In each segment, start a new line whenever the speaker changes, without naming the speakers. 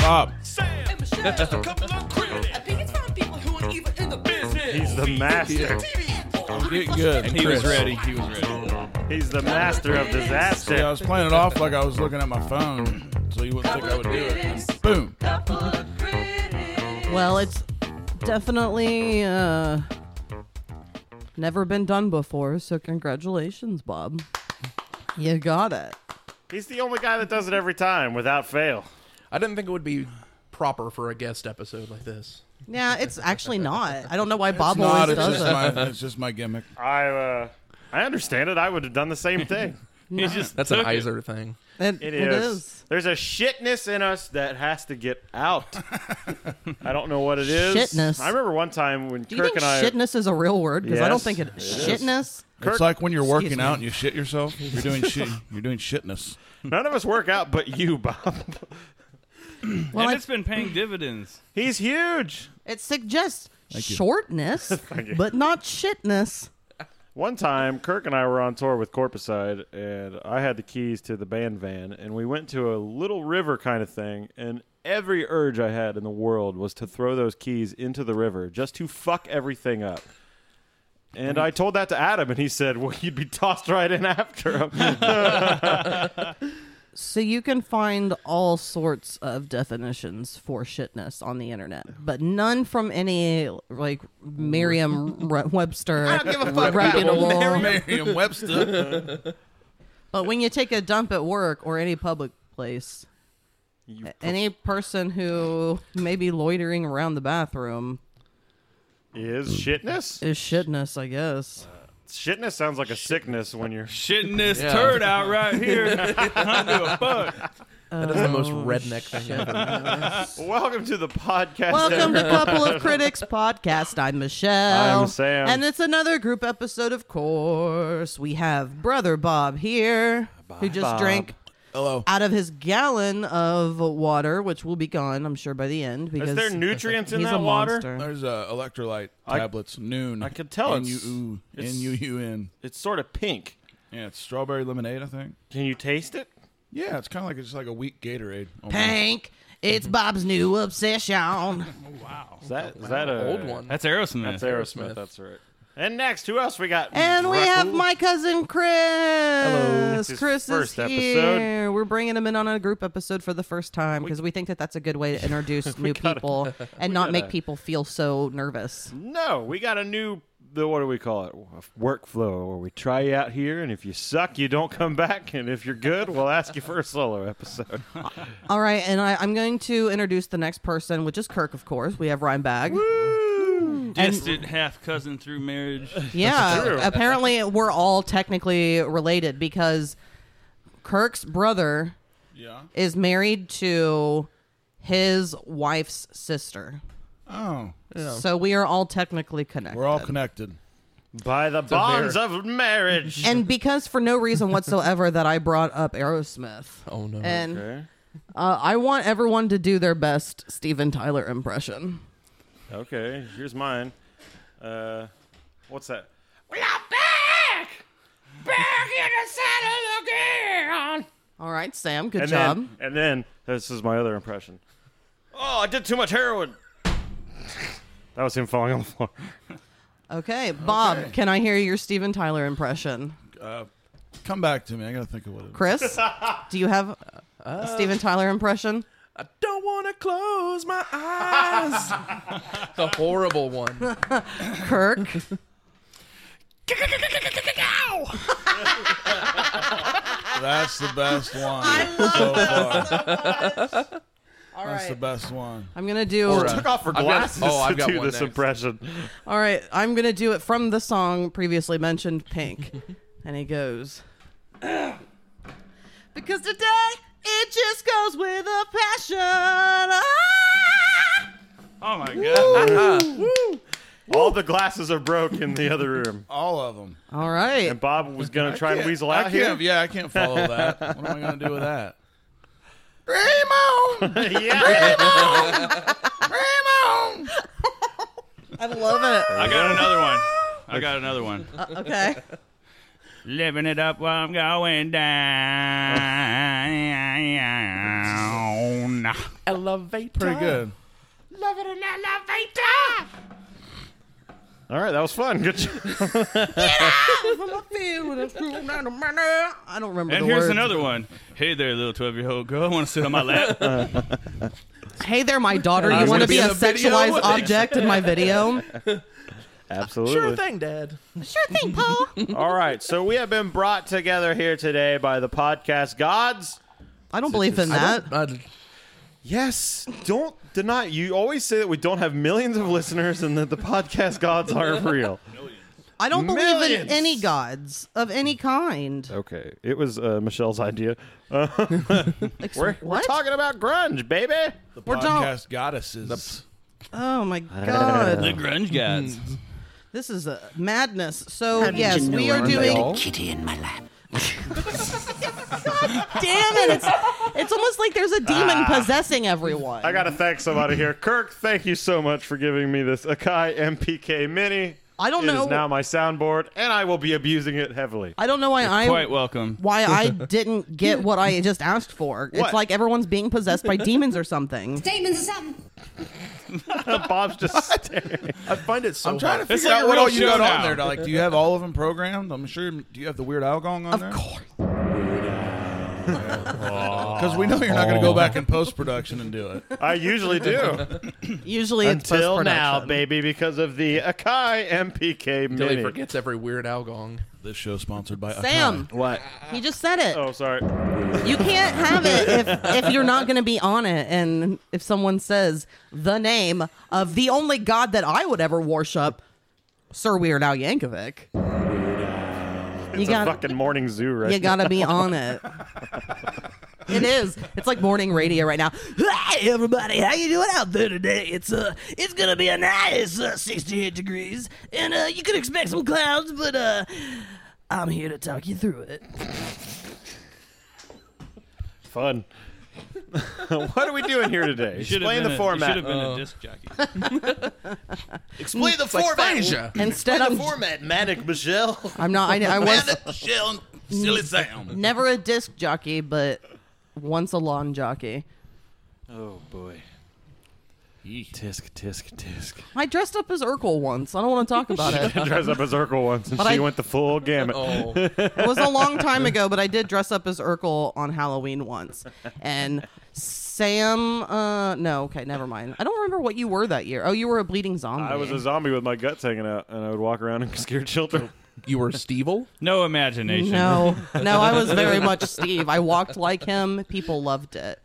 up.
Sam, just a couple of critics. I think it's from people who are even in the business.
He's the master.
I'm
Getting good.
And he was
Chris.
ready. He was ready.
He's the master of disaster.
Yeah, I was playing it off like I was looking at my phone, so you wouldn't think I would do it. Boom.
Well, it's definitely uh, never been done before, so congratulations, Bob. You got it.
He's the only guy that does it every time without fail.
I didn't think it would be proper for a guest episode like this.
Yeah, it's actually not. I don't know why Bob
Not,
always
it's
does
just
it.
my, it's just my gimmick.
I uh, I understand it. I would have done the same thing.
He just
That's an
took it.
Iser thing.
It- it is.
There's a shitness in us that has to get out. I don't know what it is.
Shitness.
I remember one time when
Do you
Kirk
think
and I.
shitness is a real word? Because I don't
Yes,
think it,
it is.
shitness.
Kirk-
it's like when you're working
me.
out and you shit yourself. You're doing shit. You're doing shitness.
None of us work out but you, Bob.
Well,
and
it,
it's been paying dividends.
He's huge.
it suggests
you.
shortness, but not shitness.
One time, Kirk and I were on tour with Corpuside, and I had the keys to the band van, and we went to a little river kind of thing, and every urge I had in the world was to throw those keys into the river just to fuck everything up. And I told that to Adam, and he said, Well, you'd be tossed right in after him.
So you can find all sorts of definitions for shitness on the internet, but none from any like Merriam-Webster. I don't give a fuck
Merriam-Webster.
But when you take a dump at work or any public place,
You-
any person who may be loitering around the bathroom
Is shitness?
is shitness, I guess.
Shitness sounds like a sickness when you're.
Shitting this
Yeah.
turd out right here. I don't give a fuck.
That is the most redneck thing ever.
Welcome to the podcast.
Welcome to Couple of Critics podcast. I'm Michelle.
I'm Sam.
And it's another group episode, of course. We have Brother Bob here, who just
Bob.
drank
Hello.
out of his gallon of water, which will be gone, I'm sure, by the end. Because
Is there nutrients in
he's
that
a
water?
monster.
There's uh, electrolyte
I-
tablets. noon.
I could tell it's-
N-U-U,
it's-
N-U-U-N.
It's sort of pink.
Yeah, it's strawberry lemonade, I think.
Can you taste it?
Yeah, it's kind of like it's like a weak Gatorade. almost.
Hank, it's Bob's new obsession.
Is that, is that a.
Old one.
That's Aerosmith.
That's Aerosmith.
Aerosmith.
That's right. And next, who else we got?
And we have
Drekel?
my cousin Chris. Hello.
His
Chris
first
is
episode.
here. We're bringing him in on a group episode for the first time because we think that that's a good way to introduce new people and not make people feel so nervous.
No, we got a new. The what do we call it? A Workflow, where we try you out here, and if you suck, you don't come back, and if you're good, we'll ask you for a solo episode.
All right, and I, I'm going to introduce the next person, which is Kirk, of course. We have Ryan Bag.
Distant half cousin through marriage.
Yeah, apparently we're all technically related because Kirk's brother
Yeah.
is married to his wife's sister.
Oh,
So we are all technically connected.
we're all connected.
By the bonds of marriage.
and because for no reason whatsoever that I brought up Aerosmith,
Oh no.
and uh, I want everyone to do their best Steven Tyler impression.
Okay, here's mine. Uh, what's that?
All right, Sam, good
And
job.
then, and then this is my other impression. Oh, I did too much heroin. that was him falling on the floor.
okay, Bob, can I hear your Steven Tyler impression?
Come back to me. I gotta think of what it is.
Chris, do you have a Steven Tyler impression?
I don't want to close my eyes. the horrible one.
Kirk,
That's the best one. I love so far.
all
That's the
right,
best one.
I'm gonna do.
Took off her
I've got-
glasses
oh, I've
to
got
do
one
this
next.
impression.
All right, I'm gonna do it from the song previously mentioned, Pink. and he goes, Because today it just goes with a passion. Ah!
Oh my god.
All the glasses are broke in the other room.
All of them.
All right.
And Bob was going to try and weasel
I
out
can't.
here.
Yeah, I can't follow that. What am I gonna do with that?
yeah.
I love
I got another one. I got another one.
uh,
it. Okay.
Living it up while I'm going down.
nah.
Elevator.
Pretty good.
All right, that was fun. Good job.
I don't remember
And
the
here's
words.
another one. Hey there, little 12 year old girl. Want to sit on my lap?
Hey there, my daughter. You want
wanna
to be
be
a
in a video?
sexualized object in my video?
Absolutely.
Sure thing, Dad.
Sure thing, Paul.
All right, so we have been brought together here today by the podcast gods.
I don't believe in that.
I-
Yes, don't deny. You always say that we don't have millions of listeners and that the podcast gods aren't real.
I don't believe in
Millions.
any gods of any kind.
Okay, it was uh, Michelle's idea.
Ex-
We're, we're
what?
talking about grunge, baby.
The
We're done.
podcast goddesses.
oh my god.
the grunge guys.
This is a madness. So yes, we are
They
doing.
all-
Damn it! It's it's almost like there's a demon possessing everyone.
Ah. I gotta thank somebody here. Kirk, thank you so much for giving me this Akai MPK Mini.
I don't
It is
know-
now my soundboard, and I will be abusing it heavily.
I don't know why
Mm.
I
Quite welcome.
why I didn't get what I just asked for. It's
What?
like everyone's being possessed by demons or something.
Statements or something.
Bob's just staring.
I find it so.
I'm trying to
hard.
figure
like
out
a
what
real
all you got
show
on
now.
there. Like, do you have all of them programmed? I'm sure. Do you have the Weird Al going on there? Of course. Because we know you're not going to go back in post production and do it.
I usually do.
Usually it's
Until now,
post-production.
baby, because of the Akai MPK
Until he
Mini.
forgets every Weird Al gong.
This show sponsored by
Sam,
What?
he just said it.
Oh, sorry.
You can't have it if, if you're not going to be on it. And if someone says the name of the only god that I would ever worship, Sir Weird Al Yankovic, you
It's a
got
fucking morning zoo right
you got to be on it. It is. It's like morning radio right now. Hey everybody, how you doing out there today? It's uh, it's gonna be a night. It's uh, 68 degrees, and uh, you could expect some clouds, but uh, I'm here to talk you through it.
now. Fun. what are we doing here today?
Should've
Explain
been
the
a- Should
format. Oh.
have been a disc jockey.
Explain the
format.
Instead of
format, Manic Michelle.
I'm not. I, I was
Shell, silly Sam.
never a disc jockey, but once a lawn jockey.
Oh boy. Tisk tisk tisk.
I dressed up as Urkel once. I don't want to talk about it.
Dressed up as Urkel once, and
But
she
I-
went the full gamut.
Oh,
It was a long time ago, but I did dress up as Urkel on Halloween once. And Sam, uh, no, okay, never mind. I don't remember what you were that year. Oh, you were a bleeding zombie.
I was a zombie with my guts hanging out, and I would walk around and scare children.
you were Stevel.
No imagination.
no, no, I was very much Steve. I walked like him. People loved it.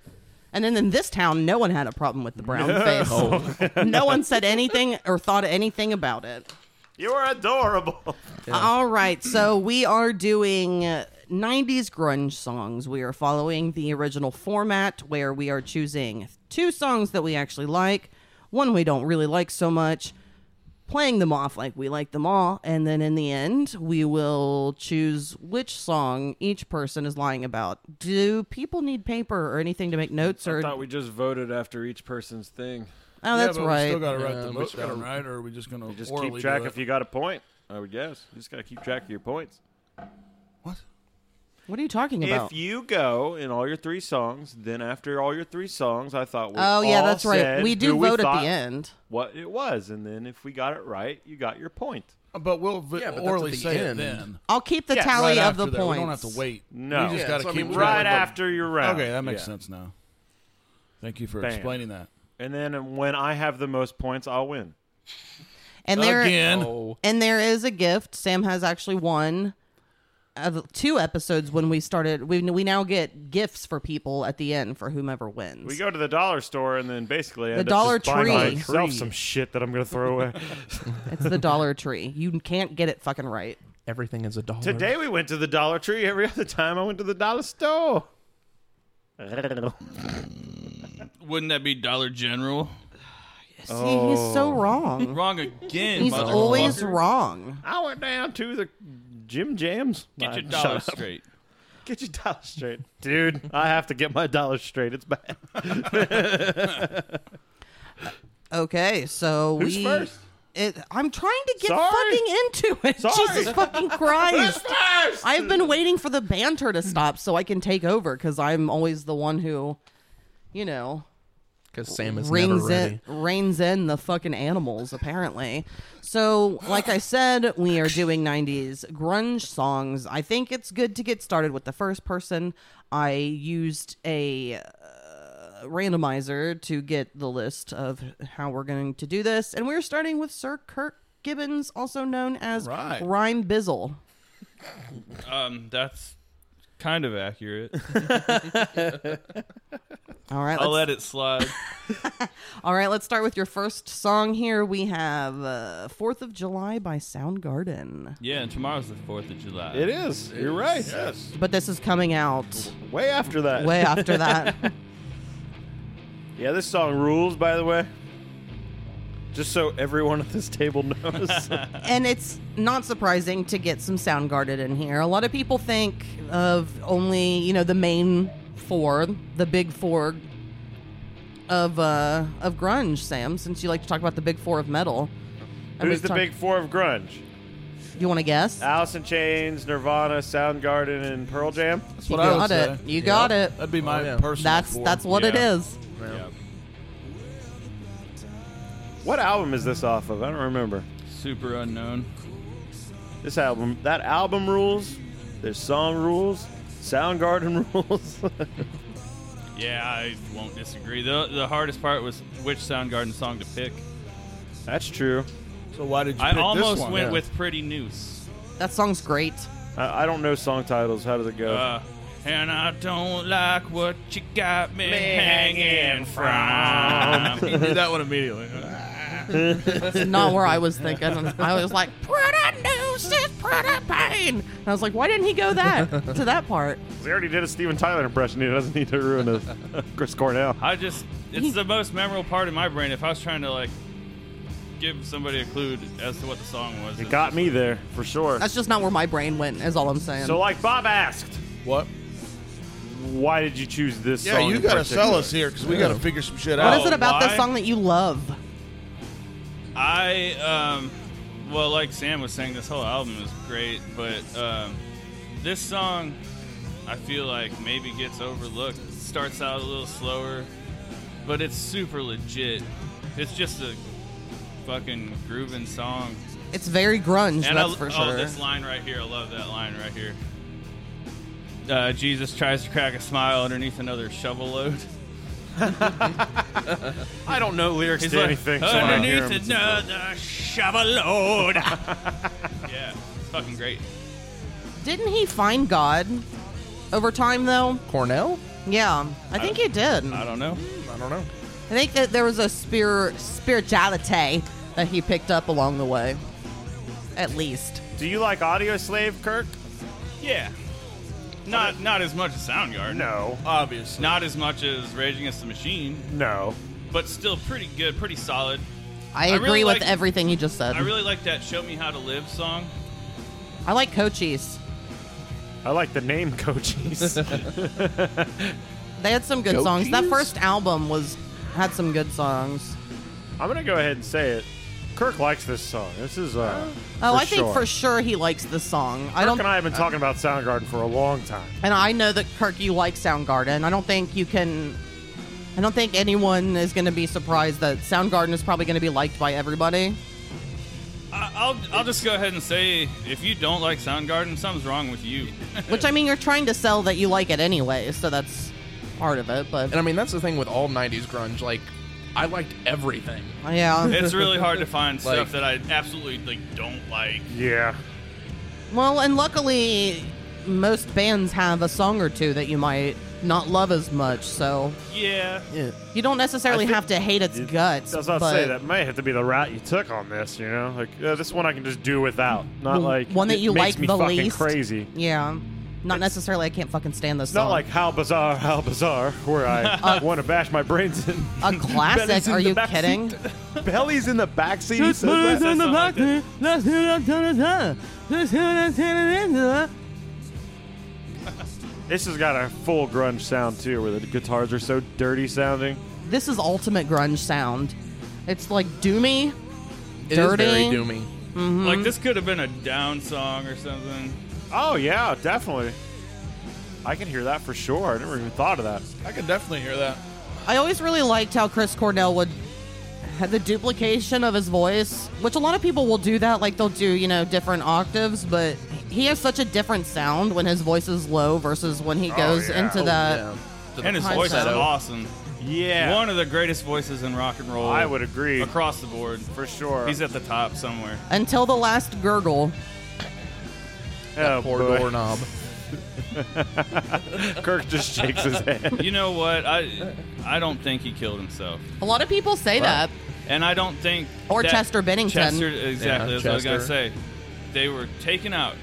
And then in this town, no one had a problem with the brown face. No one said anything or thought anything about it.
You are adorable.
All right, so we are doing uh, 90s grunge songs. We are following the original format where we are choosing two songs that we actually like, one we don't really like so much, playing them off like we like them all, and then in the end, we will choose which song each person is lying about. Do people need paper or anything to make notes or
we just voted after each person's thing.
Oh, that's
yeah, but We
right.
still got to write
Yeah,
the
we
votes
don't.
down, right? Or are we just going to
Just keep track if you got a point. I would guess. You just gotta keep track of your points.
What?
what are you talking about?
If you go in all your three songs, then after all your three songs, I thought we
oh, yeah,
all
that's right.
said
We
who
do vote at
thought
the end.
What it was, and then if we got it right, you got your point.
But we'll v-
Yeah, but that's
orally
at the
say
end.
it then.
I'll keep the
Yeah,
Right
tally of
after
the
that.
points.
We don't have to wait.
No.
We just
Yeah,
got to
so, I
keep
mean, we
track.
Right after your round.
Okay, that makes
Yeah.
sense now. Thank you for
Bam.
explaining that.
And then when I have the most points, I'll win.
and there,
Again,
Oh,
And there is a gift. Sam has actually won uh, two episodes when we started. We, we now get gifts for people at the end for whomever wins.
We go to the dollar store and then basically end up
Dollar
just buying
Tree.
myself some shit that I'm gonna throw away.
it's the Dollar Tree. You can't get it fucking right.
everything is a dollar.
Today we went to the Dollar Tree. Every other time I went to the dollar store.
Wouldn't that be Dollar General?
See, he's
Oh.
so wrong.
Wrong again.
He's
motherfucker.
always wrong.
I went down to the Jim Jams.
Get your
Shut
dollar
up.
straight.
Get your dollar straight. Dude, I have to get my dollar straight. It's bad.
Okay, so
Who's
we.
first?
It, I'm trying to get
Sorry.
fucking into it.
Sorry.
Jesus fucking Christ. I've been waiting for the banter to stop so I can take over because I'm always the one who, you know,
because Sam is
reins
never ready.
in reins in the fucking animals apparently so like i said we are doing 90s grunge songs i think it's good to get started with the first person i used a uh, randomizer to get the list of how we're going to do this and we're starting with sir kirk gibbons also known as
Right.
rhyme bizzle
Um, that's kind of accurate.
all right,
I'll
let's-
let it slide.
all right let's start with your first song here we have uh, fourth of july by soundgarden
Yeah, and tomorrow's the Fourth of July.
It is. You're right.
Yes.
but this is coming out
Way after that.
way after that.
Yeah, this song rules, by the way. Just so everyone at this table knows.
and it's not surprising to get some Soundgarden in here. A lot of people think of only, you know, the main four, the big four of uh of grunge, Sam, since you like to talk about the big four of metal. And
Who's
we've
the
talked-
big four of grunge?
You want to guess?
Alice in Chains, Nirvana, Soundgarden, and Pearl Jam.
That's
You
what I would
got it.
say.
You got it.
That'd be my
yeah.
personal.
That's
four.
that's what it
Yeah.
is.
Yeah.
What album is this off of? I don't remember.
Super unknown.
This album, that album rules. There's song rules. Soundgarden rules.
Yeah, I won't disagree. The the hardest part was which Soundgarden song to pick.
That's true.
So why did you?
I
pick
almost
this one?
went
Yeah.
with Pretty Noose.
That song's great.
I, I don't know song titles. How does it go?
Uh, and I don't like what you got me, hanging
He
from.
did that one immediately.
It's not where I was thinking. I was like, pretty news is pretty pain. And I was like, why didn't he go that to that part?
He already did a Steven Tyler impression. He doesn't need to ruin a Chris Cornell.
I just it's the most memorable part in my brain. If I was trying to like give somebody a clue as to what the song was,
It
it's
got
just-
me there for sure.
That's just not where my brain went. Is all I'm saying.
So, like Bob asked,
what?
why did you choose this
Yeah,
song?
you
in
gotta
particular?
sell us here because we gotta figure some shit
What
out.
is it about this
why?
song that you love?
I um, well, like Sam was saying, this whole album is great, but um, this song I feel like maybe gets overlooked. It starts out a little slower, but it's super legit. It's just a fucking grooving song.
It's very grunge,
And
that's
I,
for
oh,
sure.
this line right here, I love that line right here. Uh, Jesus tries to crack a smile underneath another shovel load.
I don't know lyrics
He's
to
like,
anything. so I don't hear
underneath
him.
another shovel load. yeah, it's fucking great.
Didn't he find God over time, though?
Cornell?
Yeah, I think he did.
I
I
don't know.
I don't know.
think that there was a spirit spirituality that he picked up along the way, at least.
Do you like Audio Slave, Kirk?
Yeah, not not as much as Soundgarden.
No,
Obviously.
Not as much as Rage Against the Machine,
no.
but still pretty good, pretty solid.
I,
I
agree
really
with
like-
everything he just said.
I really like that "Show Me How to Live" song.
I like Cochise.
I like the name Cochise.
They had some good
Cochise?
songs. That first album was had some good songs.
I'm gonna go ahead and say it. Kirk likes this song. This is uh.
Oh,
for
I think
sure.
for sure he likes this song. I
Kirk
don't
and I have been talking about Soundgarden for a long time.
And I know that Kirk, you like Soundgarden. I don't think you can. I don't think anyone is going to be surprised that Soundgarden is probably going to be liked by everybody.
I, I'll I'll just go ahead and say, if you don't like Soundgarden, something's wrong with you.
Which I mean, you're trying to sell that you like it anyway, so that's part of it. But
And I mean, that's the thing with all 90s grunge. Like, I liked everything.
yeah,
it's really hard to find
Like-
stuff that I absolutely like don't like.
Yeah.
well, and luckily, most bands have a song or two that you might not love as much. So
Yeah,
you don't necessarily
I think-
have to hate its guts.
That's what
but
I say. That may have to be the route you took on this. You know, like uh, this one I can just do without. Not like
one that
it
you
makes
like
me
the
fucking
least.
Crazy.
yeah, not necessarily. I can't fucking stand this
It's not
song.
like how bizarre, how bizarre, where I want to bash my brains in.
a classic.
Belly's in
Are
the
you
back
kidding?
seat. Belly's in the back seat. he says that.
in the back there.
This has got a full grunge sound too, where the guitars are so dirty sounding.
This is ultimate grunge sound. It's like doomy.
It is
Dirty.
very doomy.
Like this could have been a down song or something.
Oh yeah, definitely. I can hear that for sure. I never even thought of that.
I can definitely hear that.
I always really liked how Chris Cornell would had the duplication of his voice, which a lot of people will do that. Like they'll do, you know, different octaves, but he has such a different sound when his voice is low versus when he goes
yeah.
into
Oh,
that.
Yeah. The
And his
High
voice is
settle.
awesome.
Yeah,
One of the greatest voices in rock and roll.
I would agree
Across the board.
for sure.
He's at the top somewhere.
Until the last gurgle.
oh,
poor
boy.
doorknob.
Kirk just shakes his head.
You know what? I I don't think he killed himself.
A lot of people say that.
And I don't think
Or
that-
Chester Bennington.
Chester, exactly.
Yeah,
that's what I was gonna
Chester.
say. They were taken out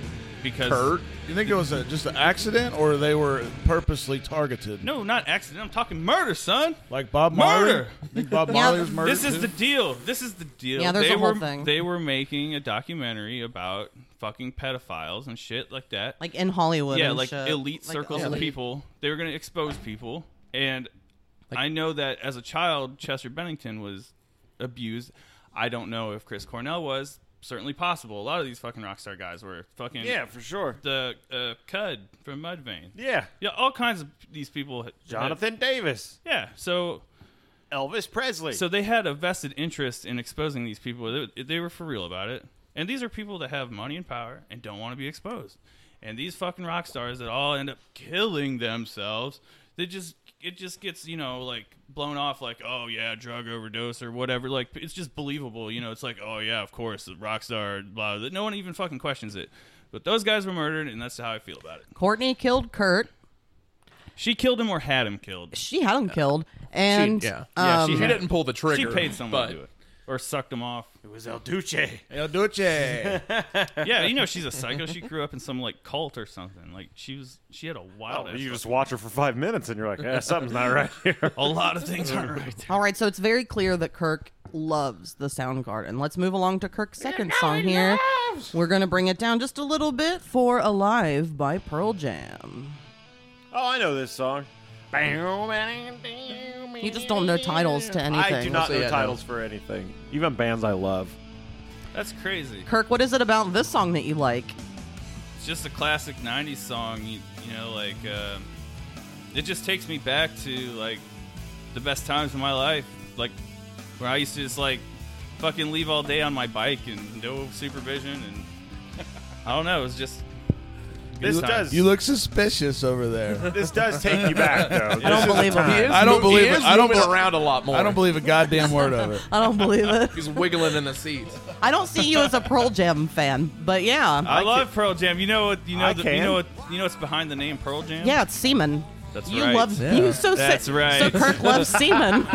because
You think it was a, just an accident, or they were purposely targeted?
no, not accident. I'm talking murder, son.
Like Bob Marley.
Murder.
Think Bob Marley was murdered.
This is
too?
the deal. This is the deal.
Yeah, there's
they
a whole
were,
thing.
They were making a documentary about fucking pedophiles and shit like that.
Like in Hollywood.
yeah,
and
like
shit.
elite
uh, Like,
circles of
elite.
people. They were going to expose people, and I know that as a child, Chester Bennington was abused. I don't know if Chris Cornell was. Certainly possible. A lot of these fucking rock star guys were fucking
Yeah, for sure.
The uh, Cud from Mudvayne.
Yeah,
Yeah, all kinds of these people. had-
Jonathan Davis,
yeah, so
Elvis Presley.
so they had a vested interest in exposing these people. They, they were for real about it. And these are people that have money and power and don't want to be exposed. And these fucking rock stars that all end up killing themselves, they just it just gets, you know, like blown off like, "Oh yeah, drug overdose or whatever." Like it's just believable, you know. It's like, "Oh yeah, of course, the rock star blah." blah. No one even fucking questions it. But those guys were murdered and that's how I feel about it.
Courtney killed Kurt.
She killed him or had him killed.
She had him killed. And
yeah.
Yeah,
um,
she
She
had-
didn't pull the
She
trigger.
paid someone
but
to do it or sucked him off.
it was El Duce.
El Duce.
yeah, you know she's a psycho. She grew up in some like cult or something. Like she was, she had a wild.
Oh,
ass
you just watch her for five minutes and you're like, eh, something's not right here.
a lot of things aren't right. There.
All right, so it's very clear that Kirk loves the Soundgarden. Let's move along to Kirk's second song here. We're going to bring it down just a little bit for Alive by Pearl Jam.
Oh, I know this song.
You just don't know titles to anything.
I do not
So,
know
yeah, no.
titles for anything, even bands I love.
That's crazy.
Kirk, what is it about this song that you like?
It's just a classic '90s song. You, you know, like um, it just takes me back to like the best times of my life, like where I used to just like fucking leave all day on my bike and no supervision, and I don't know. It was just good
This
times.
does
You look suspicious over there.
this does take you back though.
I don't believe
He
it.
is
I don't
mo-
believe
he
it.
is
I don't
moving
bel-
around a lot more.
I don't believe a goddamn word of it.
I don't believe it.
He's wiggling in the seat.
I don't see you as a Pearl Jam fan, but yeah.
I, love Pearl Jam. You know what? You know.
I
The, you
can.
know what? You know what's behind the name Pearl Jam?
Yeah, it's Seaman.
That's
You
right.
love
Yeah.
you so
That's
so,
right.
So Kirk loves Seaman.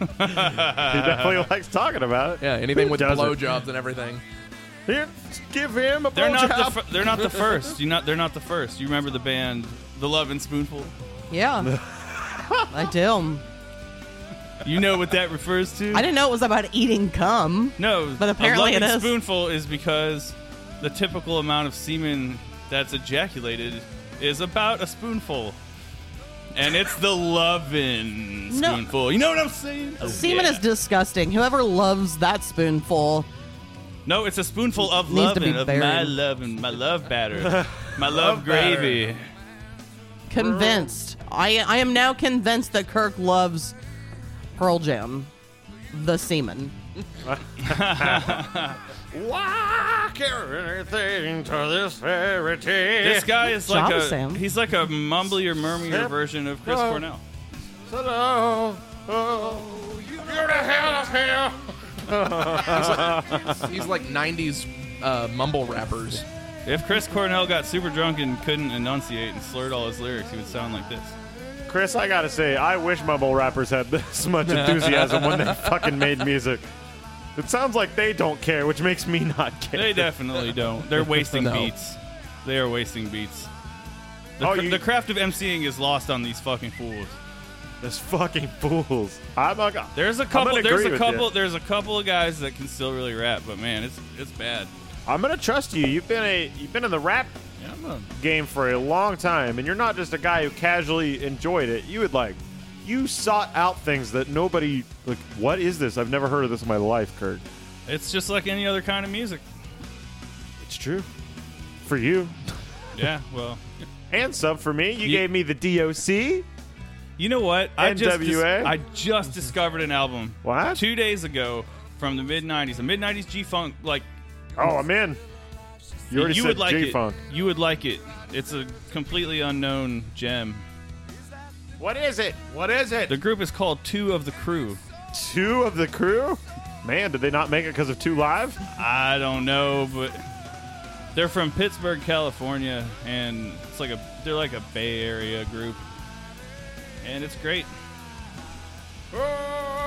He definitely likes talking about it.
Yeah, anything
Who
with
doesn't?
blowjobs and everything.
Here, give him a
They're not
blowjob.
the fir- they're not the first. You not they're not the first. You remember the band The Love and Spoonful?
Yeah. I do.
You know what that refers to?
I didn't know it was about eating cum.
no,
but apparently
a
it
Love and
is.
Spoonful is because the typical amount of semen that's ejaculated is about a spoonful. And it's the lovin'
No.
spoonful. You know what I'm saying? Oh,
Seaman
yeah.
is disgusting. Whoever loves that spoonful,
No, it's a spoonful of
Needs to be
lovin', of my
buried.
lovin', my love batter, my love gravy.
convinced. I I am now convinced that Kirk loves Pearl Jam, the Seaman.
Walk everything to this fairy tale.
This guy is like
job,
a
Sam.
he's like a mumbly or murmier
Sam.
version of Chris
Oh.
Cornell.
Hello. Oh, you're the hell of hell.
He's like 90s uh, mumble rappers.
If Chris Cornell got super drunk and couldn't enunciate and slurred all his lyrics, he would sound like this.
Chris, I gotta say, I wish mumble rappers had this much enthusiasm when they fucking made music. It sounds like they don't care, which makes me not care.
They definitely don't. They're wasting
No.
beats. They are wasting beats. The,
Oh,
cra-
you-
the craft of MCing is lost on these fucking fools.
There's fucking fools. I'm not gonna.
There's a
I'm
couple.
gonna
There's
agree
a
with
couple.
you.
There's a couple of guys that can still really rap, but man, it's it's bad.
I'm gonna trust you. You've been a you've been in the rap
Yeah, I'm a-
game for a long time, and you're not just a guy who casually enjoyed it. You would like, you sought out things that nobody like. What is this? I've never heard of this in my life, Kirk.
it's just like any other kind of music.
It's true. For you
Yeah, well,
and sub for me, you
You-
gave me the DOC.
You know what? I just dis-
NWA?
I just discovered an album.
What?
Two days ago from the mid '90s. The mid '90s G Funk. Like
Oh, I'm in. You already said
would like
G Funk.
it. You would like it. It's a completely unknown gem.
What is it? What is it?
The group is called Two of the Crew.
Two of the crew? Man, did they not make it because of two live?
I don't know, but they're from Pittsburgh, California, and it's like a they're like a Bay Area group, and it's great.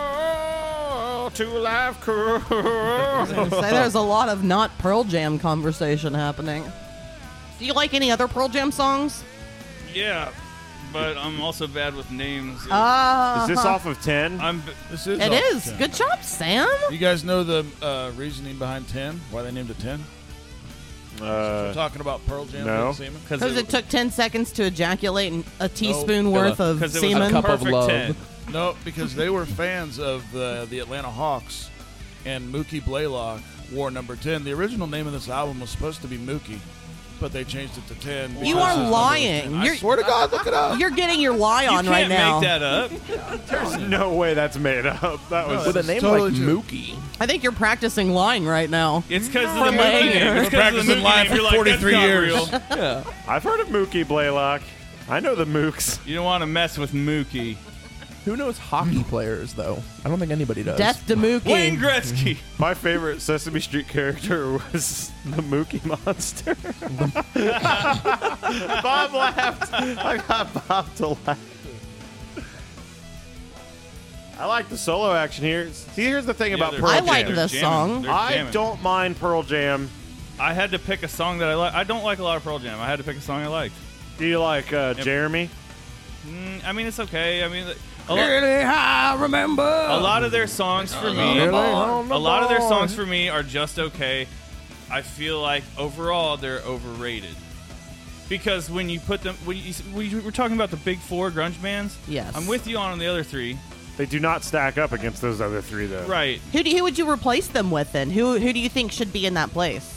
Oh, two live crew.
Say there's a lot of not Pearl Jam conversation happening. Do you like any other Pearl Jam songs?
Yeah, but I'm also bad with names.
Uh,
Is this off of 10?
I'm
This is
it
all
is.
ten.
Good job, Sam.
You guys know the uh, reasoning behind 10? Why they named it 10? We're
Uh,
talking about Pearl Jam
no.
and semen.
Because it took 10 seconds to ejaculate an- a teaspoon
Nope.
worth of
because it was
semen.
a
Cup of
perfect
love.
ten.
No, because they were fans of the, the Atlanta Hawks, and Mookie Blaylock wore number 10. The original name of this album was supposed to be Mookie, but they changed it to 10. because
You
it's
are
number
lying.
10. I
You're,
swear to God, look it up.
you're getting your lie
You
on
can't
right now.
make that up.
there's no way that's made up. That was
With a
That's
name
totally
like
true.
Mookie.
I think you're practicing lying right now.
It's because of the movie
later.
name. It's because of the
Practicing
movie
live
name.
for
You're like,
43
that's
years.
Not real.
I've heard of Mookie Blaylock. I know the Mooks.
You don't want to mess with Mookie.
Who knows hockey players though? I don't think anybody does.
Death to
Wayne
Mookie.
Gretzky.
My favorite Sesame Street character was the Mookie Monster. Bob laughed. I got Bob to laugh. I like the solo action here. See, here's the thing about
Yeah,
Pearl
I
they're-
Jam.
like
they're
this
jamming.
song.
They're
I
jamming.
don't mind Pearl Jam.
I had to pick a song that I like. I don't like a lot of Pearl Jam. I had to pick a song I liked.
Do you like uh, Jeremy?
Mm, I mean, it's okay. I mean, a, lo-
Really high, remember.
a lot of their songs for me,
Really
a
on the
lot of their
ball.
songs for me are just okay. I feel like overall they're overrated because when you put them, when you, when you we're talking about the big four grunge bands.
Yes.
I'm with you on the other three.
They do not stack up against those other three, though.
Right.
Who, do, who would you replace them with then? Who, who do you think should be in that place?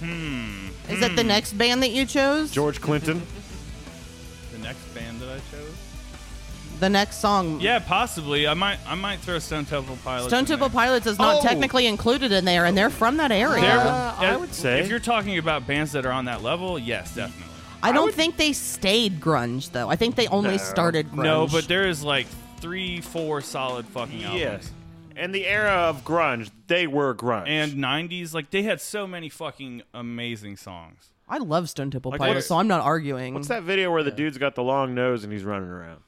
Hmm. Is it the next band that you chose?
George Clinton.
The next band that I chose.
The next song.
Yeah, possibly. I might. I might throw Stone Temple Pilots.
Stone
in
Temple
there.
Pilots is not
Oh.
technically included in there, and they're from that area.
They're-
I would say.
if you're talking about bands that are on that level, yes, definitely.
I don't think they stayed grunge though. I think they only
No.
started grunge.
No, but there is like three, four solid fucking albums.
Yes. And the era of grunge, they were grunge.
And 90s, like they had so many fucking amazing songs.
I love Stone Temple
Like,
Pilots,
what's-
so I'm not arguing.
what's that video where the dude's got the long nose and he's running around?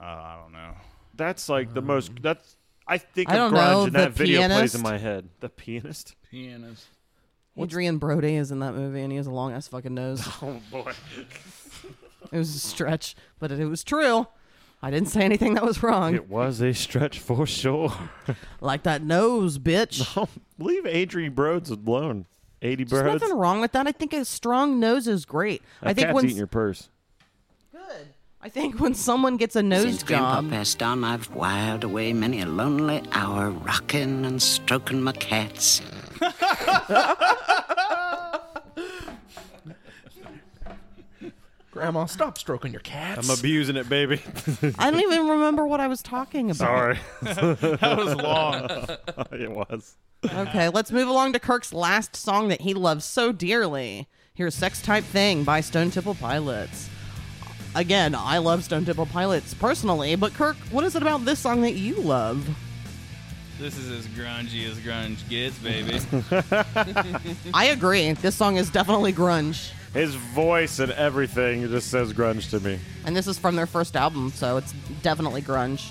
Uh, I don't know.
That's like the most. That's I think
I
of
don't
grunge
know,
and
The
that video plays
Pianist?
in my head. The pianist.
Pianist.
Adrian Brody is in that movie, and he has a long ass fucking nose.
Oh boy.
it was a stretch, but it, it was true. I didn't say anything that was wrong.
It was a stretch for sure.
Like that nose, bitch.
Leave Adrian Broads alone. Eighty
There's
Broads.
nothing wrong with that. I think a strong nose is great. I
That
think
cat's
when
eating your purse.
good. I think when someone gets a nose
Since Grandpa
job,
passed on, I've wired away many a lonely hour rocking and stroking my cats.
Grandma, stop stroking your cats.
I'm abusing it, baby.
I don't even remember what I was talking about.
Sorry,
That was long.
it was.
Okay, let's move along to Kirk's last song that he loves so dearly. Here's Sex Type Thing by Stone Temple Pilots. Again, I love Stone Temple Pilots personally, but Kirk, what is it about this song that you love?
this is as grungy as grunge gets, baby.
I agree. This song is definitely grunge.
His voice and everything just says grunge to me.
And this is from their first album, so it's definitely grunge.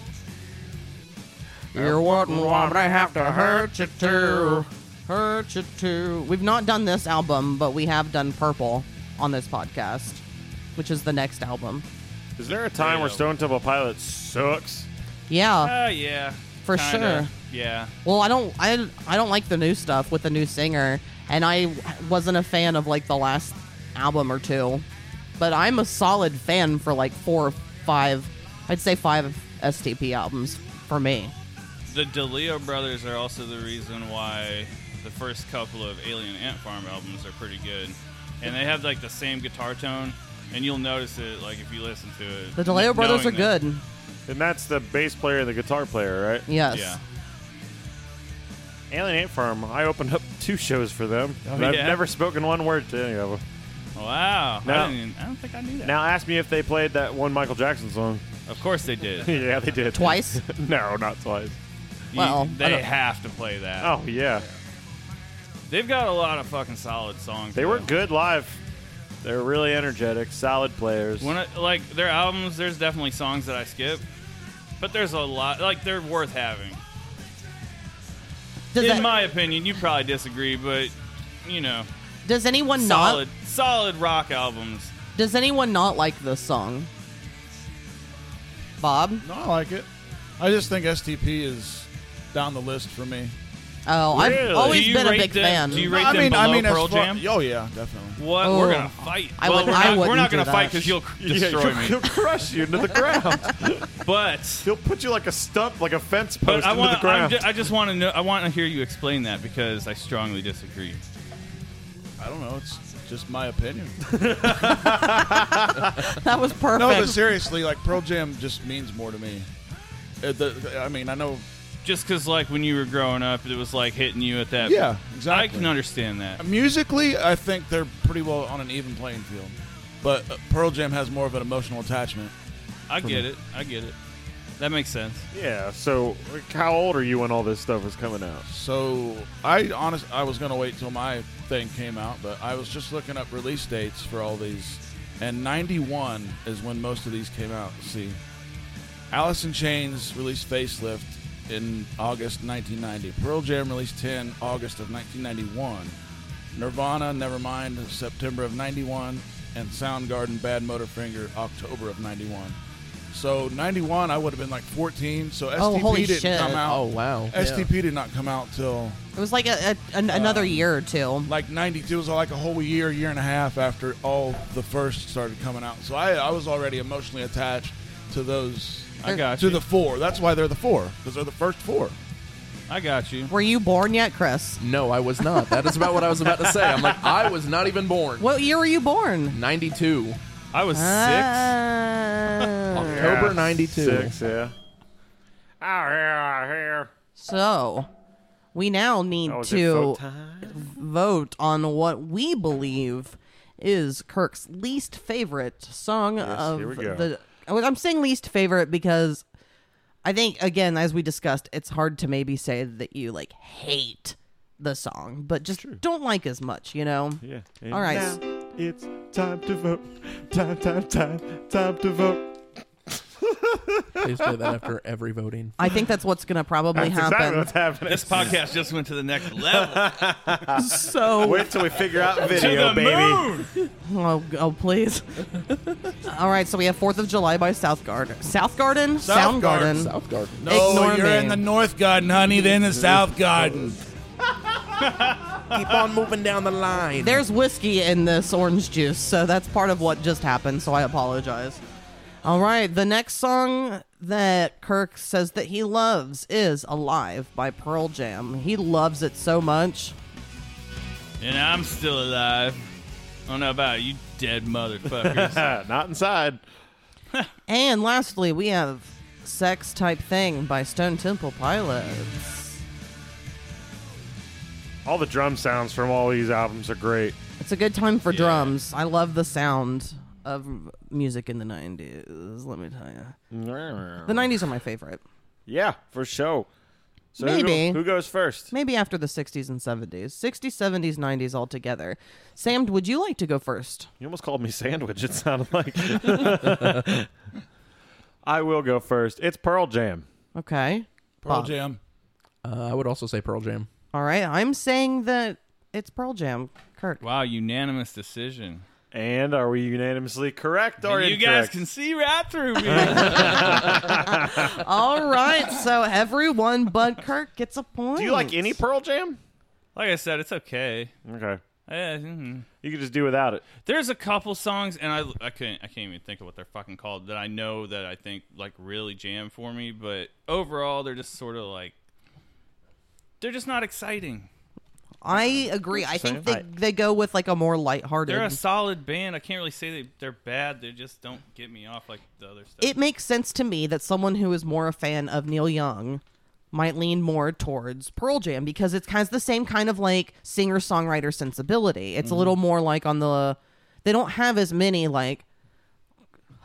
You wouldn't want to have to hurt you too. Hurt you too. We've not done this album, but we have done Purple on this podcast, which is the next album.
Is there a time where Stone Temple Pilots sucks?
Yeah.
Oh, yeah.
For
Kinda.
sure.
Yeah.
Well, I don't I I don't like the new stuff with the new singer, and I wasn't a fan of like the last album or two. But I'm a solid fan for like four or five, I'd say five STP albums for me.
The DeLeo brothers are also the reason why the first couple of Alien Ant Farm albums are pretty good. And they have like the same guitar tone, and you'll notice it like if you listen to it.
The DeLeo
kn-
brothers are
knowing that-
good.
And that's the bass player and the guitar player, right?
Yes.
Yeah.
Alien Ant Farm. I opened up two shows for them. and I've
yeah?
never spoken one word to any of them.
Wow.
Now-
I, didn't even- I don't think I knew that.
Now ask me if they played that one Michael Jackson song.
of course they did. You-
yeah, they did.
Twice?
no, not twice.
Well, I
they
don't-
have to play that.
Oh yeah,
They've got a lot of fucking solid songs.
they were
though.
good live. They were really energetic, solid players.
When I, like their albums, there's definitely songs that I skip, but there's a lot. Like they're worth having,
Does,
in
that-
my opinion. You probably disagree, but you know,
does anyone
solid, solid rock albums.
not? Does anyone not like this song? Bob?
No, I like it. I just think STP is down the list for me.
Oh,
Really?
I've
Do
always
you
been a
rate
big fan.
them- do you rate
I
them
mean, I
below
mean, as
Pearl
far-
Jam?
Oh yeah, definitely.
What?
Oh.
we're gonna fight.
I
well,
would-
we're
I
not, we're
wouldn't
not
do
gonna
that.
fight because you'll c-
Yeah,
destroy
he'll,
me.
he'll crush you into the ground.
But
he'll put you like a stump, like a fence post
but I
into the
want
ground.
I just want to know. I want to hear you explain that because I strongly disagree.
I don't know. It's just my opinion.
that was perfect.
No, but seriously, like Pearl Jam just means more to me. Uh, the- the- I mean, I know.
Just because like when you were growing up, it was like hitting you at that.
Yeah,
I
exactly.
can understand that.
Musically, I think they're pretty well on an even playing field. But uh, Pearl Jam has more of an emotional attachment.
I get it. I get it. That makes sense.
yeah. So, like, how old are you when all this stuff was coming out?
So I honest, I was gonna wait till my thing came out, but I was just looking up release dates for all these, and '91 is when most of these came out. Let's see, Alice in Chains released Facelift in August 1990. Pearl Jam released 10 August of 1991. Nirvana, Nevermind, September of 91, and Soundgarden, Bad Motor Finger, October of 91. So 91, I would have been like 14. So STP
Oh, holy
didn't
shit.
come out.
Oh, wow.
STP did not come out till
it was like a, a, an, another year or two.
like 92 was like a whole year year and a half after all the first started coming out so i, I was already emotionally attached to those
I got
to
you.
the four that's why they're the four because they're the first four
I got you.
Were you born yet, Chris?
No, I was not. That is about what I was about to say. I'm like, I was not even born.
What year were you born?
92.
I was six.
Ah.
October 92.
Six. Yeah. Out here, out here.
so, we now need
Oh, is it
to
folk time?
vote on what we believe is Kirk's least favorite song of
here we go.
the. I- I'm saying least favorite because I think again, as we discussed, it's hard to maybe say that you like hate the song, but just don't like as much, you know.
Yeah. And
All right.
now it's time to vote. Time, time, time, time to vote.
Please play that after every voting.
I think that's what's gonna probably
That's
happen.
exactly what's happening.
This podcast just went to the next level.
so
Wait till we figure out
to
video,
the
baby.
moon.
Oh, oh please. All right, so we have Fourth of July by Southgarden. Southgarden?
South Garden.
Soundgarden.
South Garden.
no
Ignore
Oh, you're
me.
in the north garden honey they're in the south garden
Keep on moving down the line.
There's whiskey in this orange juice, so that's part of what just happened, so I apologize. All right, the next song that Kirk says that he loves is Alive by Pearl Jam. He loves it so much.
And I'm still alive. I don't know about you, dead motherfuckers.
Ah, not inside.
And lastly, we have Sex Type Thing by Stone Temple Pilots.
All the drum sounds from all these albums are great.
It's a good time for
Yeah.
drums. I love the sound of music in the 90s, let me tell you. The 90s are my favorite.
Yeah, for sure. So
Maybe.
Who, go- who goes first?
Maybe after the 60s and 70s. 60s, 70s, 90s altogether. Sam, would you like to go first?
You almost called me sandwich. It sounded like. I will go first. It's Pearl Jam.
Okay.
pearl
Bob.
jam
Uh, I would also say Pearl Jam.
All right. I'm saying that it's Pearl Jam. Kirk.
wow, unanimous decision.
And are we unanimously correct or
And you guys
incorrect?
can see right through me.
All right. So everyone but Kirk gets a point.
Do you like any Pearl Jam?
like I said, it's okay.
Okay,
Eh, mhm.
you can just do without it.
There's a couple songs, and I I couldn't I can't even think of what they're fucking called that I know that I think like really jam for me, but overall they're just sort of like they're just not exciting.
I agree. I think they,
Same.
they go with like a more lighthearted.
They're a solid band. I can't really say they, they're bad. They just don't get me off like the other stuff.
it makes sense to me that someone who is more a fan of Neil Young might lean more towards Pearl Jam because it has the same kind of like singer songwriter sensibility. It's a little more like on the they don't have as many like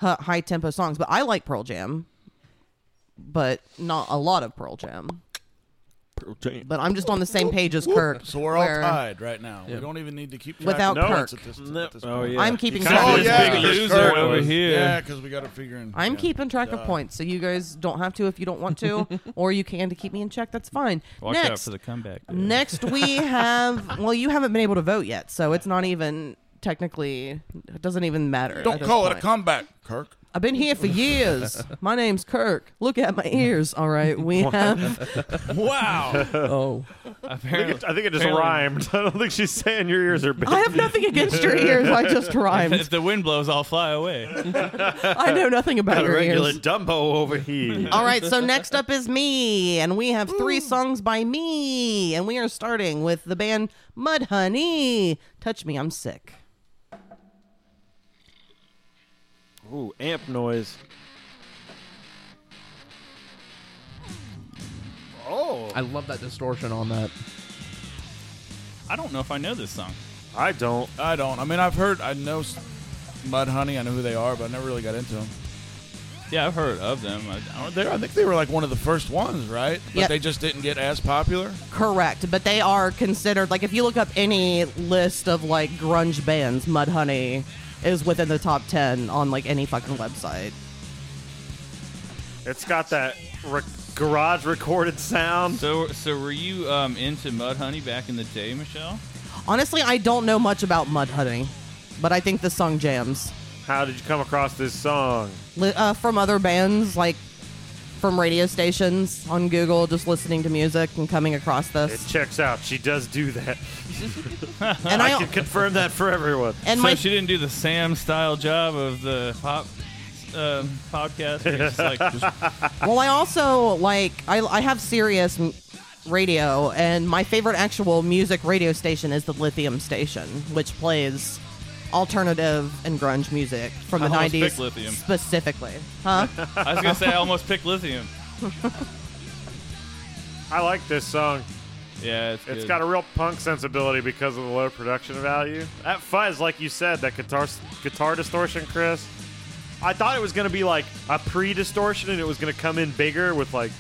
high tempo songs, but I like Pearl Jam, but not a lot of Pearl Jam. But I'm just on the same page as Kirk.
So we're all
where
tied right now. We don't even need to keep track
Without
of
Kirk.
points at this, at this
Oh
point.
yeah.
I'm keeping
Kinda
track.
Oh,
this
yeah,
big
Chris
loser
Kirk
over
was-
here.
Yeah, because we got to figure in.
I'm
yeah.
keeping track of points, so you guys don't have to if you don't want to, or you can to keep me in check. That's fine.
Watch
Next,
out for the comeback. dude.
Next, we have. Well, you haven't been able to vote yet, so it's not even technically. It doesn't even matter. at
Don't
this
call it a
point.
comeback, Kirk.
I've been here for years. My name's Kirk. Look at my ears. All right, we have.
Wow.
Oh,
I think
Apparently,
it, I think it just
apparently-
rhymed. I don't think she's saying your ears are big.
I have nothing against your ears. I just
If
rhymed.
the wind blows, I'll fly away.
I know nothing about your ears.
Dumbo over here.
All right, so next up is me, and we have three songs by me, and we are starting with the band Mud Honey. Touch me, I'm sick.
Ooh, amp noise.
I love that distortion on that.
I don't know if I know this song.
I don't.
I don't. I mean, I've heard. I know s- Mud Honey. I know who they are, but I never really got into them.
Yeah, I've heard of them. I, I don't,
They, I think they were like one of the first ones, right? But
Yep.
they just didn't get as popular.
Correct, but they are considered like if you look up any list of like grunge bands, Mudhoney is within the top ten on like any fucking website.
It's got that re- garage recorded sound.
so, so were you um, into Mudhoney back in the day, Michelle?
Honestly, I don't know much about Mudhoney, but I think the song jams
How did you come across this song?
Li- uh, from other bands like from radio stations on Google, just listening to music and coming across
It
this.
checks out. She does do that.
And
I
I,
can confirm that for everyone.
and
so
my
she didn't do the Sam style job of the pop um podcast. where it's just like, just-
Well, I also like I, I have Sirius m- radio, and my favorite actual music radio station is the Lithium Station, which plays alternative and grunge music from the
I almost
nineties
picked Lithium.
specifically. Huh?
I was gonna say I almost picked Lithium.
I like this song.
Yeah, it's,
It's
good.
got a real punk sensibility because of the low production value. That fuzz, like you said, that guitar guitar distortion, Chris. I thought it was going to be like a pre-distortion and it was going to come in bigger with like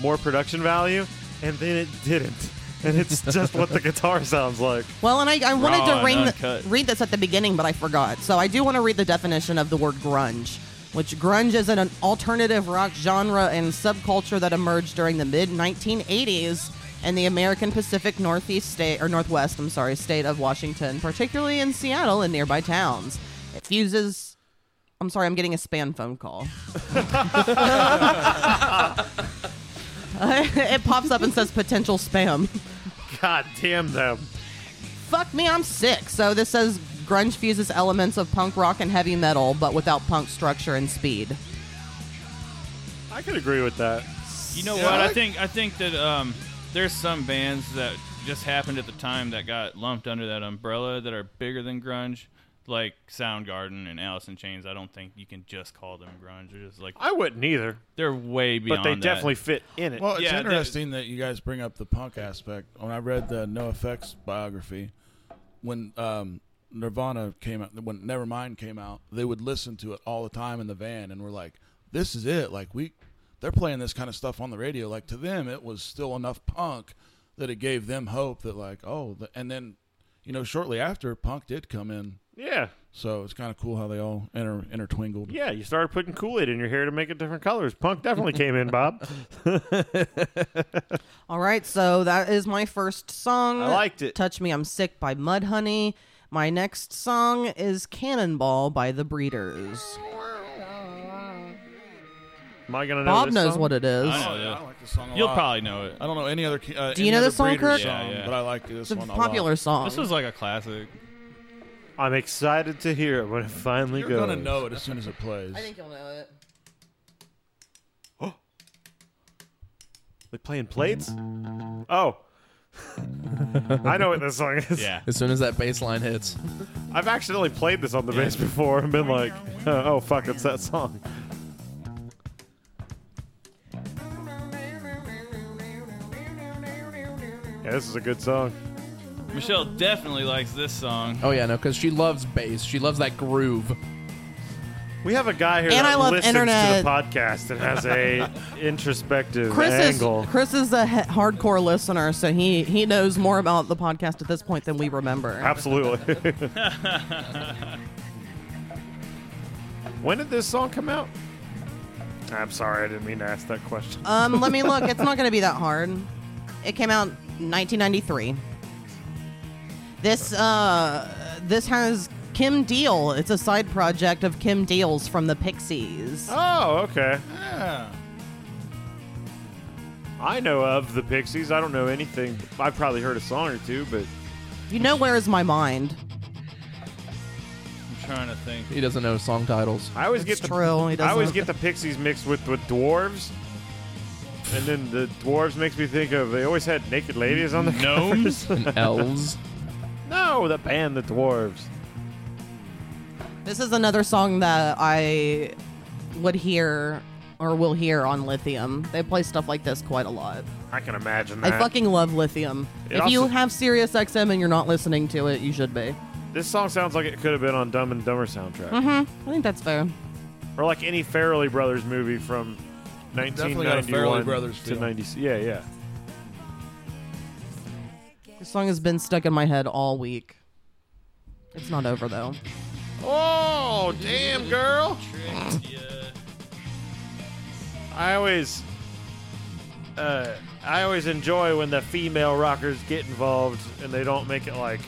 more production value, and then it didn't. And it's just what the guitar sounds like.
well, and I, I wanted
Raw
to
and
ring the,
uncut.
read this at the beginning, but I forgot. So I do want to read the definition of the word grunge. Which grunge is an alternative rock genre and subculture that emerged during the mid 1980s in the American Pacific Northeast state or Northwest, I'm sorry, state of Washington, particularly in Seattle and nearby towns. It fuses. I'm sorry, I'm getting a span phone call. it pops up and says potential spam.
God damn them.
Fuck me, I'm sick. So this says grunge fuses elements of punk rock and heavy metal, but without punk structure and speed.
I could agree with that.
You know what? I think I think that um, there's some bands that just happened at the time that got lumped under that umbrella that are bigger than grunge, like Soundgarden and Alice in Chains. I don't think you can just call them grunge. They're just like
I wouldn't either,
they're way beyond.
but they
that.
definitely fit in it.
Well, it's
Yeah, that-
interesting that you guys bring up the punk aspect. When I read the No Effects biography, when um, Nirvana came out, when Nevermind came out, they would listen to it all the time in the van, and were like, "This is it!" Like we, they're playing this kind of stuff on the radio. Like to them, it was still enough punk that it gave them hope that like, oh, the, and then, you know, shortly after, punk did come in.
yeah,
So it's kind of cool how they all inter- intertwingled.
yeah. You started putting Kool Aid in your hair to make it different colors. Punk definitely came in, Bob.
All right, so that is my first song.
I liked it.
Touch Me, I'm Sick by Mudhoney. My next song is Cannonball by The Breeders.
Am I gonna know?
Bob
this
knows
song?
what it is.
I
Oh,
know
yeah,
that.
I like this song a
You'll
lot.
probably know it.
I don't know any other. Uh,
Do you
any
know
other
this song,
Breeders
Kirk?
song,
Yeah, yeah.
But I like this
It's a
one a
popular
lot.
song.
This was like a classic.
I'm excited to hear it when it finally
You're
goes.
gonna know it as soon as it plays.
I think you'll know it.
Like playing plates? Oh, I know what this song is.
Yeah.
As soon as that bass line hits,
I've accidentally played this on the bass before and been like, oh, fuck, it's that song. Yeah, this is a good song.
Michelle definitely likes this song.
oh yeah, no, because she loves bass. She loves that groove.
We have a guy here
And
that
I love
listens to
internet.
the podcast and has a introspective
Chris
angle.
is Chris is a he- hardcore listener, so he he knows more about the podcast at this point than we remember.
Absolutely. when did this song come out? I'm sorry, I didn't mean to ask that question.
Um, let me look. It's not going to be that hard. It came out 1993. This uh this has Kim Deal. It's a side project of Kim Deal's from the Pixies.
Oh, okay. I know of the Pixies. I don't know anything. I've probably heard a song or two, but
You know where is my mind?
I'm trying to think.
He doesn't know song titles.
I always
That's
get the
true. He
I always
doesn't-
get the Pixies mixed with with dwarves, and then the dwarves makes me think of they always had naked ladies on the
Gnomes?
covers.
And elves.
no, the band the dwarves.
This is another song that I would hear or will hear on Lithium. They play stuff like this quite a lot.
I can imagine
I
that.
fucking love Lithium.
It
if you
also-
have Sirius XM and you're not listening to it, you should be.
this song sounds like it could have been on Dumb and Dumber soundtrack,
I think that's fair.
or like any Farrelly Brothers movie from
Definitely got a
1991
Farrelly Brothers
to
feel.
90. Yeah, yeah.
This song has been stuck in my head all week. It's not over though.
Oh, damn, girl. I always uh, I always enjoy when the female rockers get involved and they don't make it like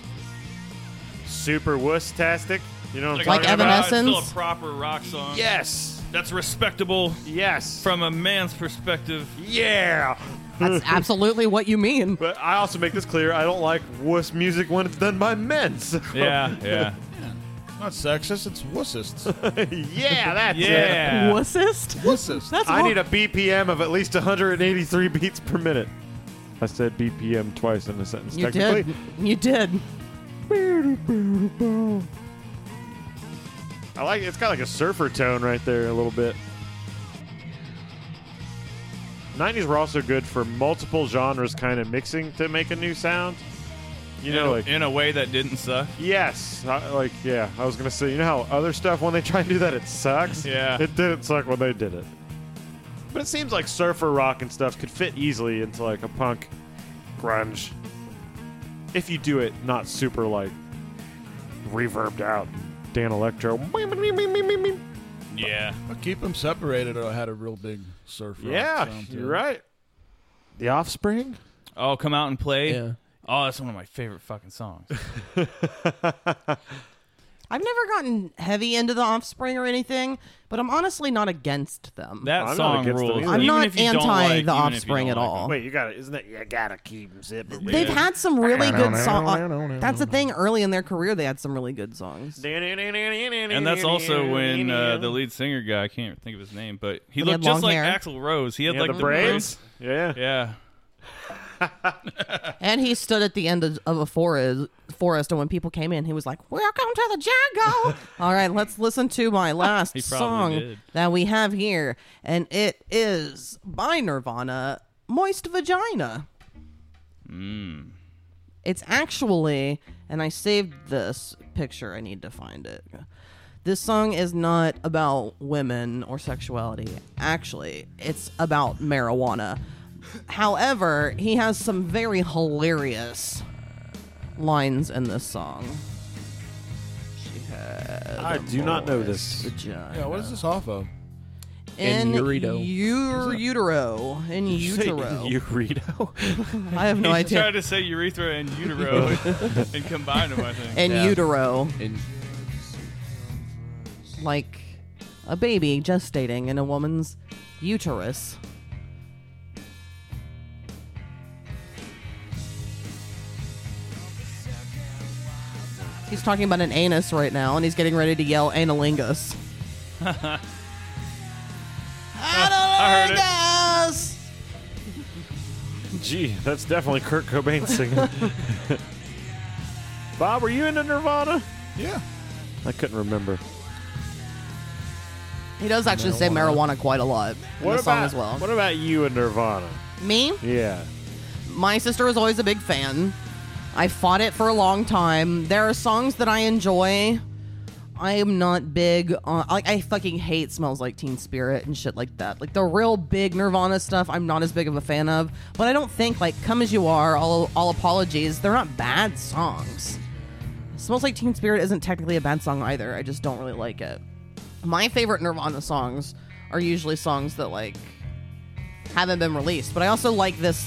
super wuss tastic. You know what I'm
Like
talking about?
Evanescence?
uh, It's still a proper rock song.
Yes.
That's respectable
Yes.
from a man's perspective.
yeah.
That's absolutely what you mean.
But I also make this clear, I don't like wuss music when it's done by men. So
Yeah, yeah.
Not sexist, it's wussist.
yeah, that's it.
Yeah.
Wussist?
wussist.
That's
I
wrong.
need a BPM of at least 183 beats per minute. I said BPM twice in a sentence.
You
technically.
did. You did.
I like it's got like a surfer tone right there a little bit. 90s were also good for multiple genres kind of mixing to make a new sound. You
In, a,
know, like
in a way that didn't suck.
yes, I, like yeah. I was gonna say, you know how other stuff when they try to do that, it sucks.
Yeah.
it didn't suck when they did it. But it seems like surfer rock and stuff could fit easily into like a punk grunge if you do it not super like reverbed out. Dan Electro.
Yeah.
Keep them separated. I had a real big surf. rock
Yeah,
sound to
you're
it.
right. The Offspring.
Oh, come out and play.
Yeah.
Oh, that's one of my favorite fucking songs.
I've never gotten heavy into the offspring or anything, but I'm honestly not against them.
That
I'm not
song
against them
rules.
either.
I'm
Even
not
if you don't
anti
like-
the
even if you
offspring at
don't like
all.
Wait, you got it. Isn't that you gotta keep them separate?
They've had some really good songs. That's the thing. Early in their career, they had some really good songs.
And that's also when uh, the lead singer guy, I can't think of his name, but
But he
he looked
had
just
long
like
hair.
Axl Rose. He had
yeah,
like
the braids. Yeah.
Yeah.
And he stood at the end of, of a forest, forest, and when people came in, he was like, "Welcome to the jungle." All right, let's listen to my last
He probably
song
did.
that we have here, and it is by Nirvana, "Moist Vagina."
Hmm.
It's actually, and I saved this picture. I need to find it. This song is not about women or sexuality. Actually, it's about marijuana. However, he has some very hilarious lines in this song. She had
I do not know this.
vagina.
Yeah, what is this off of?
In utero.
u- utero. In utero.
Urito.
Oh, I have no
He tried
idea.
to say urethra and utero and combine them, I think.
In
Yeah.
utero.
And
like a baby gestating in a woman's uterus. He's talking about an anus right now, and he's getting ready to yell analingus. analingus!
Gee, that's definitely Kurt Cobain singing. Bob, were you into Nirvana?
Yeah.
I couldn't remember.
He does actually say marijuana quite a lot in
What
the song
about-
as well.
What about you and Nirvana?
Me?
Yeah.
My sister was always a big fan. I fought it for a long time. There are songs that I enjoy. I am not big on like I fucking hate smells like Teen Spirit and shit like that. Like the real big Nirvana stuff, I'm not as big of a fan of. But I don't think like "Come as You Are," all all apologies, they're not bad songs. "Smells Like Teen Spirit" isn't technically a bad song either. I just don't really like it. My favorite Nirvana songs are usually songs that like haven't been released. But I also like this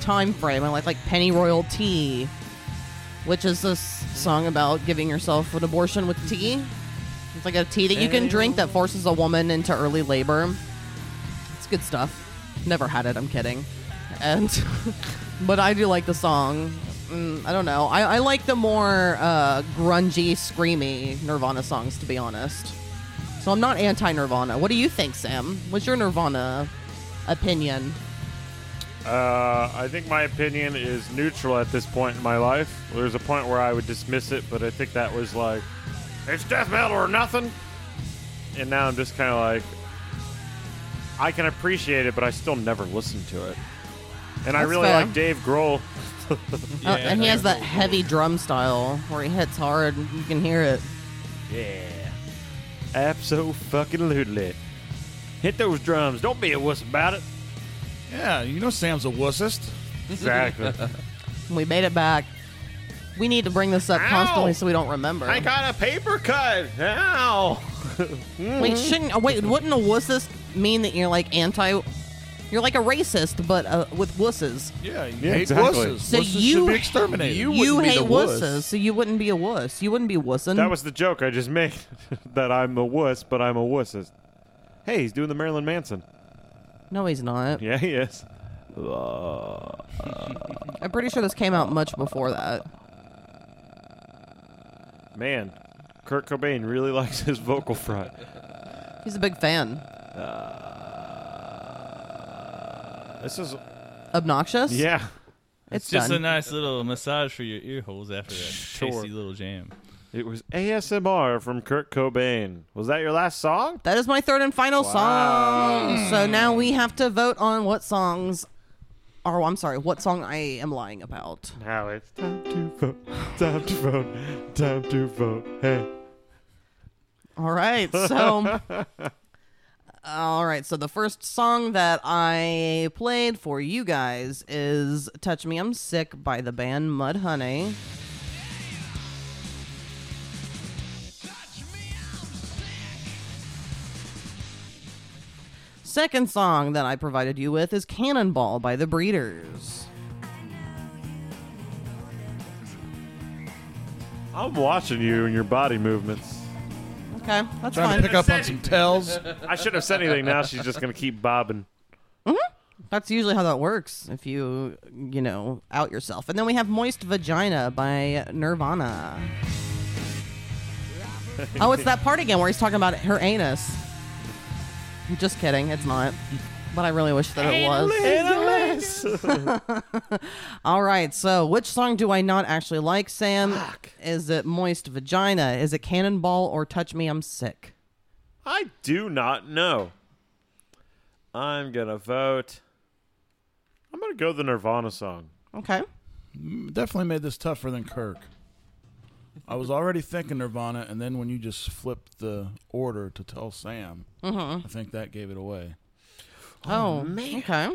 time frame. I like like Penny Royal Tea, which is this song about giving yourself an abortion with tea. It's like a tea that you can drink that forces a woman into early labor. It's good stuff. Never had it. I'm kidding. And but I do like the song. Mm, I don't know. I, I like the more uh, grungy, screamy Nirvana songs, to be honest. So I'm not anti Nirvana. What do you think, Sam? What's your Nirvana opinion?
Uh, I think my opinion is neutral at this point in my life. There's a point where I would dismiss it, but I think that was like, it's death metal or nothing. And now I'm just kind of like, I can appreciate it, but I still never listen to it. And I
That's
really
fair.
like Dave Grohl.
Oh, and he has that heavy drum style where he hits hard. You can hear it.
Yeah. Abso fucking lootly. Hit those drums. Don't be a wuss about it.
Yeah, you know Sam's a wussist.
Exactly.
We made it back. We need to bring this up constantly
Ow!
so we don't remember.
I got a paper cut. Ow.
Wait, shouldn't uh, wait? Wouldn't a wussist mean that you're like anti? You're like a racist, but uh, with wusses.
Yeah, you
Yeah,
hate
exactly.
wusses.
So
wusses
you-
should be exterminated.
You wouldn't be
hate
the wuss.
wusses, so you wouldn't be a wuss. You wouldn't be wussing.
That was the joke I just made that I'm a wuss, but I'm a wussist. Hey, he's doing the Marilyn Manson.
no, he's not.
Yeah, he is.
I'm pretty sure this came out much before that.
Man, Kurt Cobain really likes his vocal fry.
He's a big fan.
This is
Obnoxious.
yeah.
it's,
Just a
done.
nice little massage for your ear holes after that tasty little jam.
It was ASMR from Kurt Cobain. Was that your last song?
That is my third and final song. So now we have to vote on what songs. Or I'm sorry, what song I am lying about.
Now it's time to vote. Time to vote. Time to vote. Hey.
All right, so. All right, so the first song that I played for you guys is "Touch Me, I'm Sick" by the band Mud Honey. Second song that I provided you with is Cannonball by the Breeders.
I'm watching you and your body movements.
Okay, that's
Trying
fine.
to pick up on some tells.
I shouldn't have said anything. Now she's just gonna keep bobbing.
That's usually how that works if you, you know, out yourself. And then we have Moist Vagina by Nirvana. oh, it's that part again where he's talking about her anus. I'm just kidding, it's not. But I really wish that it was. All right, so which song do I not actually like, Sam? Is it Moist Vagina? Is it Cannonball or Touch Me, I'm Sick?
I do not know. I'm gonna vote. I'm gonna go the Nirvana song.
Okay.
Definitely made this tougher than Kirk. I was already thinking Nirvana, and then when you just flipped the order to tell Sam,
Mm-hmm.
I think that gave it away.
Oh, okay.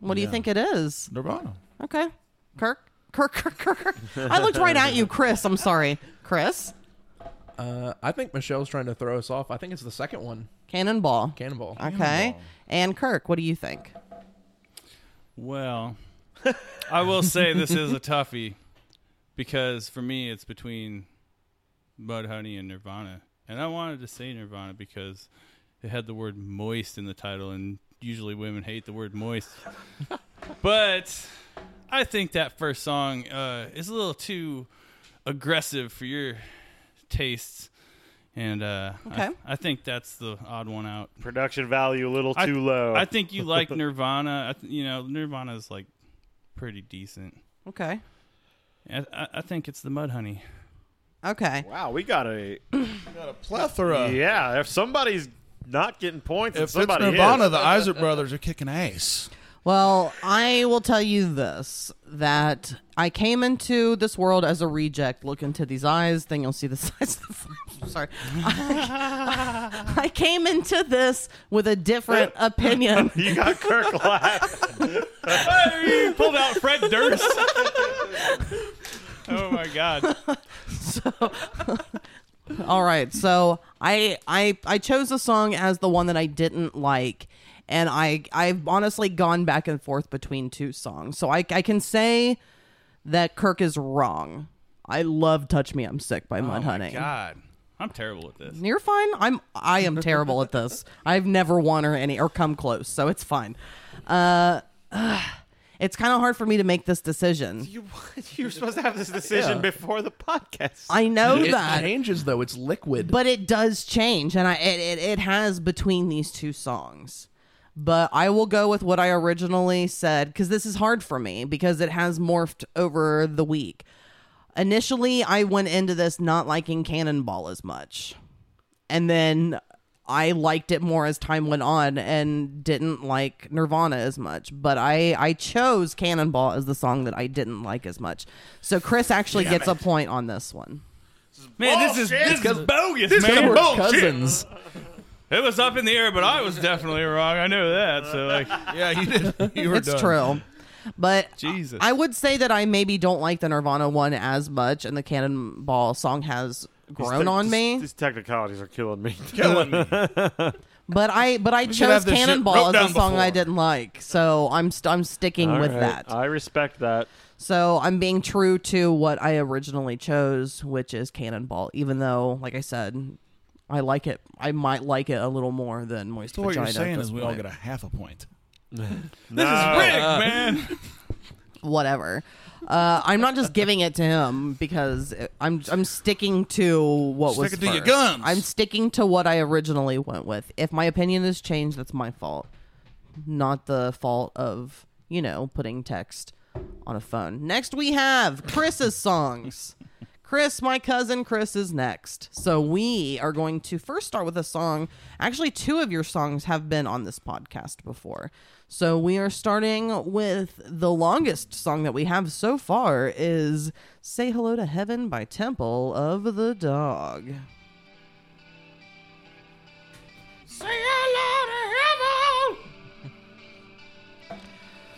What do you think it is?
Nirvana.
Okay. Kirk? Kirk, Kirk, Kirk. I looked right at you, Chris. I'm sorry. Chris?
Uh, I think Michelle's trying to throw us off. I think it's the second one,
Cannonball.
Cannonball.
okay. And Kirk, what do you think?
Well, I will say this is a toughie because for me it's between Mud Honey and Nirvana. And I wanted to say Nirvana because it had the word moist in the title and usually women hate the word moist. but I think that first song uh, is a little too aggressive for your tastes. And uh, I,
Okay.
I think that's the odd one out.
Production value a little
I-
too low.
I think you like Nirvana. I th- you know, Nirvana's like pretty decent.
Okay.
I, I, I think it's the Mud Honey.
Okay.
wow, we got a
Plethora.
yeah. If somebody's not getting points,
If it's
somebody
Nirvana,
is.
the Isaac brothers are kicking ass.
Well, I will tell you this that I came into this world as a reject. Look into these eyes, then you'll see the size of the flesh. Sorry. I, I came into this with a different opinion.
you got Kirk laughing.
Pulled out Fred Durst. oh my God!
All right. So I I I chose the song as the one that I didn't like. And I I've honestly gone back and forth between two songs. So I I can say that Kirk is wrong. I love Touch Me I'm Sick by Mudhoney.
Oh my God! I'm terrible at this.
You're fine. I'm I am terrible at this. I've never won or any or come close, so it's fine. Uh ugh. it's kind of hard for me to make this decision.
You, you were supposed to have this decision before the podcast.
I know
It
that.
changes though. It's liquid.
but it does change and I it, it, it has between these two songs. But I will go with what I originally said cuz this is hard for me because it has morphed over the week. Initially, I went into this not liking Cannonball as much. And then I liked it more as time went on and didn't like Nirvana as much, but I I chose Cannonball as the song that I didn't like as much. So Chris actually gets a point on this one.
Man, this is Oh, this is bogus,
They
man.
were cousins.
It was up in the air, but I was definitely wrong. I know that. So like,
Yeah, you did. You were
It's
done.
true. But
Jesus.
I would say that I maybe don't like the Nirvana one as much, and the Cannonball song has
These
grown
te-
on
these-
me.
These technicalities are killing me.
Killing me.
but I but I
should have
chose
this shit
Cannonball
wrote
as
down
a song I
before.
didn't like, so I'm st- I'm sticking
All
with
right,
that.
I respect that.
so I'm being true to what I originally chose, which is Cannonball, even though, like I said. I like it. I might like it a little more than moist
So what
vagina.
you're
at
saying
this
is we all
point.
get a half a point.
This
Rick, man.
whatever. Uh, I'm not just giving it to him because I'm I'm sticking to what was
Stick it to your
first.
guns.
I'm sticking to what I originally went with. If my opinion has changed, that's my fault, not the fault of you know putting text on a phone. Next we have Chris's songs. Chris, my cousin Chris is next. So we are going to first start with a song. Actually, two of your songs have been on this podcast before. So we are starting with the longest song that we have so far is Say Hello to Heaven by Temple of the Dog.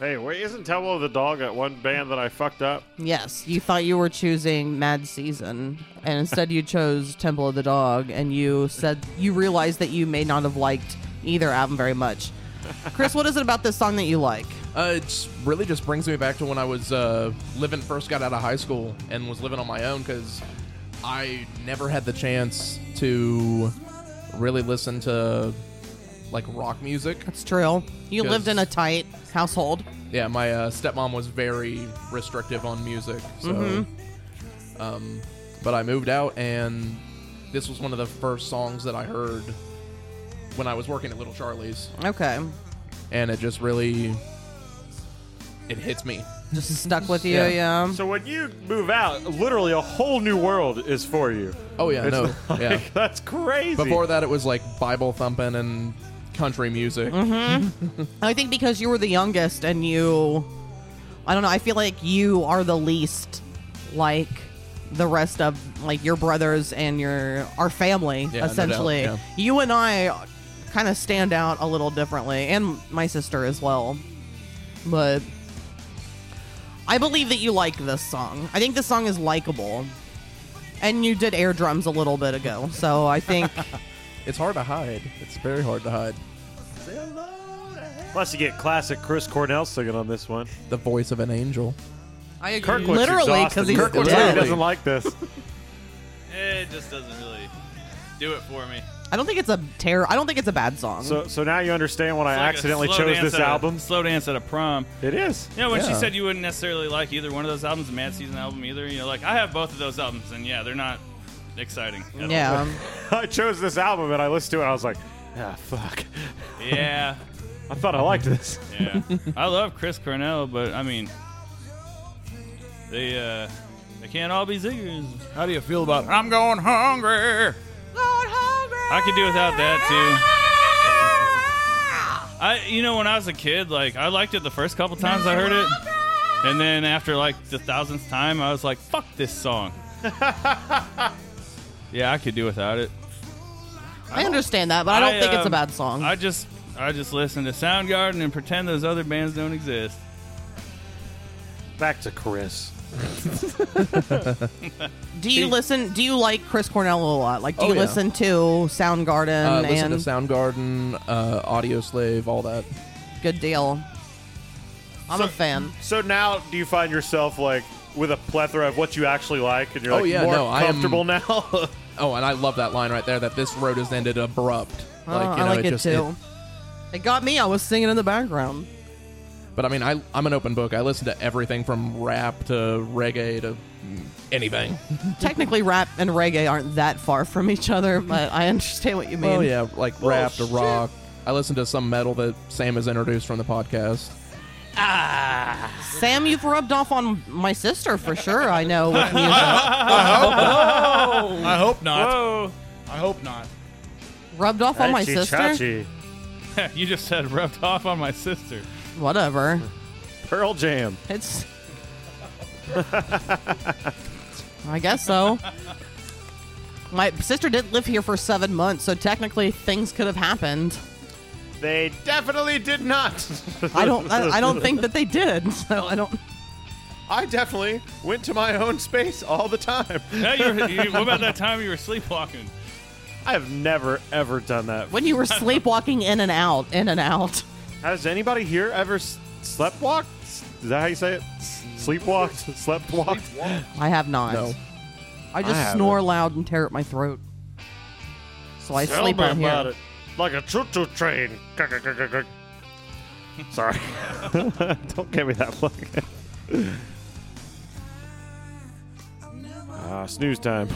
Hey, wait, isn't Temple of the Dog that one band that I fucked up?
Yes, you thought you were choosing Mad Season, and instead you chose Temple of the Dog, and you said you realized that you may not have liked either album very much. Chris, what is it about this song that you like?
Uh, it really just brings me back to when I was uh, living, first got out of high school and was living on my own because I never had the chance to really listen to like rock music.
It's true. You
Because-
lived in a tight household.
Yeah, my uh, stepmom was very restrictive on music. So,
Mm-hmm.
um, but I moved out, and this was one of the first songs that I heard when I was working at Little Charlie's,
Okay.
and it just really it hits me.
Just stuck with you,
Yeah.
yeah.
So when you move out, literally a whole new world is for you.
Oh yeah,
It's
no,
like-
yeah.
That's crazy.
Before that, it was like Bible thumping and country music.
Mm-hmm. I think because you were the youngest and you I don't know, I feel like you are the least like the rest of like your brothers and your our family
no doubt,
essentially.
yeah.
You and I kind of stand out a little differently and my sister as well. But I believe that you like this song. I think this song is likable. And you did air drums a little bit ago. So I think
It's hard to hide. It's very hard to hide.
Plus, you get classic Chris Cornell singing on this one.
The voice of an angel.
I agree.
Kirkwood's
literally
exhausted.
cuz he's
Kirkwood's
dead.
He
Literally.
doesn't like this.
It just doesn't really do it for me.
I don't think it's a terror. I don't think it's a bad song.
So, so now you understand when I
It's like a
accidentally
slow
chose
dance
this
at a-
album.
slow dance at a prom.
It is.
You know, when she
Yeah.
said you wouldn't necessarily like either one of those albums, the Mad Season album either, you know, like I have both of those albums, and yeah, they're not exciting. at all.
Yeah.
I chose this album and I listened to it. I was like, ah, fuck.
Yeah.
I thought I liked this.
Yeah. I love Chris Cornell, but I mean, they uh, they can't all be zingers.
How do you feel about I'm going hungry?
I could do without that too. I, you know, when I was a kid, like I liked it the first couple times I heard it, and then after like the thousandth time, I was like, "Fuck this song." yeah, I could do without it.
I understand that, but I don't think it's a
um,
bad song.
I just, I just listen to Soundgarden and pretend those other bands don't exist.
Back to Chris.
do you listen? Do you like Chris Cornell a lot? Like, do
Oh,
you
yeah.
listen to Soundgarden
Uh, listen
and
to Soundgarden, uh, Audio Slave, all that.
Good Deal? I'm a fan.
So now, do you find yourself like with a plethora of what you actually like, and you're
Oh,
like
yeah,
more
no, I am-
comfortable now?
Oh, and I love that line right there. That this road has ended abrupt.
Oh,
you know,
I like it,
just-
too. It, got me. I was singing in the background.
But I mean, I, I'm an open book. I listen to everything from rap to reggae to mm, anything.
Technically, rap and reggae aren't that far from each other, but I understand what you mean.
Oh yeah, like rap to rock. I listen to some metal that Sam has introduced from the podcast.
Sam, you've rubbed off on my sister for sure. I know. With music.
I hope not.
Whoa!
I hope not.
rubbed off on my sister.
Chi-chi.
you just said rubbed off on my sister.
Whatever.
Pearl Jam.
It's. I guess so. My sister didn't live here for seven months, so technically things could have happened.
They definitely did not.
I don't. I, I don't think that they did. So I don't.
I definitely went to my own space all the time.
Now you're, you, what about that time you were sleepwalking?
I have never ever done that.
When you were sleepwalking in and out, in and out.
Has anybody here ever s- sleptwalked? Is that how you say it? Sleepwalked, sleptwalked.
I have not.
No.
I just
I haven't.
snore loud and tear at my throat. So I
Tell
sleep
me
out here.
about it. Like a choo-choo train. Gugg-gugg-gugg-gugg. Sorry. Don't give me that look. Ah, snooze time.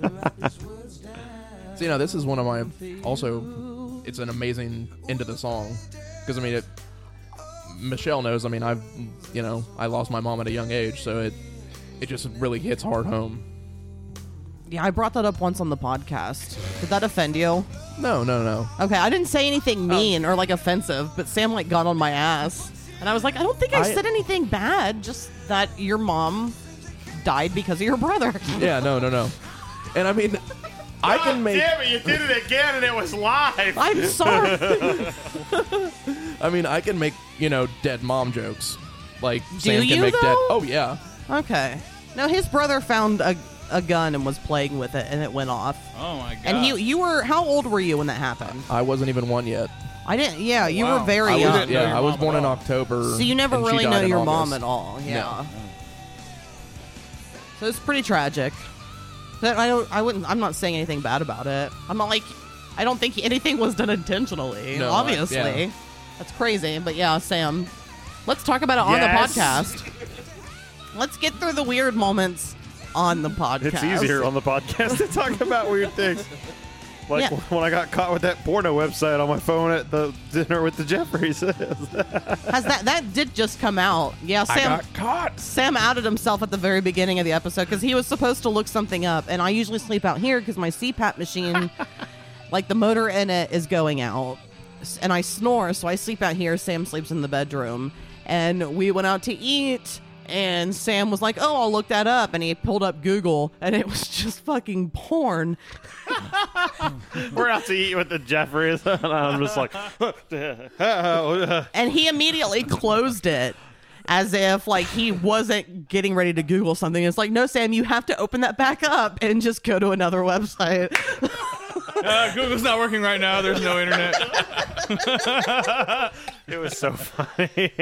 So you know, this is one of my also. It's an amazing end to the song because I mean, it, Michelle knows. I mean, I've you know I lost my mom at a young age, so it it just really hits hard home.
Yeah, I brought that up once on the podcast. Did that offend you?
No, no, no.
Okay, I didn't say anything mean or like offensive, but Sam like got on my ass. And I was like, I don't think I,
I-
said anything bad, just that your mom died because of your brother.
Yeah, no, no, no. And I mean, I can make.
Ah, it, you did it again and it was live.
I'm sorry.
I mean, I can make you know dead mom jokes. Like Sam can
you,
make dead.
though?
Oh yeah.
okay. No, his brother found a, a gun and was playing with it and it went off.
Oh my god!
And you you were how old were you when that happened?
I wasn't even one yet.
I didn't yeah, you
Wow.
were very
I was,
young.
know
yeah,
your
I was
mom
born
at
in
all.
October.
So you never
and she
really
died
know
in
your
August.
mom at all. Yeah. So it's pretty tragic. But I don't I wouldn't I'm not saying anything bad about it. I'm not like I don't think anything was done intentionally,
No, I-
obviously.
yeah.
That's crazy, but yeah, Sam. Let's talk about it
Yes.
on the podcast. Let's get through the weird moments on the podcast.
It's easier on the podcast to talk about weird things. Like
Yeah.
when I got caught with that porno website on my phone at the dinner with the Jeffries.
Has that that did just come out? Yeah, Sam
caught.
Sam outed himself at the very beginning of the episode because he was supposed to look something up, and I usually sleep out here because my CPAP machine, like the motor in it, is going out, S- and I snore, so I sleep out here. Sam sleeps in the bedroom, and we went out to eat, and Sam was like, "Oh, I'll look that up," and he pulled up Google, and it was just fucking porn.
We're out to eat with the Jeffries, and I'm just like,
and he immediately closed it as if like he wasn't getting ready to google something it's like no sam you have to open that back up and just go to another website
Uh, Google's not working right now. There's no internet.
it was so funny.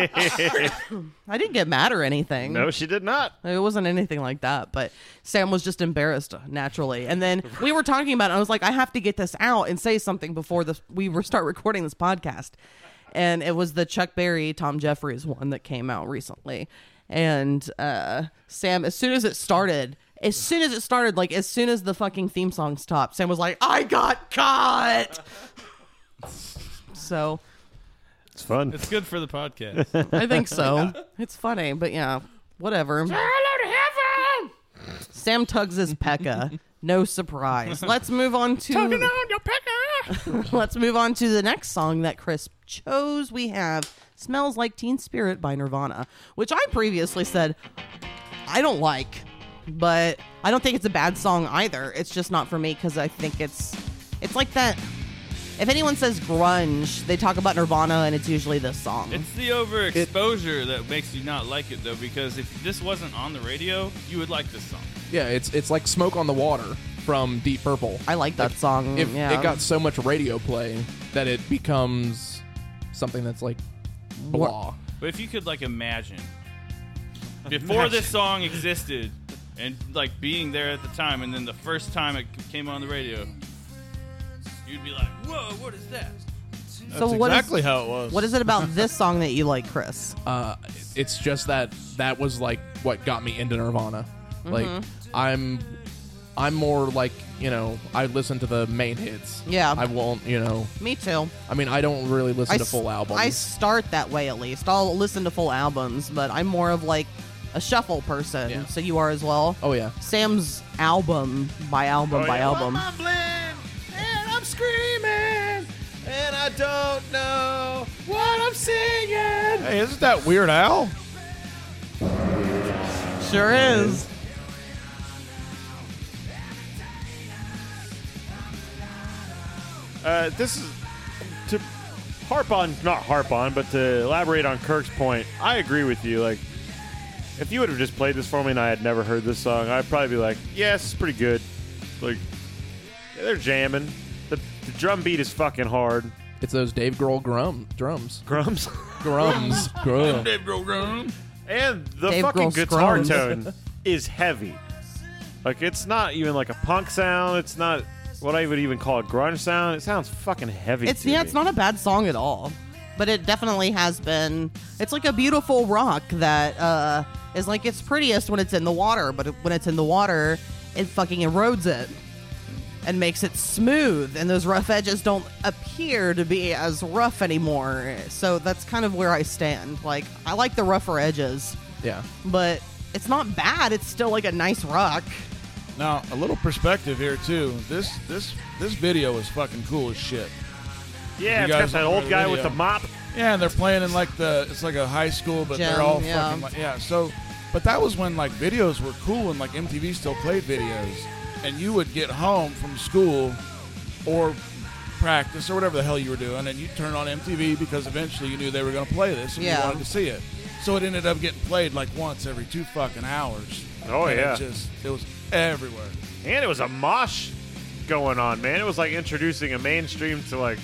i didn't get mad or anything
no, she did not.
it wasn't anything like that but sam was just embarrassed naturally and then we were talking about it and i was like i have to get this out and say something before this we were start recording this podcast and it was the chuck berry tom jeffries one that came out recently and uh, sam as soon as it started As soon as it started, like as soon as the fucking theme song stopped, Sam was like, "I got caught." so
It's fun.
It's good for the podcast.
I think so. It's funny, but yeah, whatever. Sam tugs his Pekka. No surprise. Let's move on to Let's move on to the next song that Chris chose. We have Smells Like Teen Spirit by Nirvana, which I previously said I don't like, but I don't think it's a bad song either. It's just not for me cuz I think it's it's like that if anyone says grunge, they talk about Nirvana and it's usually this song.
It's the overexposure that makes you not like it though, because if this wasn't on the radio, you would like this song.
Yeah, it's it's like smoke on the water from Deep Purple.
I like that song.
If
Mm, yeah.
it got so much radio play that it becomes something that's like blah.
But if you could like imagine before this song existed and like being there at the time and then the first time it came on the radio, you'd be like, "Whoa, what is that?"
so what is-
exactly how it was.
what is it about this song that you like, Chris?
Uh, it's just that that was like what got me into Nirvana. Like
Mm-hmm.
I'm I'm more like, you know, I listen to the main hits.
Yeah.
I won't, you know.
Me too.
I mean, I don't really listen to
s-
full albums.
I start that way at least. I'll listen to full albums, but I'm more of like a shuffle person.
Yeah.
So you are as well.
oh yeah.
Sam's album by album
Oh,
by
Oh,
album.
and I'm screaming, and I don't know what I'm singing. Hey, isn't that Weird Al?
Sure is.
Uh, this is to harp on, not harp on, but to elaborate on Kirk's point. I agree with you. Like, if you would have just played this for me and I had never heard this song, I'd probably be like, "Yes, it's pretty good." Like, yeah, they're jamming. The, the drum beat is fucking hard.
It's those Dave Grohl grum drums.
Grums
Grums. Grum.
and the
Dave
fucking
Grohl
guitar
scrums.
tone is heavy. Like, it's not even like a punk sound. It's not what I would even call a grunge sound. It sounds fucking heavy.
It's
to
yeah,
me.
it's not a bad song at all. But it definitely has been it's like a beautiful rock that uh is like its prettiest when it's in the water, but when it's in the water, it fucking erodes it and makes it smooth and those rough edges don't appear to be as rough anymore. So that's kind of where I stand. Like I like the rougher edges,
Yeah.
but it's not bad. It's still like a nice rock.
Now, a little perspective here too. This this this video is fucking cool as shit.
Yeah,
You
it's got
guys
that
on
old
the
guy with the
video.
mop.
Yeah, and they're playing in like the it's like a high school, but
Gym,
they're all
yeah.
fucking like, yeah. So, but that was when like videos were cool and like MTV still played videos, and you would get home from school or practice or whatever the hell you were doing, and you would turn on MTV because eventually you knew they were going to play this and
Yeah.
you wanted to see it. So it ended up getting played like once every two fucking hours.
Oh,
And
yeah.
it just it was everywhere.
And it was a mosh going on, man. It was like introducing a mainstream to like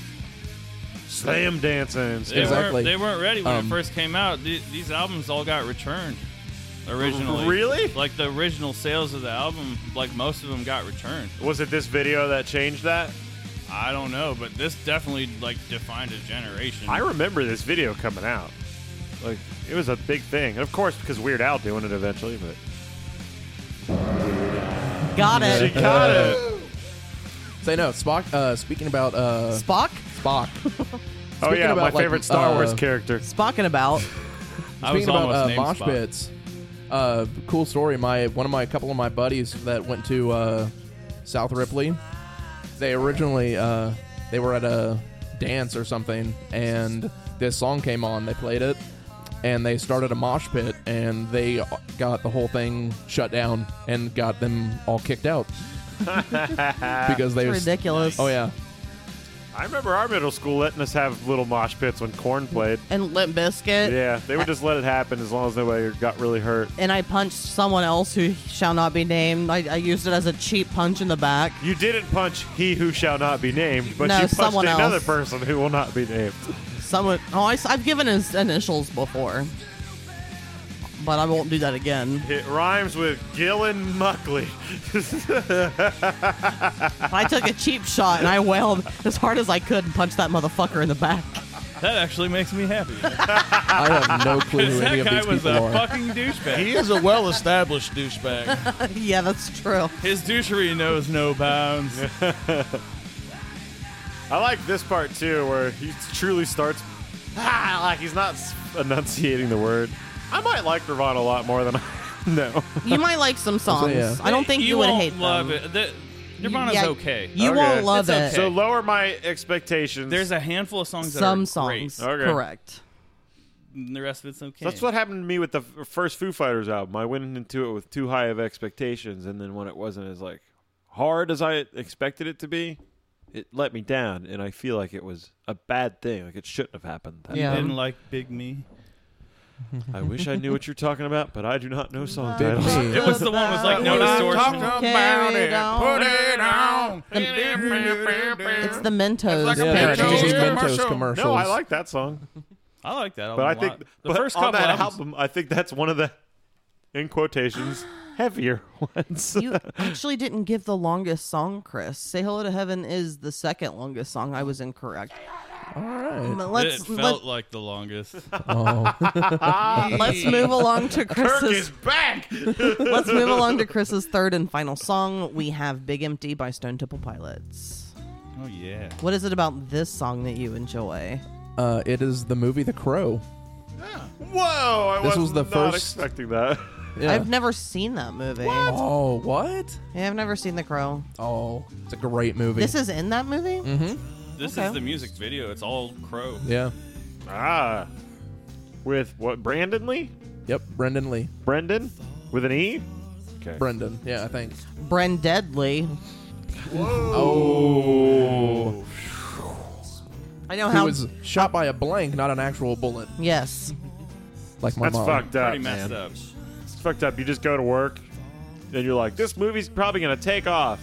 slam dancing and
They
stuff.
Exactly.
weren't they weren't ready when
Um,
it first came out. The- these albums all got returned originally.
Really?
Like the original sales of the album, like most of them got returned.
Was it this video that changed that?
I don't know, but this definitely like defined a generation.
I remember this video coming out. Like it was a big thing. And of course because Weird Al doing it eventually, but
Got
she
it.
got it.
Say no. Spock. Uh, speaking about uh,
Spock?
Spock.
Oh yeah,
about,
my
like,
favorite Star
uh,
Wars character.
Spocking about.
I was
Speaking about
almost
uh,
named
mosh
Spock.
pits, uh, cool story. My one of my couple of my buddies that went to uh, South Ripley, they originally uh, they were at a dance or something, and this song came on. They played it, and they started a mosh pit, and they got the whole thing shut down and got them all kicked out because they was
Ridiculous.
oh yeah
I remember our middle school letting us have little mosh pits when Corn played.
And Limp Biscuit.
Yeah, they would just let it happen as long as nobody got really hurt.
and I punched someone else who shall not be named. I, I used it as a cheap punch in the back.
You didn't punch he who shall not be named, but
No,
you punched
someone
another
else.
person who will not be named.
Someone, oh, I, have given his initials before, but I won't do that again.
It rhymes with Gillen Muckley.
I took a cheap shot and I wailed as hard as I could and punched that motherfucker in the back.
That actually makes me happy.
I have no clue who any
that
of
guy
these
was
people
a
are.
fucking douchebag.
He is a well-established douchebag.
yeah, that's true.
His douchery knows no bounds.
I like this part too, where he truly starts. Ah, like he's not s- enunciating the word. I might like Ravon a lot more than I know.
You might like some songs.
yeah.
I don't think you, would
won't
hate
love
them.
it. The, Nirvana's
Yeah,
okay.
You
Okay.
won't love
It's
it.
okay.
So lower my expectations.
There's a handful of songs that
Some
are
songs,
great.
Okay.
correct?
And the rest of it's okay.
That's what happened to me with the f- first Foo Fighters album. I went into it with too high of expectations, and then when it wasn't as like hard as I expected it to be, it let me down, and I feel like it was a bad thing. Like it shouldn't have happened. That
Yeah.
Didn't like Big Me.
I wish I knew what you're talking about, but I do not know song
Big
titles.
me.
It was the one with like no
When I talk
distortion.
about
Carry it
it,
on.
put it on.
It's the Mentos.
like a
Yeah,
Mentos
they're
parody.
just
commercial.
Mentos commercials.
No, I like that song,
I like that.
but
Album
I
a lot.
think
the
but
first
on
couple
that
albums,
album, I think that's one of the in quotations heavier ones.
You actually didn't give the longest song, Chris. Say Hello to Heaven is the second longest song. I was incorrect.
All right.
But Let's
it felt like the longest.
let, us move along to Chris's.
back.
let's move along to Chris's third and final song. We have Big Empty by Stone Temple Pilots.
oh yeah.
What is it about this song that you enjoy?
Uh, it is the movie The Crow.
Whoa! I
This was
was
the
not
first-
expecting that.
Yeah.
I've never seen that movie.
oh, what?
Yeah, I've never seen The Crow.
Oh, it's a great movie.
This is in that movie?
Mm-hmm.
This
Okay.
is the music video. It's all crow.
yeah.
Ah, with what? Brandon Lee?
Yep. Brendan Lee.
Brendan with an E. Okay.
Brendan. Yeah, I think.
Brendedley.
oh.
I know
Who
how.
was shot by a blank, not an actual bullet,
yes.
like my
That's
mom.
fucked up.
Pretty messed
man.
up.
It's fucked up. You just go to work, and you're like, this movie's probably gonna take off.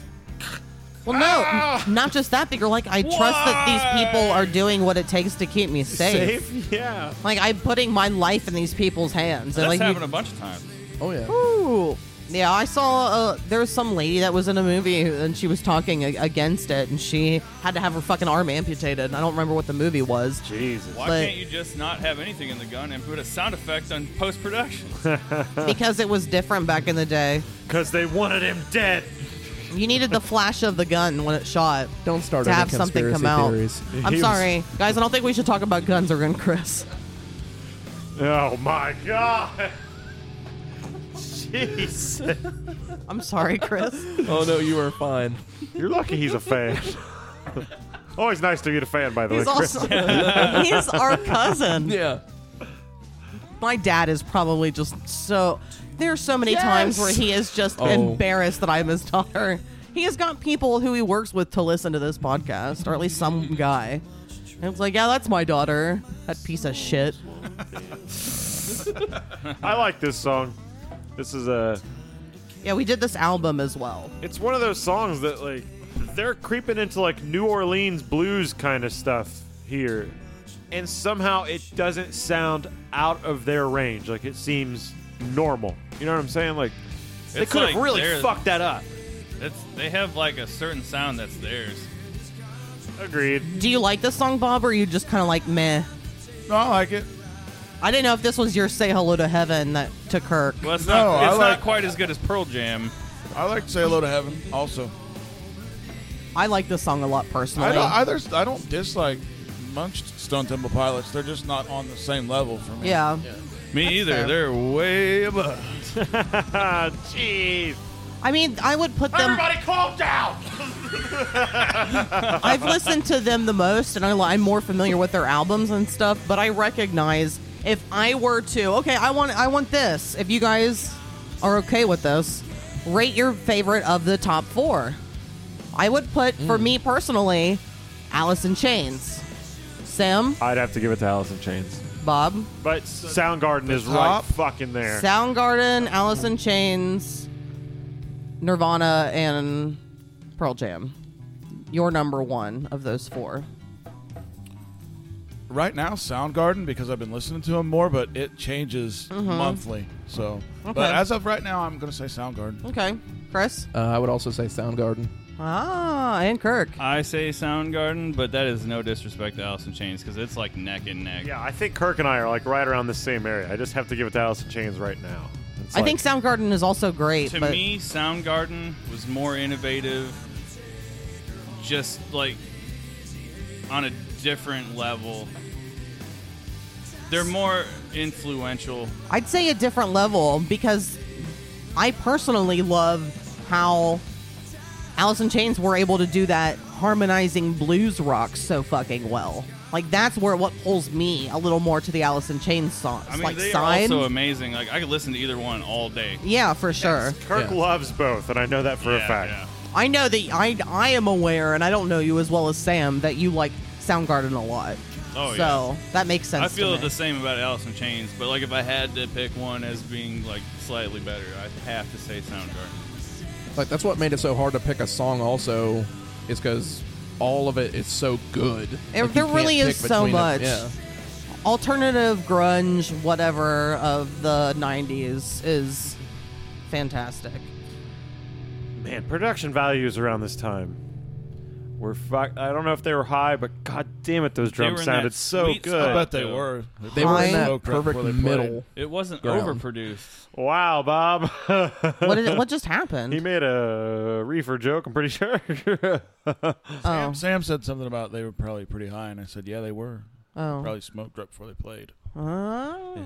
Well, no, not just that, but you're like, I trust that these people are doing what it takes to keep me safe.
Safe? Yeah.
Like, I'm putting my life in these people's hands.
That's
And like,
happened
you-
a bunch of times.
Oh yeah.
Ooh. Yeah, I saw uh, there was some lady that was in a movie who- and she was talking a- against it, and she had to have her fucking arm amputated. I don't remember what the movie was.
Jesus.
Why
But-
can't you just not have anything in the gun and put a sound effect on post production?
because it was different back in the day.
Because they wanted him dead.
You needed the flash of the gun when it shot
Don't start
to
any
have something
conspiracy
come out.
theories.
I'm
He was-
sorry, guys. I don't think we should talk about guns or gun, Chris.
Oh my god. Jeez.
I'm sorry, Chris.
Oh no, you are fine.
You're lucky he's a fan. Always nice to get a fan, by the
He's
way. Chris.
also he's our cousin.
Yeah.
My dad is probably just so. There are so many times where he is just
Oh.
embarrassed that I'm his daughter. He has got people who he works with to listen to this podcast, or at least some guy. And it's like, yeah, that's my daughter. That piece of shit.
I like this song. This is a.
Yeah, we did this album as well.
It's one of those songs that like they're creeping into like New Orleans blues kind of stuff here, and somehow it doesn't sound out of their range. Like it seems normal. You know what I'm saying? Like they
It's
could have
like
really
they're-
fucked that up.
It's, they have like a certain sound that's theirs.
Agreed.
Do you like this song, Bob, or are you just kind of like meh?
No, I like it.
I didn't know if this was your "Say Hello to Heaven" that to Kirk.
Well, it's
No,
not.
I
It's
like-
not quite as good as Pearl Jam.
I like to say hello to heaven. Also,
I like this song a lot
I
personally.
don't, I, there's- I don't dislike much Stone Temple Pilots. They're just not on the same level for me.
yeah.
Me either.
fair.
They're way above.
Ah, jeez.
I mean, I would put them.
Everybody calm down.
I've listened to them the most, and I, I'm more familiar with their albums and stuff. But I recognize if I were to, okay, I want, I want this. If you guys are okay with this, rate your favorite of the top four. I would put, for me personally, Alice in Chains, Sam,
I'd have to give it to Alice in Chains,
Bob,
but Soundgarden is right
top?
fucking there.
Soundgarden, Alice in Chains, Nirvana, and Pearl Jam. Your number one of those four.
Right now, Soundgarden because I've been listening to them more, but it changes monthly. So,
Mm-hmm. Okay.
but as of right now, I'm gonna say Soundgarden.
Okay, Chris.
Uh, I would also say Soundgarden.
Ah, and Kirk.
I say Soundgarden, but that is no disrespect to Alice in Chains because it's like neck and neck.
Yeah, I think Kirk and I are like right around the same area. I just have to give it to Alice in Chains right now. It's
I
like-
think Soundgarden is also great,
To
but
me, Soundgarden was more innovative, just like on a different level. They're more influential.
I'd say a different level because I personally love how Alice in Chains were able to do that harmonizing blues rock so fucking well. Like that's where what pulls me a little more to the Alice in Chains songs,
I mean,
like
they
Sign.
are also amazing. Like I could listen to either one all day.
yeah, for sure.
Kirk
Yeah.
loves both, and I know that for a
Yeah,
fact.
yeah.
I know that I I am aware, and I don't know you as well as Sam that you like Soundgarden a lot.
Oh, yeah.
so that makes sense.
I
to
feel
me.
the same about Alice in Chains, but like if I had to pick one as being like slightly better, I'd have to say Soundgarden.
Like that's what made it so hard to pick a song. Also, is because all of it is so good.
There-
Like, you
there
can't
really is
pick
so
between it.
much.
Yeah.
alternative grunge whatever of the 90s is fantastic
Man, production values around this time were fuck. I don't know if they were high, but god damn it, those
were
drums
in
sounded
that
so
sweet
good.
I bet they
Yeah.
were.
They were in
Fine.
that
Smoked right
perfect
before they played.
middle.
It wasn't
Ground.
overproduced.
Wow, Bob.
what did what just happened
he made a reefer joke. I'm pretty sure.
oh
Sam said something about they were probably pretty high, and I said, yeah, they were.
oh
Probably smoked right before they played.
Oh.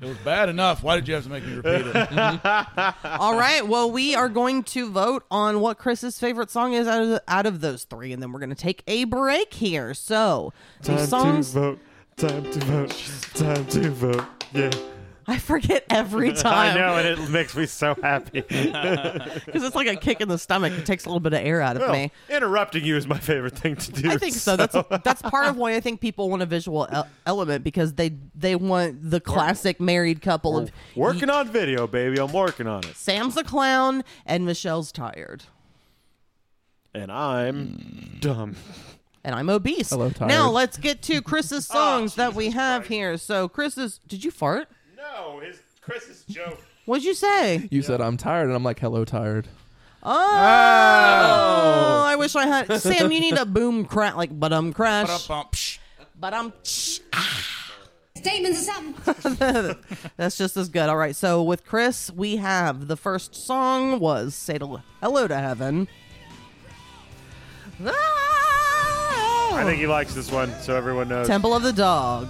It was bad enough. Why did you have to make me repeat it?
all right well we are going to vote on what chris's favorite song is out of, out of those three and then we're going to take a break here so the songs
vote. Time to vote. Time to vote. Yeah.
i forget every
I
time
know, and it makes me so happy.
because it's like a kick in the stomach it takes a little bit of air out of me
interrupting you is my favorite thing to do.
I think so. That's that's part of why I think people want a visual el- element because they they want the classic married couple of
Oh, Working on video, baby. I'm working on it.
Sam's a clown and Michelle's tired.
And I'm dumb.
And I'm obese.
Hello, tired. Oh,
Now let's get to Chris's songs that we have here. So Chris's, did you fart?
No, his Chris's joke.
What'd you say?
You said I'm tired, and I'm like, hello, tired.
Oh,
Oh.
I wish I had Sam. You need a boom crash, like but um crash, but um.
Statements or something.
That's just as good. All right. So with Chris, we have the first song was "Say to Hello to Heaven." Ah!
I think he likes this one, so everyone knows.
Temple of the Dog.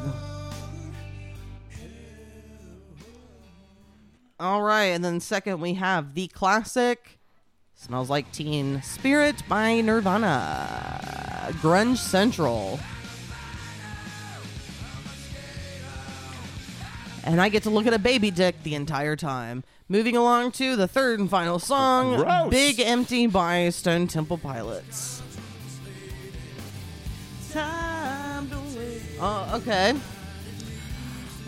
All right, and then second we have the classic "Smells Like Teen Spirit" by Nirvana, grunge central. And I get to look at a baby dick the entire time. Moving along to the third and final song,
Gross.
"Big Empty" by Stone Temple Pilots. Time to wait. Oh, okay.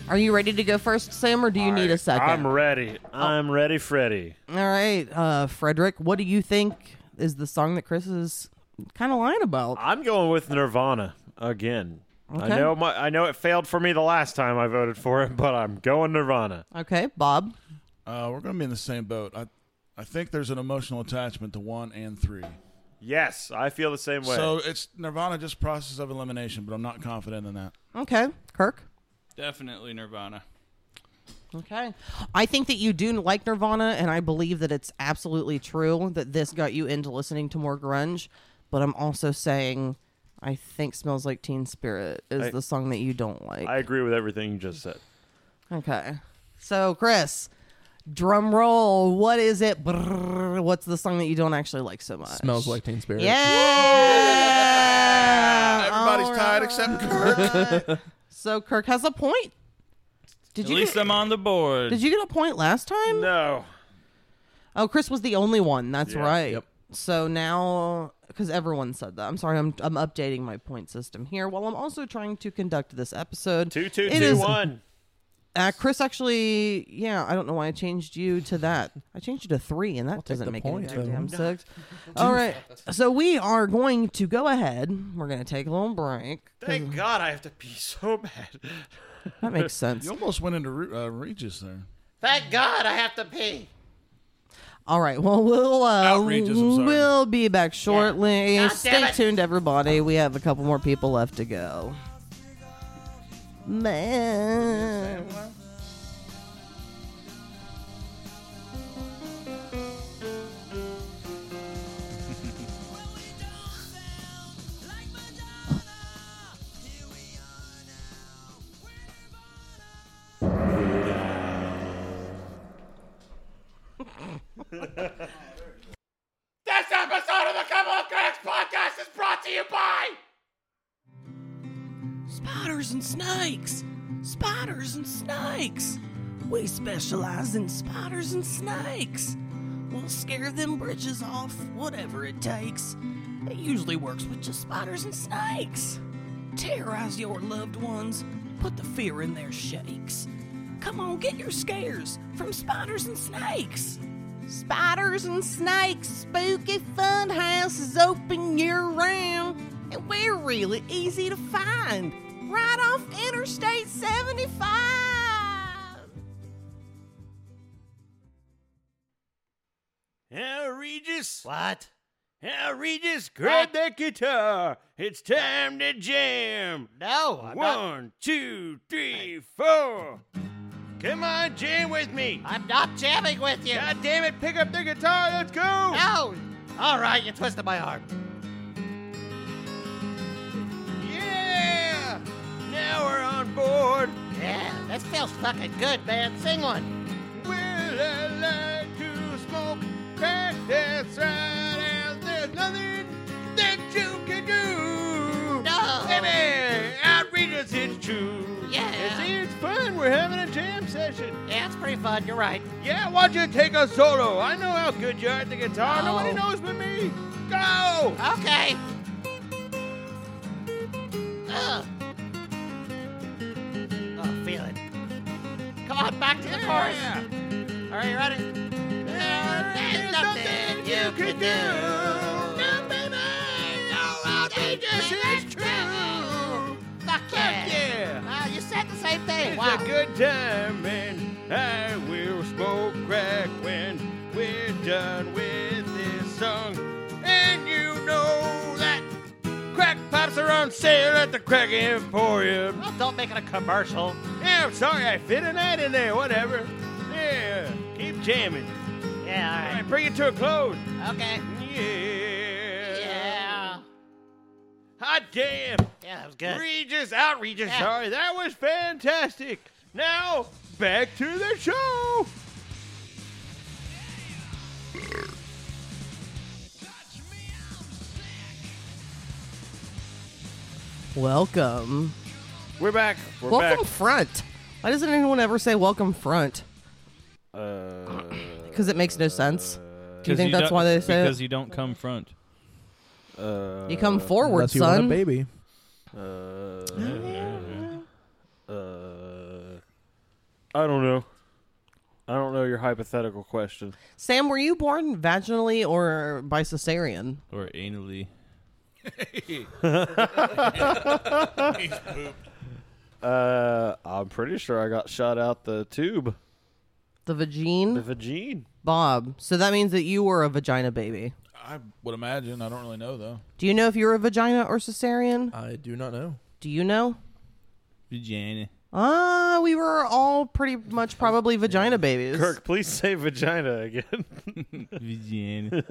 Are you ready to go first, Sam, or do you need a second?
I'm ready.
Oh.
I'm ready, Freddy.
All right, uh, Frederick, what do you think is the song that Chris is kind of lying about?
I'm going with Nirvana again.
Okay.
I know my, I know it failed for me the last time I voted for it, but I'm going Nirvana.
Okay, Bob.
uh, we're going to be in the same boat. I, I think there's an emotional attachment to one and three.
Yes, I feel the same way.
So it's Nirvana just process of elimination, but I'm not confident in that.
Okay, Kirk.
Definitely Nirvana.
Okay. I think that you do like Nirvana, and I believe that it's absolutely true that this got you into listening to more grunge. But I'm also saying, I think "Smells Like Teen Spirit" is
I-
the song that you don't like.
I agree with everything you just said.
Okay. So, Chris, drum roll. What is it? Brrr, what's the song that you don't actually like so much?
Smells like Teen Spirit.
Yeah.
Everybody's
All
tired except Kirk.
right. so Kirk has a point. Did
At
you
least
get,
I'm on the board.
Did you get a point last time?
No,
Oh, Chris was the only one. That's
Yeah.
right.
Yep.
So now, because everyone said that, I'm sorry. I'm I'm updating my point system here while I'm also trying to conduct this episode.
two, two, two, one.
It is- Uh, Chris actually, yeah, I don't know why I changed you to that. I changed you to three, and that doesn't
the
make
point,
any
though.
damn sense. All right, so we are going to go ahead. We're going to take a little break. 'cause
Thank God I have to pee so bad.
That makes sense.
You almost went into Re- uh, Regis there.
Thank God I have to pee.
All right. Well, we'll uh,
Outrageous, I'm sorry.
we'll be back shortly.
Yeah. God
Stay
damn it.
tuned, everybody. We have a couple more people left to go. Man.
This episode of the Couple of Cracks podcast is brought to you by.
Spiders and snakes! Spiders and snakes! We specialize in spiders and snakes! We'll scare them bridges off, whatever it takes. It usually works with just spiders and snakes! Terrorize your loved ones, put the fear in their shakes. Come on, get your scares from spiders and snakes!
Spiders and snakes, spooky fun house is open year round, and we're really easy to find. Right off Interstate 75.
Yeah, Regis.
What?
Yeah, Regis, grab that guitar. It's time to jam.
No, I'm not.
One, two, three, four. Come on, jam with me.
I'm not jamming with you.
God damn it, pick up the guitar. Let's go.
No. All right, you twisted my arm.
Yeah. Now we're on board.
Yeah, that feels fucking good, man. Sing one.
Will I like to smoke crack? That's right. And there's nothing that you can do.
No.
Baby, outrageous, it's true.
Yeah.
You see, it's fun. We're having a jam session.
Yeah, it's pretty fun. You're right.
Yeah, why don't you take a solo? I know how good you are at the guitar.
No.
Nobody knows but me. Go!
Oh. Okay. Ugh. Oh, feel it. Come on, back to the chorus.
Yeah.
Are you ready? There's nothing you can do. No, baby. No, outrageous is true. Fuck yeah.
Yeah.
Wow, Ah, you said the same thing.
It's
wow.
a good time, and I will smoke crack when we're done with this song. And you know that crack pops are on sale at the Crack Emporium.
Well, don't make it a commercial.
Yeah, I'm sorry I fit an ad in there, whatever. Yeah, keep jamming. All
Yeah,
right, bring it to a close.
all right. Okay.
Yeah.
Yeah.
Hot damn.
Yeah, that was good.
Regis, outrageous.
Yeah.
Sorry, that was fantastic. Now, back to the show.
Welcome.
We're back. We're
welcome front. Why doesn't anyone ever say welcome front?
back. Uh,
Because it makes no sense. Do you think that's why they say
Because
it?
you don't come front.
uh,
You come forward,
Unless you want a
son.
baby.
uh, I don't know. I don't know your hypothetical question.
Sam, were you born vaginally or by cesarean?
Or anally.
Uh, I'm pretty sure I got shot out the tube,
The
the
vagine?
vagine.
Bob. So that means that you were a vagina baby.
I would imagine. I don't really know though.
Do you know if you were a vagina or cesarean?
I do not know.
Do you know?
Vagina.
Ah, we were all pretty much probably vagina babies.
Kirk, please say vagina again.
Vagina.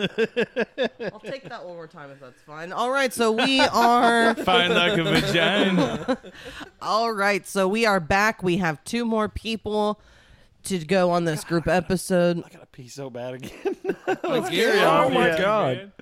I'll take that one more time if that's fine. All right, so we are.
Fine like a vagina.
All right, so we are back. We have two more people to go on this group episode.
I gotta pee so bad again.
Oh my
Yeah.
god.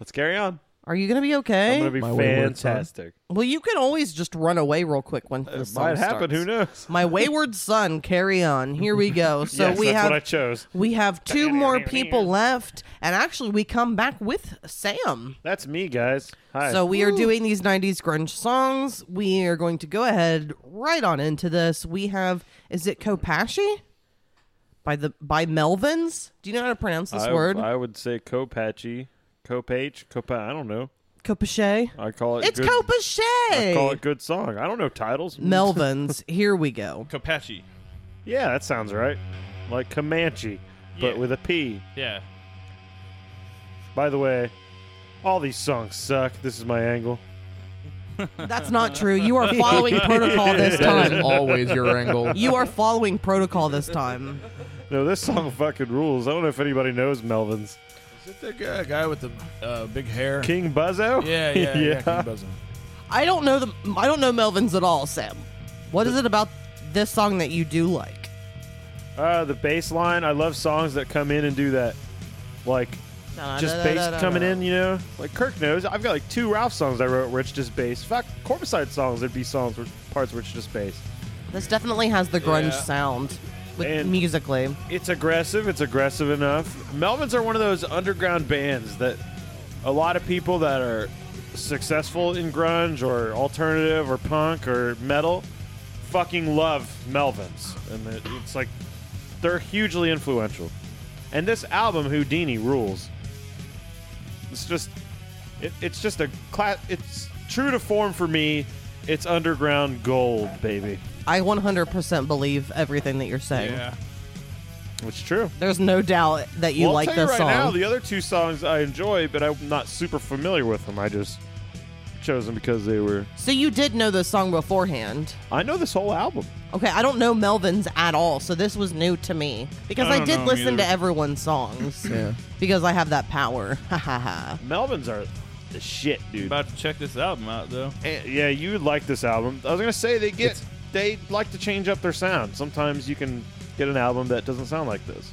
Let's carry on.
Are you gonna be
I'm
okay?
gonna be
My wayward son.
fantastic.
well, you can always just run away real quick when
It
this song
might happen.
starts.
Who knows?
My wayward son, carry on. Here we go. So
yes,
we
that's
have
what I chose.
we have two more people left, and actually we come back with Sam.
That's me, guys. Hi.
So we are doing these 90s grunge songs. We are going to go ahead right on into this. We have is it Kopashi? By the by Melvins? Do you know how to pronounce this
I,
word?
I would say Copatchy, Copage, Copa. I don't know.
Kopache?
I call it.
It's
good, I call it
Kopache.
good song. I don't know titles.
Melvins. Here we go.
Copache.
Yeah, that sounds right. Like Comanche, but
Yeah.
with a P.
Yeah.
By the way, all these songs suck. This is my angle.
That's not true. You are following protocol this
That
time.
is always your angle.
You are following protocol this time.
No, this song fucking rules. I don't know if anybody knows Melvin's.
Is it the guy, guy with the uh, big hair?
King Buzzo?
Yeah, yeah, yeah. King Buzzo.
I don't know the I don't know Melvin's at all, Sam. What is it about this song that you do like?
Uh, the bass line. I love songs that come in and do that. Like,
Ah,
just bass coming in, you know? Like, Kirk knows. I've got like two Ralph songs I wrote where it's just bass. In fact, Corpuside songs, there'd be songs, where, parts where it's just bass.
This definitely has the grunge
Yeah.
sound with
And-
musically.
It's aggressive. It's aggressive enough. Melvins are one of those underground bands that a lot of people that are successful in grunge or alternative or punk or metal fucking love Melvins. And it- it's like they're hugely influential. And this album, Houdini, rules. It's just, it, it's just a class. It's true to form for me. It's underground gold, baby.
I 100% believe everything that you're saying.
Yeah.
It's true.
There's no doubt that you
well,
like
I'll tell
this
you right now,
song.
the other two songs I enjoy, but I'm not super familiar with them. I just chose them because they were.
so you did know this song beforehand.
I know this whole album.
Okay, I don't know Melvin's at all, so this was new to me because
I
I,
don't
did
know him
listen to
either.
everyone's songs
Yeah.
because I have that power. Ha ha ha.
Melvins are the shit, dude.
About to check this album out though.
Eh, yeah, you would like this album. I was gonna say they get they like to change up their sound. Sometimes you can get an album that doesn't sound like this,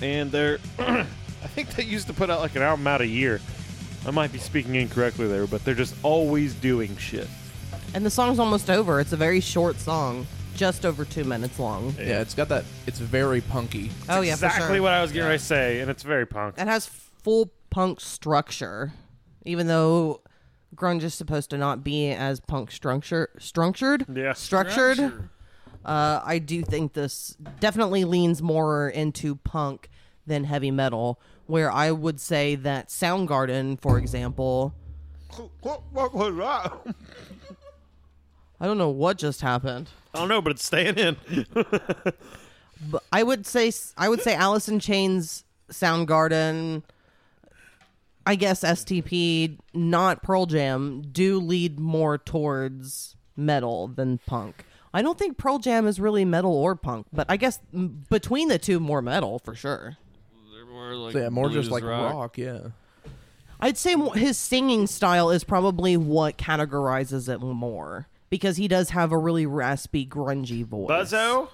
and they're. I think they used to put out like an album out a year. I might be speaking incorrectly there, but they're just always doing shit.
And the song's almost over. It's a very short song, just over two minutes long.
Yeah, it's got that. It's very punky.
oh yeah,
exactly
for sure.
what I was getting ready to say, and it's very punk.
It has full punk structure, even though grunge is supposed to not be as punk structure structured.
Yeah.
structured. Uh, I do think this definitely leans more into punk than heavy metal, where I would say that Soundgarden, for example. I don't know what just happened.
I don't know, but it's staying in.
But I would say I would say Alice in Chains, Soundgarden, I guess STP, not Pearl Jam, do lead more towards metal than punk. I don't think Pearl Jam is really metal or punk, but I guess m- between the two, more metal for sure.
They're more like
Yeah, more
blues
just like rock.
rock.
Yeah.
I'd say mo- his singing style is probably what categorizes it more because he does have a really raspy, grungy voice.
Buzzo?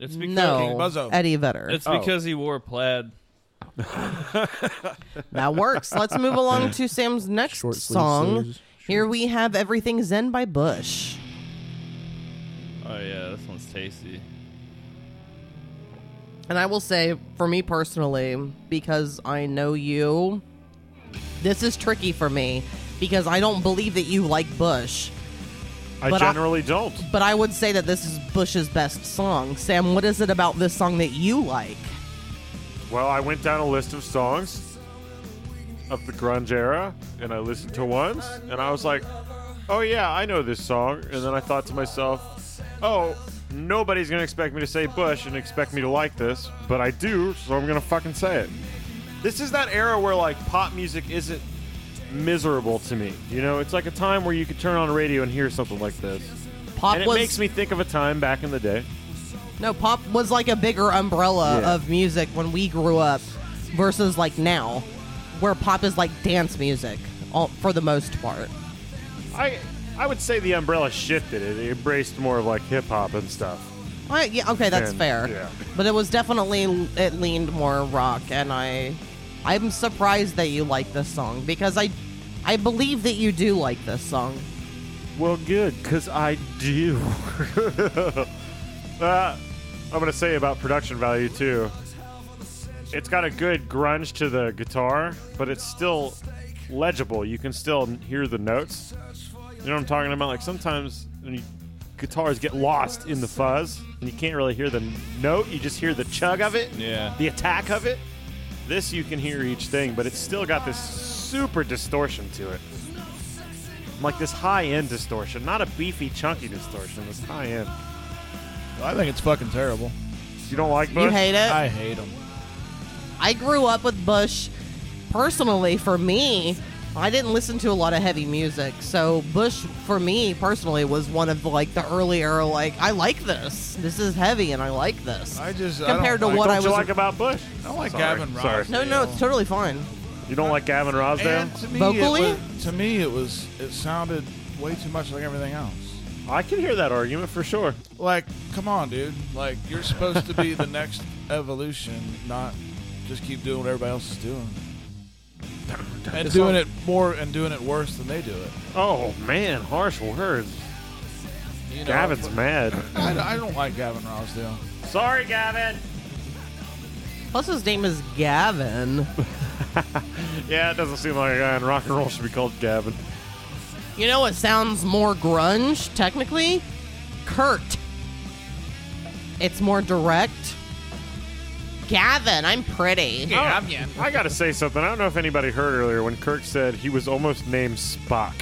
It's because
No, Oh.
Buzzo.
Eddie Vedder.
It's because he wore plaid.
That works. Let's move along to Sam's next
Short sleeve
song.
sleeves.
Here we have Everything Zen by Bush.
Oh yeah, this one's tasty.
And I will say, for me personally, because I know you, this is tricky for me because I don't believe that you like Bush.
I
But I-
generally don't.
But I would say that this is Bush's best song. Sam, what is it about this song that you like?
Well, I went down a list of songs of the grunge era, and I listened to ones, and I was like, "Oh yeah, I know this song." And then I thought to myself, "Oh, nobody's gonna expect me to say Bush and expect me to like this, but I do, so I'm gonna fucking say it." This is that era where like pop music isn't miserable to me. You know, it's like a time where you could turn on the radio and hear something like this,
Pop
and it
was
makes me think of a time back in the day.
no pop was like a bigger umbrella
Yeah.
of music when we grew up versus like now, where pop is like dance music all, for the most part.
I I would say the umbrella shifted. It embraced more of like hip hop and stuff.
I, yeah, okay, that's
And-
fair.
yeah.
But it was definitely it leaned more rock, and I, I'm surprised that you like this song because I, I believe that you do like this song.
Well, good, because I do. uh, I'm gonna say about production value too. It's got a good grunge to the guitar, but it's still legible. You can still hear the notes. You know what I'm talking about? Like sometimes when you, guitars get lost in the fuzz, and you can't really hear the note. You just hear the chug of it.
Yeah.
the attack of it. This you can hear each thing, but it's still got this super distortion to it. Like this high end distortion, not a beefy, chunky distortion. This high end.
I think it's fucking terrible.
You don't like
You
Bush?
hate it.
I hate him.
I grew up with Bush, personally for me, I didn't listen to a lot of heavy music. So Bush for me personally was one of the, like the earlier like I like this. This is heavy and I like this.
I just
Compared
I
to
don't like-
what
What
I was
you like about Bush?
I don't like
Sorry,
Gavin
sorry.
Rossdale.
No, no, it's totally fine.
You don't like Gavin Rosdale?
And to me,
Vocally?
It was, to me, it was it sounded way too much like everything else.
I can hear that argument for sure.
Like, come on, dude. Like, you're supposed to be the next evolution, not just keep doing what everybody else is doing. And doing it more and doing it worse than they do it.
Oh man, harsh words.
You know,
Gavin's mad.
I, I don't like Gavin Rossdale.
Sorry, Gavin.
Plus his name is Gavin.
Yeah, it doesn't seem like a guy in rock and roll should be called Gavin.
You know what sounds more grunge technically? Kurt. It's more direct. Gavin, I'm pretty.
Oh,
I gotta say something. I don't know if anybody heard earlier when Kirk said he was almost named Spock.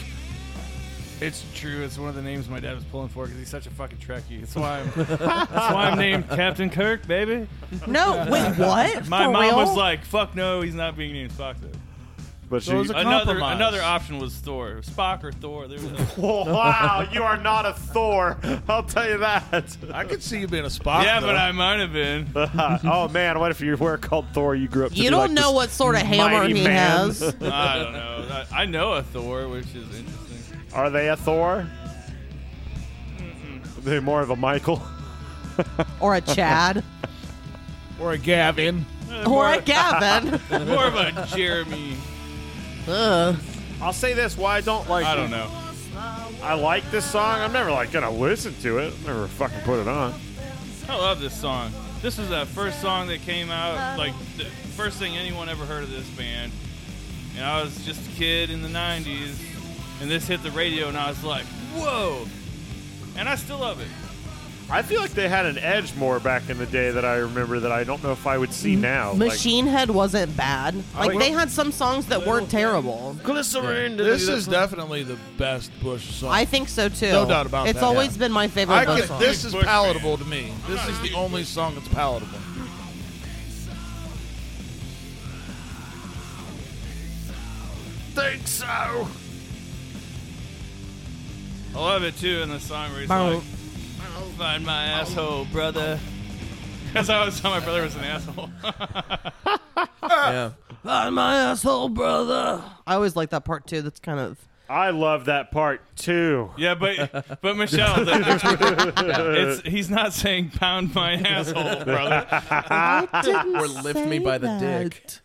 It's true. It's one of the names my dad was pulling for because he's such a fucking Trekkie. That's why I'm. that's why I'm named Captain Kirk, baby.
No, wait, what?
My
For
mom
real?
was like, "Fuck no, he's not being named Spock." Though.
But
So it was
she,
a-
Another
Compromise.
another option was Thor, Spock or Thor. There was a-
wow, you are not a Thor. I'll tell you that.
I could see you being a spot.
yeah, but I might have been.
oh man, what if you were called Thor? You grew up. To
You
be
don't
like
know
this
what sort of hammer
mighty
he
man.
has.
I don't know. I, I know a Thor, which is interesting.
Are they a Thor? They're more of a Michael.
Or a Chad.
or a Gavin.
or a Gavin.
More of a Jeremy.
Ugh.
I'll say this: Why I don't like.
I don't know.
I like this song. I'm never like gonna listen to it. Never fucking put it on.
I love this song. This was that first song that came out, like the first thing anyone ever heard of this band. And I was just a kid in the '90s, and this hit the radio, and I was like, "Whoa!" And I still love it.
I feel like they had an edge more back in the day that I remember that I don't know if I would see now. Like-
Machine Head wasn't bad. Like they had some songs that weren't terrible.
Glycerine.
This is definitely the best Bush song.
I think so too.
No doubt about
it's
that.
It's always
Yeah.
been my favorite
I
Bush
can,
song.
this is
Bush
palatable to me. This is the only song that's palatable.
think so.
I love it too in the song where he's like, "Find my asshole, brother." Because I always thought my brother was an asshole.
yeah.
On my asshole, brother. I always like that part too. That's kind of
I love that part too.
yeah, but but Michelle, the, it's, he's not saying "pound my asshole, brother."
Or lift me by the dick.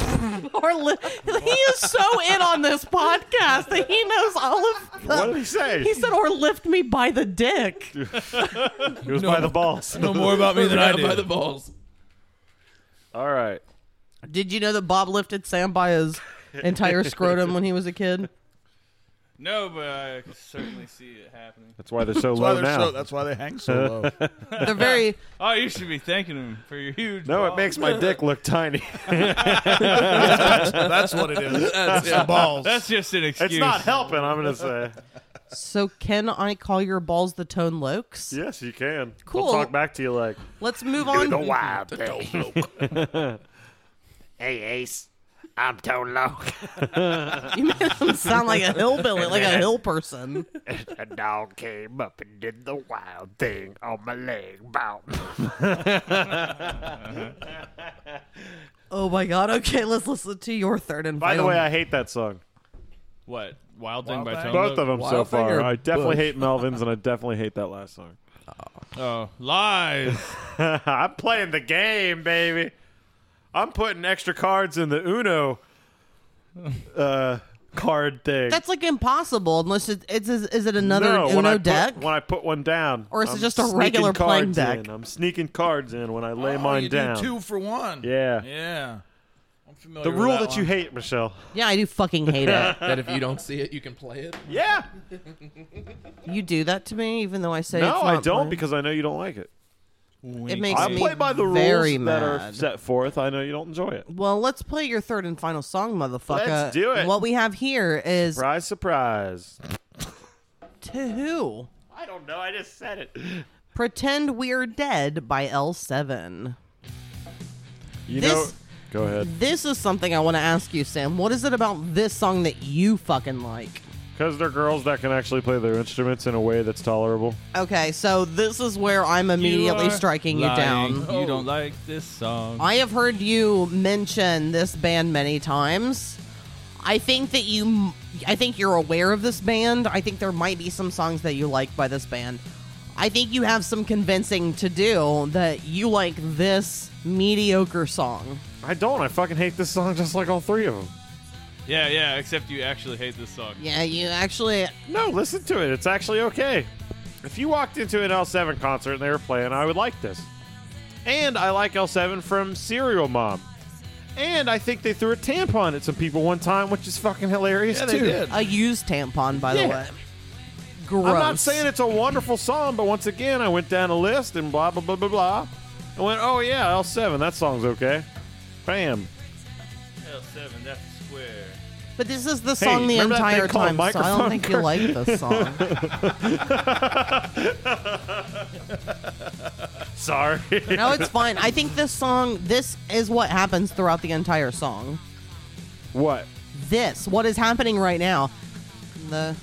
or li- he is so in on this podcast that he knows all of. The-
What did he say?
He said, "Or lift me by the dick."
it was by the balls.
Know more about me than I
Grab
do.
by the balls.
All right.
Did you know that Bob lifted Sam by his entire scrotum when he was a kid?
No, but I can certainly see it happening.
That's why they're so
That's why
low
they're
now.
so- that's why they hang so low.
They're very.
Oh, you should be thanking him for your huge.
no, it
ball.
makes my dick look tiny.
That's what it is. It's the balls.
That's just an excuse.
it's not helping, I'm going to say.
So can I call your balls the tone lokes?
Yes, you can.
Cool.
We'll talk back to you like,
Let's move on.
The wild thing. hey, Ace. I'm Tone Loc.
You made him sound like a hillbilly, like a hill person.
A dog came up and did the wild thing on my leg. Bow.
Oh my god. Okay, let's listen to your third and
by the
final.
way, I hate that song.
what Wild Thing by Tone.
Both of them so
Wild Thing
far.
or
I definitely
Bush?
hate Melvin's and I definitely hate that last song.
Oh, lies.
I'm playing the game, baby. I'm putting extra cards in the Uno uh, card thing.
that's like impossible unless it, it's is, is it another
no, when I
Uno
put-
deck?
when I put one down,
Or is it
I'm
just a
sneaking
regular playing
cards
deck?
in. I'm sneaking cards in when I lay
Oh,
mine
you do
down.
two for one.
Yeah.
Yeah. I'm familiar
The
with
rule
that,
that you
one.
hate, Michelle.
yeah, I do fucking hate it.
That if you don't see it, you can play it.
Yeah.
You do that to me, even though I say
No,
it's
I
not
don't
mine.
because I know you don't like it.
it makes
I
me
play by the rules
very
that
mad.
are set forth. I know you don't enjoy it.
Well, let's play your third and final song, motherfucker.
Let's do it.
What we have here is
Surprise, surprise.
To Who?
I don't know. I just said it.
Pretend We're Dead by L7.
You
this
know, Go ahead.
This is something I want to ask you, Sam. What is it about this song that you fucking like?
Because they're girls that can actually play their instruments in a way that's tolerable.
Okay, so this is where I'm immediately
are
striking you
lying.
down.
You don't like this
Oh.
song.
I have heard you mention this band many times. I think that you, I think you're aware of this band. I think there might be some songs that you like by this band. I think you have some convincing to do that you like this mediocre song.
I don't. I fucking hate this song just like all three of them.
yeah, yeah. Except you actually hate this song.
Yeah, you actually,
No, listen to it. It's actually okay. If you walked into an L7 concert and they were playing, I would like this. And I like L7 from Serial Mom. And I think they threw a tampon at some people one time, which is fucking hilarious
Yeah,
too.
they did.
a used tampon, by the
Yeah.
way. Gross.
I'm not saying it's a wonderful song, but once again, I went down a list and blah blah blah blah blah. I went, oh yeah, L7, that song's okay. Bam.
L7, that's square.
But this is the song the
remember that thing
entire
called
time, so I
microphone
don't think you like this song.
Sorry.
no, it's fine. I think this song, this is what happens throughout the entire song.
what?
This, what is happening right now. The.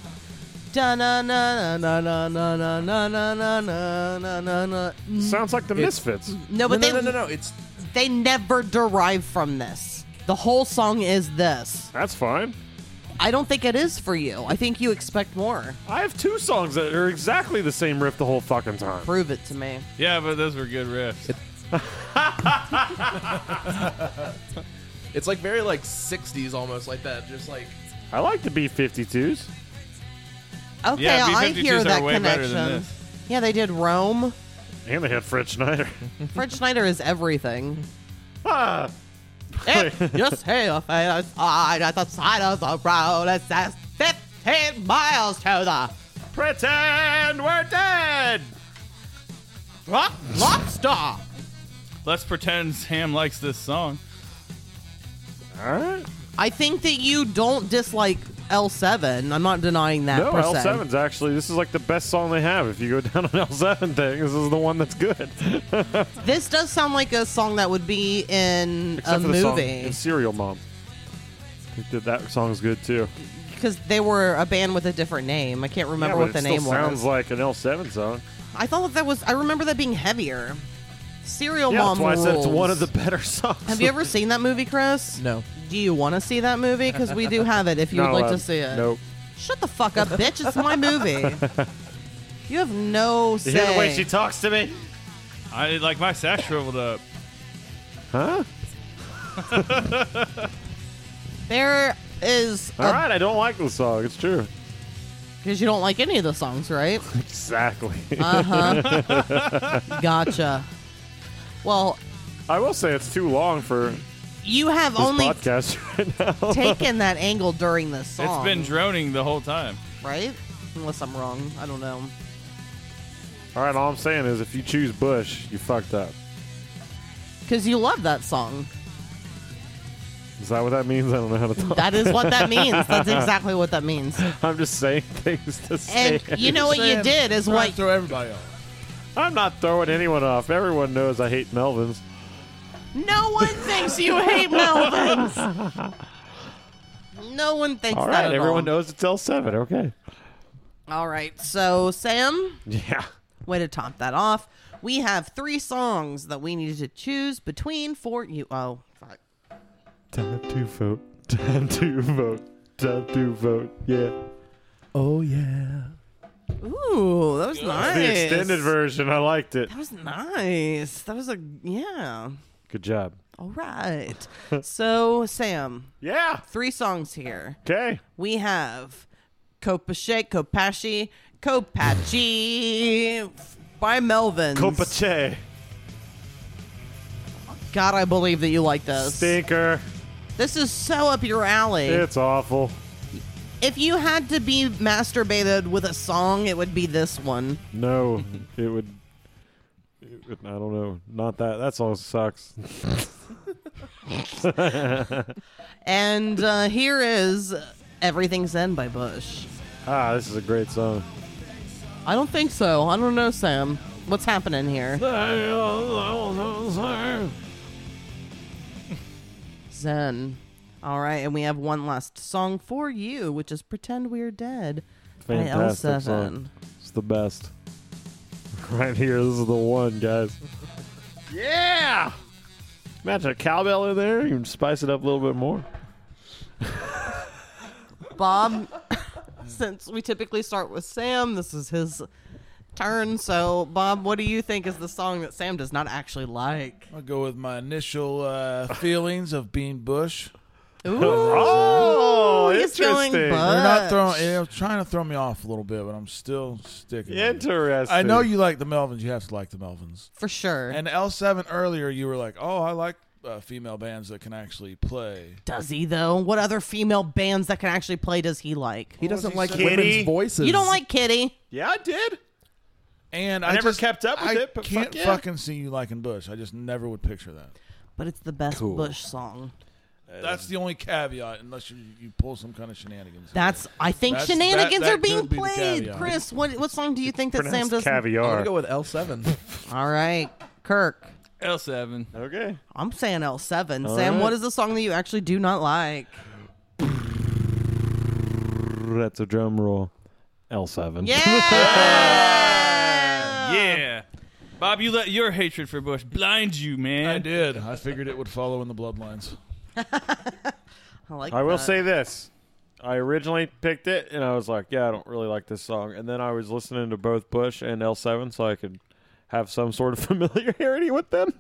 Da na na na na na na na na na na na na na.
Sounds like the
It's-
Misfits.
No,
No,
but
no,
they
no, no, no. It's
they never derive from this. The whole song is this.
That's fine.
I don't think it is for you. I think you expect more.
I have two songs that are exactly the same riff the whole fucking time.
Prove it to me.
Yeah, but those were good riffs.
it's like very like '60s almost like that. Just like
I like the B52s.
Okay,
yeah,
I
B52s
hear
are
that
way better than
connection.
this.
Yeah, they did Rome.
And they had Fred Schneider.
Fred Schneider is everything.
ah,
Eh, yes, hey, I fell aside at the side of the road. It says 15 miles to the
pretend we're dead.
rock lobster.
Let's pretend Sam likes this song.
All right.
I think that you don't dislike L7. I'm not denying that.
No,
per se.
L7's actually, this is like the best song they have. If you go down an L7 thing, this is the one that's good.
This does sound like a song that would be in
Except
a
for the song
movie
in Serial Mom. They did- That song's good too.
because they were a band with a different name. I can't remember
Yeah,
what
but it
the name
still sounds
was.
like an L7 song.
I thought that was. I remember that being heavier. Serial
yeah,
Mom
that's why I said it's
rules.
one of the better songs.
Have you ever seen that movie, Chris?
no.
Do you want to see that movie? Because we do have it if you
No,
would like
uh,
to see it.
Nope.
Shut the fuck up, bitch. It's my movie. You have no say.
You hear the way she talks to me?
I did like my sash shriveled up.
Huh?
there is.
All right, I don't like this song. It's true.
Because you don't like any of the songs, right?
Exactly.
Uh huh. gotcha. Well,
I will say it's too long for this
you have only
podcast right now.
taken that angle during this
It's
song.
been droning the whole time.
right? Unless I'm wrong. I don't know.
All right, all I'm saying is if you choose Bush, you fucked up.
Because you love that song.
Is that what that means? I don't know how to talk.
That is what that means. That's exactly what that means.
I'm just saying things to say.
And you know what you
Sam,
did is
try
what
and throw everybody off.
I'm not throwing anyone off. Everyone knows I hate Melvins.
No one thinks you hate Melvins. No one thinks
All
that.
right,
at
everyone
all.
knows it's L7. Okay.
All right, so Sam,
Yeah.
way to top that off. We have three songs that we needed to choose between for you. Oh, fuck.
Time to vote. Time to vote. Time to vote. Yeah.
Oh yeah.
Ooh, that was nice.
The extended version. I liked it.
That was nice. That was a yeah.
Good job.
All right. so Sam,
Yeah.
three songs here.
Okay.
We have Copache, Copache, Copache by
Mm.
Melvins.
Copache.
God, I believe that you like this.
Stinker.
This is so up your alley.
It's awful.
if you had to be masturbated with a song, it would be this one.
No, it would. It would, I don't know. Not that. That song sucks.
And uh, here is Everything's End by Bush.
Ah, this is a great song.
I don't think so. I don't know, Sam. What's happening here?
All
Zen. All right, and we have one last song for you, which is "Pretend We're Dead" by L7.
Fantastic song. It's the best. Right here, this is the one, guys. yeah! Imagine a cowbell in there. You can spice it up a little bit more.
Bob, since we typically start with Sam, this is his turn. So, Bob, what do you think is the song that Sam does not actually like?
I'll go with my initial uh, feelings of being Bush.
Ooh,
Oh,
he's going
They're not
Bush.
throwing. They're trying to throw me off a little bit, but I'm still sticking. with it.
Interesting.
I know you like the Melvins. You have to like the Melvins.
for sure.
And L7 earlier, you were like, "Oh, I like uh, female bands that can actually play."
does he though? What other female bands that can actually play does he like?
He doesn't like
saying? Kitty?
women's voices.
You don't like Kitty?
Yeah, I did.
And I,
never
just-
kept up with
I
it, but
can't
fuck yeah.
fucking see you liking Bush. I just never would picture that.
But it's the best Bush song.
That's the only caveat, unless you, you pull some kind of shenanigans.
That's I think
That's- that-
shenanigans
that
are being
could be the
played.
caveat.
Chris, what what song do you think that Sam
Pronounced
does? not
I'm gonna
caviar.
go with L7.
All right, Kirk.
L7.
Okay.
I'm saying L7. Sam, what
right.
is the song that you actually do not like?
That's a drum roll. L7.
Yeah.
Yeah. Bob, you let your hatred for Bush blind you, man.
I did. I figured it would follow in the bloodlines.
I like
I will
that.
say this. I originally picked it and I was like, yeah, I don't really like this song. And then I was listening to both Bush and L7 so I could have some sort of familiarity with them.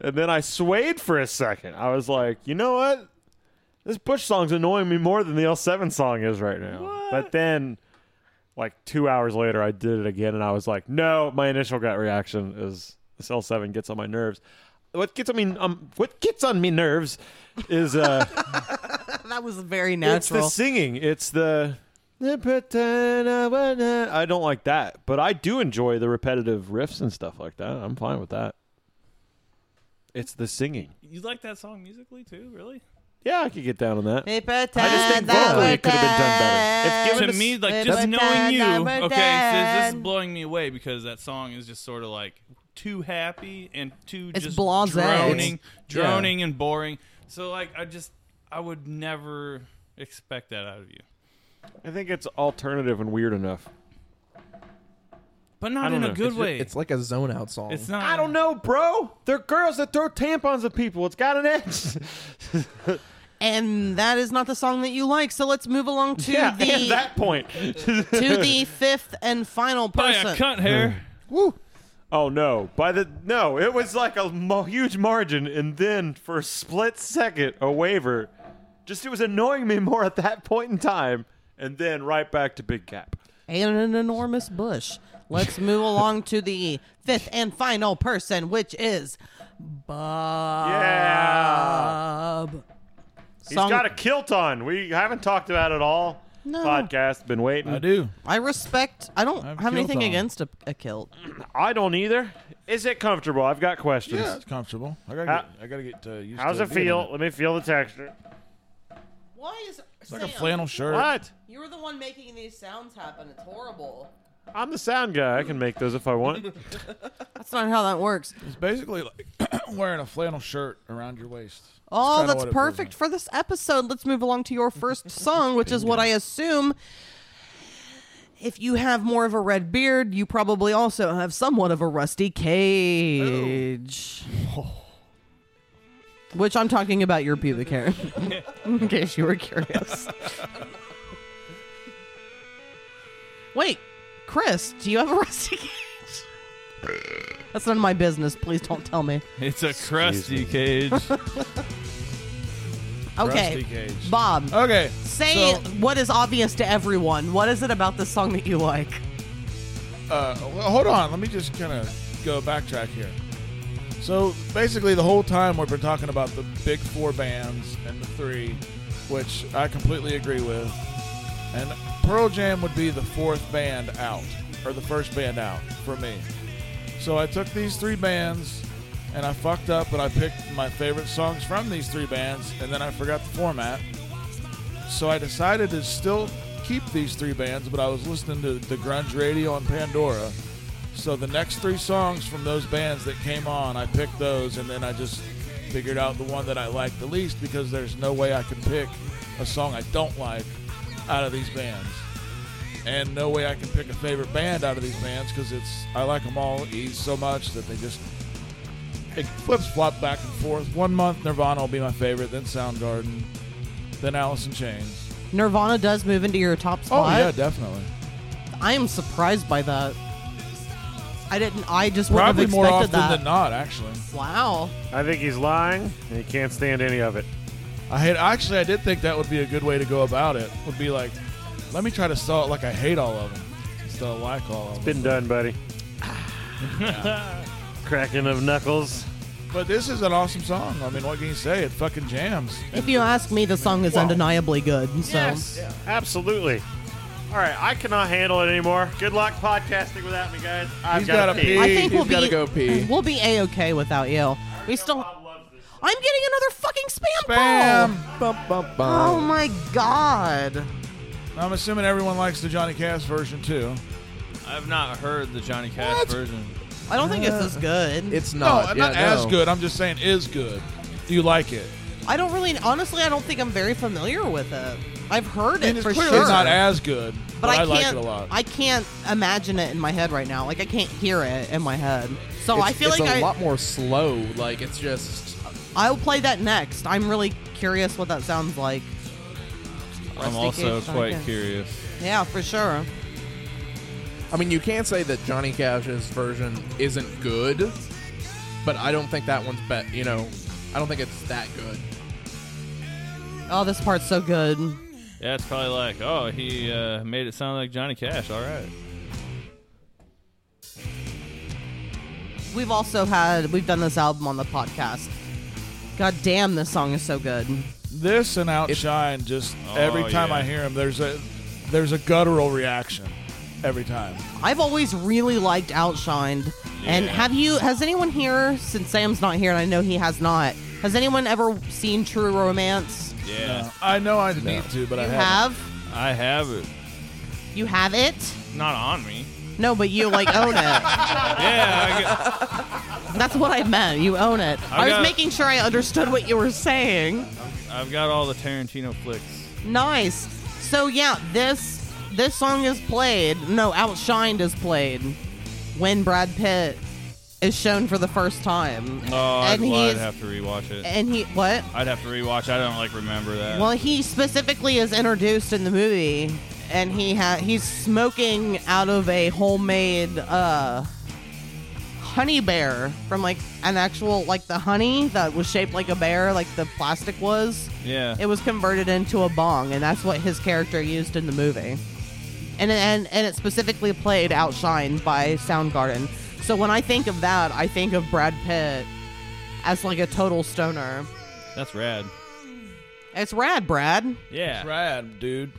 And then I swayed for a second. I was like, you know what? This Bush song's annoying me more than the L7 song is right now. But then, like two hours later, I did it again and I was like, no, my initial gut reaction is this L7 gets on my nerves. What gets on me, um, what gets on me nerves is. Uh,
that was very
it's
natural.
the singing. It's the. I don't like that, but I do enjoy the repetitive riffs and stuff like that. I'm fine with that. It's the singing.
You like that song musically too, really?
Yeah, I could get down on that.
They
I
pretend
just think
that
vocally
we're
it could have been done better.
dead.
If given
to me, like
They
just
pretend
knowing you,
that we're
okay, so this
dead.
is blowing me away because that song is just sort of like too happy and too
It's
just
blasé.
droning,
yeah.
droning and boring. So like, I just, I would never expect that out of you,
I think it's alternative and weird enough.
but
I
not
don't
in
know.
a good
It's ju-
way.
It's like a zone out song.
It's not.
I don't know, bro. They're girls that throw tampons at people. It's got an edge.
and that is not the song that you like. So let's move along to
yeah,
the
and that point.
to the fifth and final
By
person.
a cunt hair.
Oh no! By the no, it was like a mo- huge margin, and then for a split second, a waiver. Just it was annoying me more at that point in time, and then right back to big cap.
and an enormous bush. Let's move along to the fifth and final person, which is Bob. Ah.
Yeah, he's
Song-
got a kilt on. We haven't talked about it all.
No.
Podcast been waiting.
I do.
I respect. I don't
have kilt
have anything
on.
against a, a kilt.
I don't either. Is it comfortable? I've got questions.
Yeah, it's comfortable. I gotta
How-
get, I gotta get uh, used
How's
to
it
being
feel?
in
Let me feel the texture.
Why is
It's like a flannel shirt.
What?
You were the one making these sounds happen. It's horrible.
I'm the sound guy. I can make those if I want.
That's not how that works.
It's basically like wearing a flannel shirt around your waist.
Oh,
kinda
that's
what it feels
perfect
like.
for this episode. Let's move along to your first song, which is what I assume. If you have more of a red beard, you probably also have somewhat of a rusty cage.
Oh.
Which I'm talking about your pubic hair, in case you were curious. Wait, Chris, do you have a rusty cage? That's none of my business. Please don't tell me.
It's a crusty cage.
Okay,
Rusty cage.
Bob.
Okay.
Say
so,
what is obvious to everyone. What is it about this song that you like?
uh, well, hold on. Let me just kind of go backtrack here. So basically, the whole time we've been talking about the big four bands and the three, which I completely agree with. And Pearl Jam would be the fourth band out, or the first band out for me. So I took these three bands and I fucked up and I picked my favorite songs from these three bands and then I forgot the format. So I decided to still keep these three bands, but I was listening to the grunge radio on Pandora. So the next three songs from those bands that came on, I picked those and then I just figured out the one that I like the least because there's no way I can pick a song I don't like out of these bands. And no way I can pick a favorite band out of these bands because it's I like them all e- so much that they just it flips flop back and forth. One month Nirvana will be my favorite, then Soundgarden, then Alice in Chains.
Nirvana does move into your top
Oh
spot.
yeah, definitely.
I am surprised by that. I didn't. I just wouldn't
Probably
have
more
expected
often
that.
than not, actually.
Wow.
I think he's lying, and he can't stand any of it.
I hate. Actually, I did think that would be a good way to go about it. Would be like, let me try to sell it like I hate all of them instead of like all of them.
Been done, buddy. Cracking of knuckles.
But this is an awesome song. I mean, what can you say? It fucking jams.
If you ask me, the song is undeniably good. So
Absolutely. All right, I cannot handle it anymore. Good luck podcasting without me, guys. I've
He's
got
gotta
to pee.
pee.
I think
He's
we'll
gotta
be
go pee.
we'll be a okay without you. We still.
Bob loves this.
I'm getting another fucking spam,
Bam.
call.
Bum, bum, bum.
Oh my god.
I'm assuming everyone likes the Johnny Cash version too.
I've not heard the Johnny Cash version.
I don't think it's as good.
It's
No,
not.
Oh, not
yeah,
as
no.
good. I'm just saying is good. You like it,
I don't really. Honestly, I don't think I'm very familiar with it. I've heard
and
it
it's
for
clearly
sure.
not as good. But,
but I,
I,
can't.
like it a lot.
I can't imagine it in my head right now. Like I can't hear it in my head. So
It's,
I feel
it's
like
a
I
lot more slow. Like it's just.
I'll play that next. I'm really curious what that sounds like.
I'm
Rusty
also
Cage, Johnny
quite
Cash.
curious.
Yeah, for sure.
I mean, you can't say that Johnny Cash's version isn't good, but I don't think that one's bet. You know, I don't think it's that good.
Oh, this part's so good.
Yeah, it's probably like, oh, he uh, made it sound like Johnny Cash. All right.
We've also had we've done this album on the podcast. God damn, this song is so good.
this and Outshine, just every
Oh,
time
yeah.
I hear him, there's a there's a guttural reaction every time.
I've always really liked Outshined. And
Yeah.
have you? Has anyone here? Since Sam's not here, and I know he has not. Has anyone ever seen True Romance?
Yeah,
I know I need to, but I
you
haven't.
have.
I have it.
You have it?
Not on me.
No, but you like own it.
Yeah, I got,
That's what I meant. You own it. I,
I
was
got-
making sure I understood what you were saying.
I've got all the Tarantino flicks.
Nice. So yeah, this this song is played. No, Outshined is played when Brad Pitt is shown for the first time.
Oh, I'd,
and
well, I'd
he's-
have to rewatch it.
and he what?
I'd have to rewatch. I don't like remember that.
Well, he specifically is introduced in the movie, and he ha- he's smoking out of a homemade uh, honey bear from like an actual like the honey that was shaped like a bear, like the plastic was.
yeah,
It was converted into a bong, and that's what his character used in the movie. And and and it specifically played "Outshine" by Soundgarden. So when I think of that, I think of Brad Pitt as like a total stoner.
that's rad.
It's rad, Brad.
Yeah,
Rad, dude.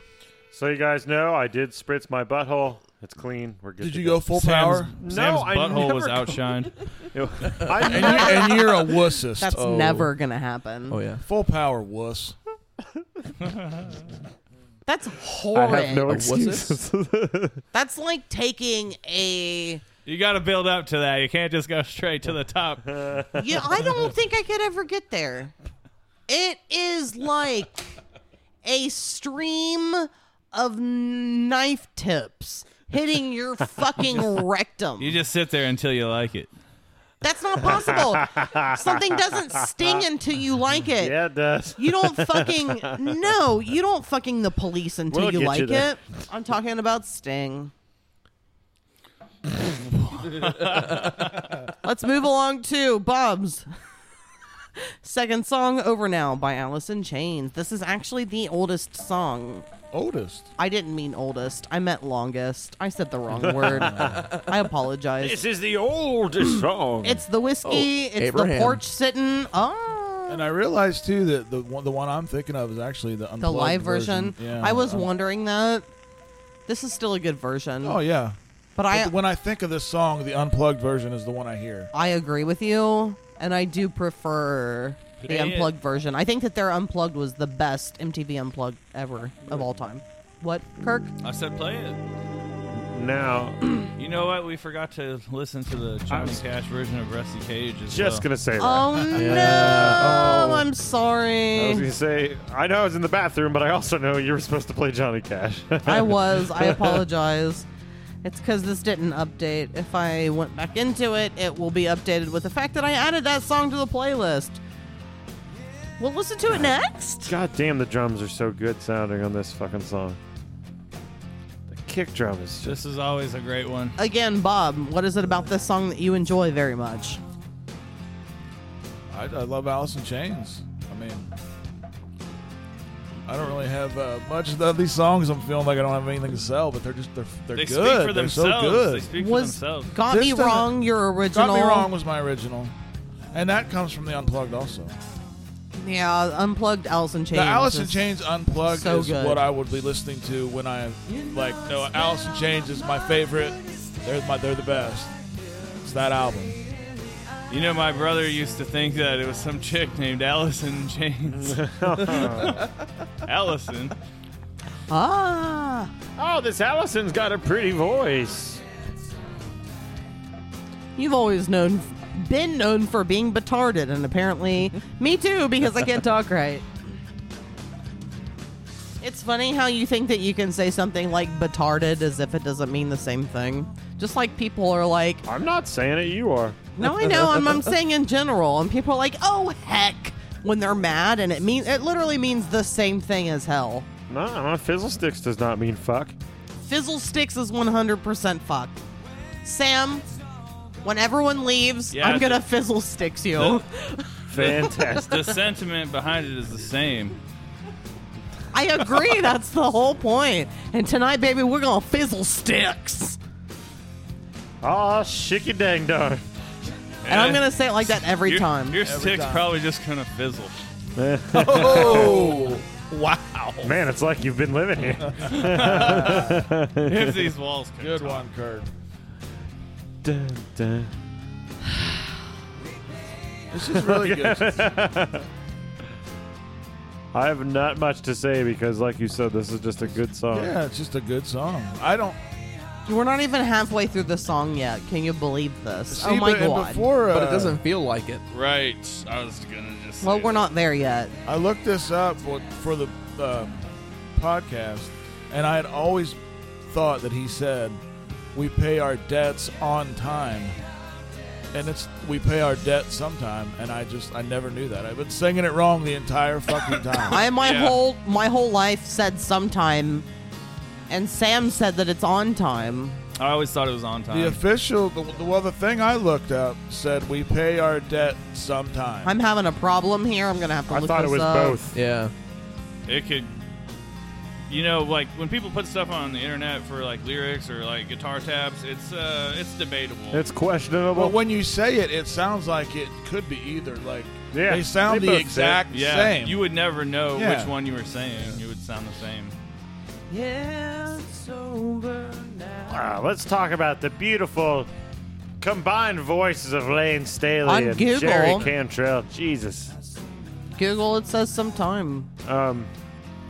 So you guys know, I did spritz my butthole. It's clean. We're good.
Did
to
you go full
Sam's,
power?
Sam's
No, I
butthole was
never
outshined.
go. I
And you're, and you're a wussist.
That's
Oh.
never gonna
Oh.
happen.
yeah.
Full power wuss.
That's horrid.
have no
what's this?
excuses.
That's like taking a.
you got to build up to that. You can't just go straight to the top.
Yeah, I don't think I could ever get there. It is like a stream of knife tips hitting your fucking rectum.
You just sit there until you like it.
That's not possible. Something doesn't sting until you like it.
yeah, it does.
You don't fucking no. You don't fucking the police until
We'll
you
get you
like
there.
it. I'm talking about Sting. Let's move along to Bob's second song over now by Alice in Chains. This is actually the oldest song.
Oldest.
I didn't mean oldest. I meant longest. I said the wrong word. I apologize.
is Oh, the oldest song.
It's the whiskey. it's the
Abraham.
porch sitting. Oh.
And I realized too that the one the one I'm thinking of is actually the unplugged
the live version.
Yeah,
I was
um,
wondering that. This is still a good version,
Oh yeah.
but
But
I
when I think of this song, the unplugged version is the one I hear.
I agree with you, and I do prefer
Play
the
it.
unplugged version. I think that their unplugged was the best MTV unplugged ever of all time. What, Kirk?
I said, play it.
now.
You know what? We forgot to listen to the Johnny Cash version of Rusty Cage. As
Just
well.
gonna say that.
Oh no! I'm
I was
sorry.
gonna say I know I was in the bathroom, but I also know you were supposed to play Johnny Cash.
I was. I apologize. It's because this didn't update. If I went back into it, it will be updated with the fact that I added that song to the playlist. We'll listen to it next.
God damn, the drums are so good sounding on this fucking song. The kick drum is just
This is always a great one.
Again, Bob, what is it about this song that you enjoy very much?
I, I love Alice in Chains. I mean, I don't really have uh, much of these songs. I'm feeling like I don't have anything to sell, but they're just they're they're
They
good.
speak for
they're
themselves.
so good.
They speak for
Was
themselves.
Got
This
Me
doesn't-
Wrong your original?
Got me wrong was my original, and that comes from the Unplugged also.
Yeah, Unplugged Alice in Chains.
The Alice in
is-
Chains Unplugged
so
is
good.
what I would be listening to when I like. No, Alice in Chains is my favorite. They're my they're the best. It's that album.
You know, my brother used to think that it was some chick named Allison in Chains. Allison.
Ah,
oh, this Allison's got a pretty voice.
you've always known, been known for being batarded, and apparently, me too, because I can't talk right. It's funny how you think that you can say something like batarded as if it doesn't mean the same thing. Just like people are like,
I'm not saying it, you are.
No, I know. I'm, I'm saying in general, and people are like, "Oh heck," when they're mad, and it means it literally means the same thing as hell.
No, my fizzle sticks does not mean fuck.
Fizzle sticks is 100% fuck. Sam, when everyone leaves,
Yeah,
I'm
the-
gonna fizzle sticks you.
the-
Fantastic.
The sentiment behind it is the same.
I agree. that's the whole point. And tonight, baby, we're gonna fizzle sticks.
Aw, shicky dang darn.
And I'm gonna say it like that every
your,
time.
Your stick's
time.
probably just gonna fizzle.
Oh wow!
Man, it's like you've been living here.
if these walls could
Good
talk.
one, Kurt.
Dun, dun.
This is really good.
I have not much to say because, like you said, this is just a good song.
Yeah, it's just a good song. I don't.
We're not even halfway through the song yet. Can you believe this? oh
see,
my
but- and
god.
Before, uh,
but it doesn't feel like it.
Right. I was gonna just.
well,
say
we're
that.
not there yet.
I looked this up for, for the um, podcast, and I had always thought that he said, "We pay our debts on time," and it's we pay our debts sometime. And I just I never knew that. I've been singing it wrong the entire fucking time.
I my
Yeah.
whole my whole life said sometime, and Sam said that it's on time.
I always thought it was on time.
the official, the, the, well, the thing I looked up said we pay our debt sometime.
I'm having a problem here. I'm gonna have to
I
look
thought it
this
was
up.
both.
Yeah.
it could. You know, like when people put stuff on the internet for like lyrics or like guitar tabs, it's uh, it's debatable.
It's questionable.
But when you say it, it sounds like it could be either. Like
Yeah,
they sound
they
the
both
exact
yeah,
same.
you would never know
Yeah.
which one you were saying. You would sound the same.
Yeah,
Ah, let's talk about the beautiful combined voices of Lane Staley
On
and
Google.
Jerry Cantrell. Jesus.
Google it says sometime.
Um,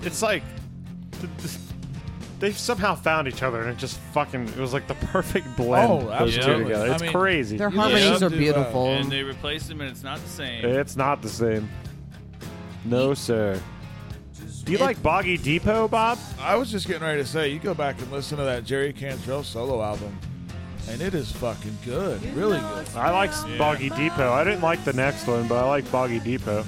it's like th- th- they somehow found each other, and it just fucking it was like the perfect blend.
Oh,
those two
absolutely.
together.
I
It's
mean,
crazy.
Their
You
harmonies
have
are
to, uh,
beautiful.
And they replaced them, and it's not the same.
It's not the same. No, sir. Do you like Boggy Depot, Bob?
I was just getting ready to say, you go back and listen to that Jerry Cantrell solo album, and it is fucking good, really good.
I like s Boggy Depot. I didn't like the next one, but I like Boggy Depot.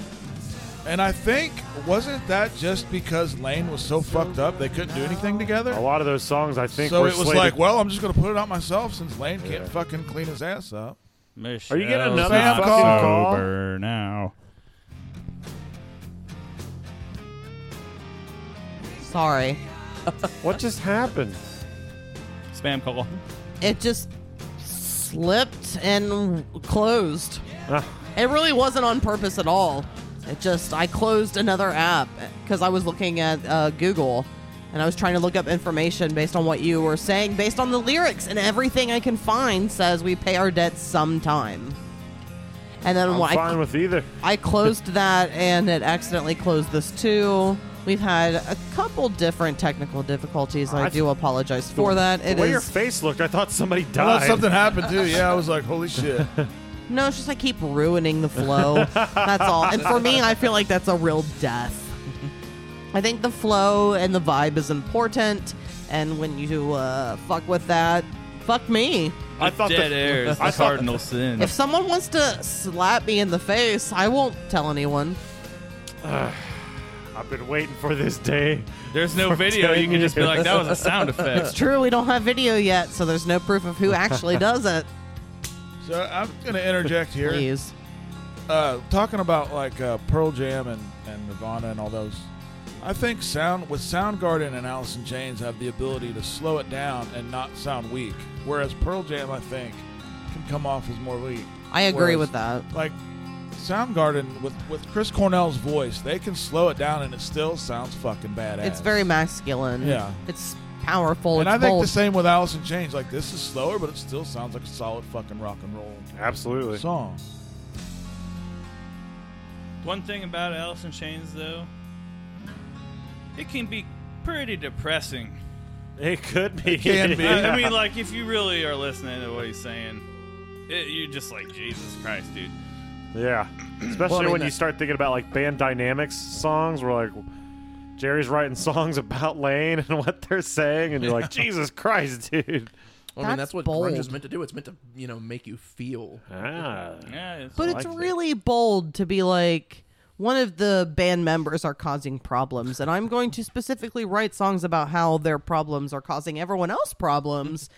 And I think wasn't that just because Lane was so fucked up they couldn't do anything
A
together?
lot of those songs I think
So
were
it was
slated-
like, well, I'm just gonna put it out myself since Lane can't
Yeah.
fucking clean his ass up.
Are you getting
Michelle's
another
not
fucking
call?
sober now?
Sorry,
what just happened?
Spam call.
it just slipped and closed.
Ah.
It really wasn't on purpose at all. It just I closed another app because I was looking at uh, Google and I was trying to look up information based on what you were saying, based on the lyrics and everything I can find says we pay our debts sometime. And then
I'm
when I,
fine with either.
I closed that and it accidentally closed this too. We've had a couple different technical difficulties. I
I've-
do apologize for that.
The
It
way your
is
face looked, I thought somebody
I
died.
thought something happened too. Yeah, I was like, holy shit.
no, it's just I keep ruining the flow. that's all. And for me, I feel like that's a real death. I think the flow and the vibe is important, and when you uh, fuck with that, fuck me.
I thought
Dead
the,
air is
I
the
thought-
cardinal sin.
If someone wants to slap me in the face, I won't tell anyone.
I've been waiting for this day.
There's no
For
video.
10
You can just be like,
years.
that was a sound effect.
True, we don't have video yet, so there's no proof of who actually does it.
So I'm gonna interject here.
Please.
uh, talking about like uh, Pearl Jam and, and Nirvana and all those, I think sound with Soundgarden and Alice in Chains have the ability to slow it down and not sound weak. Whereas Pearl Jam, I think, can come off as more weak.
I agree
Whereas,
with that.
Like Soundgarden with with Chris Cornell's voice, they can slow it down and it still sounds fucking badass.
It's very masculine.
Yeah.
It's powerful.
And
it's
I think
bold.
the same with Alice in Chains. Like this is slower, but it still sounds like a solid fucking rock and roll
Absolutely.
song.
One thing about Alice in Chains, though, it can be pretty depressing.
It could be. It
can be.
I, I mean, like if you really are listening to what he's saying, it, you're just like Jesus Christ, dude.
Yeah. Especially
mean,
when
that-
you start thinking about like band dynamics songs where like Jerry's writing songs about Lane and what they're saying and you're like, Jesus Christ, dude.
I mean,
That's
that's what
bold.
grunge is meant to do. It's meant to, you know, make you feel.
Ah.
Yeah, it's,
but
I
it's
like that.
really bold to be like, one of the band members are causing problems, and I'm going to specifically write songs about how their problems are causing everyone else problems.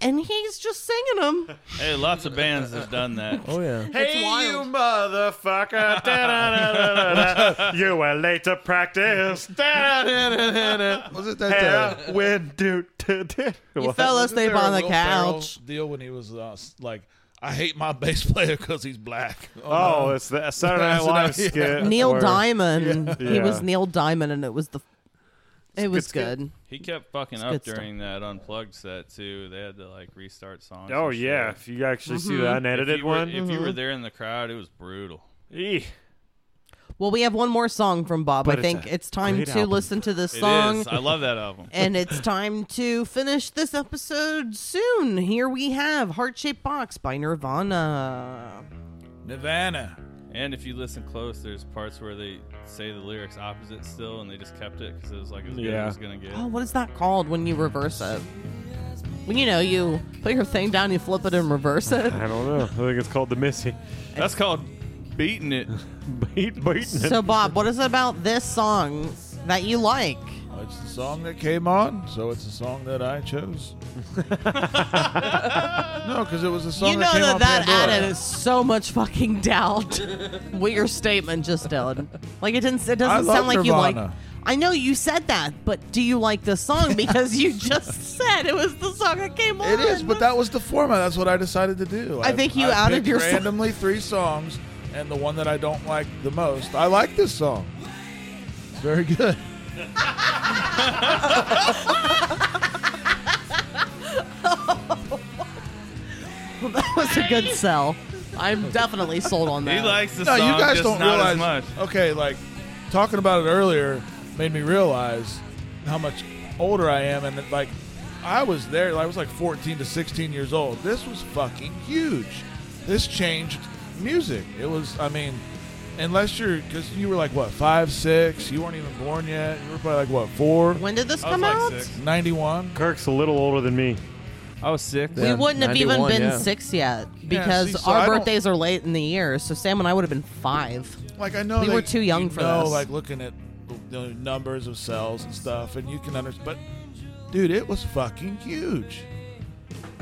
and he's just singing them.
hey, lots of bands have done that.
Oh yeah.
Hey you
wild.
motherfucker! Da-da-da-da-da-da. you were late to practice. Da-da-da-da-da.
Was it that? uh,
Hair, wind, dude. You
You fell asleep on the
Will Ferrell
couch.
Deal when he was uh, s- like, I hate my bass player because he's black.
Oh, it's the Saturday Night Live
Yeah.
skit.
Neil
where-
Diamond. He
Yeah.
was Neil Diamond, and it was the. It was
skit.
good.
He kept fucking
good
up
stuff.
during that unplugged set too. They had to like restart songs.
Oh
and shit.
yeah, if you actually see
Mm-hmm.
the
If
unedited
you were,
one.
if you were there in the crowd, it was brutal.
Mm-hmm.
Eeh.
Well, we have one more song from Bob.
But
I
it's
think
a
it's time
great
to
album.
listen to this
It is.
song.
I love that album.
and it's time to finish this episode soon. Here we have Heart Shaped Box by Nirvana.
Nirvana.
And if you listen close, there's parts where they say the lyrics opposite still, and they just kept it because it was like as good
Yeah.
as it was gonna get.
Oh, what is that called when you reverse it? When you know you put your thing down, you flip it and reverse it.
I don't know. I think it's called the Missy.
That's called beating it.
Beat, beating
so, Bob, what is it about this song that you like?
It's the song that came on, so it's the song that I chose. no, because it was the song
you
that
know
came
that
on
that
Pandora.
added so much fucking doubt. what your statement just did. Like it didn't. It
I
doesn't
love
sound like you like.
Nirvana.
I know you said that, but do you like the song? Because you just said it was the song that came on.
It is, but that was the format. That's what I decided to do.
I think you outed
picked
yourself.
randomly three songs, and the one that I don't like the most. I like this song. It's very good.
that was a good sell. I'm definitely sold on that.
He likes the
No,
song.
you guys
just
don't
not
realize.
as much.
Okay, like talking about it earlier made me realize how much older I am, and that, like I was there. I was like 14 to 16 years old. This was fucking huge. This changed music. It was. I mean, unless you're because you were like what five, six. You weren't even born yet. You were probably like what four.
when did this
I was
come
like
out?
six.
Ninety-one.
Kirk's a little older than me.
I was six.
We wouldn't have even
91,
been
yeah.
six yet because
see, so I
our
don't-
birthdays are late in the year. So Sam and I would have been five.
Like I know
We
that
were too young
you
for
know,
this.
Like looking at the numbers of cells and stuff, and you can understand. But dude, it was fucking huge.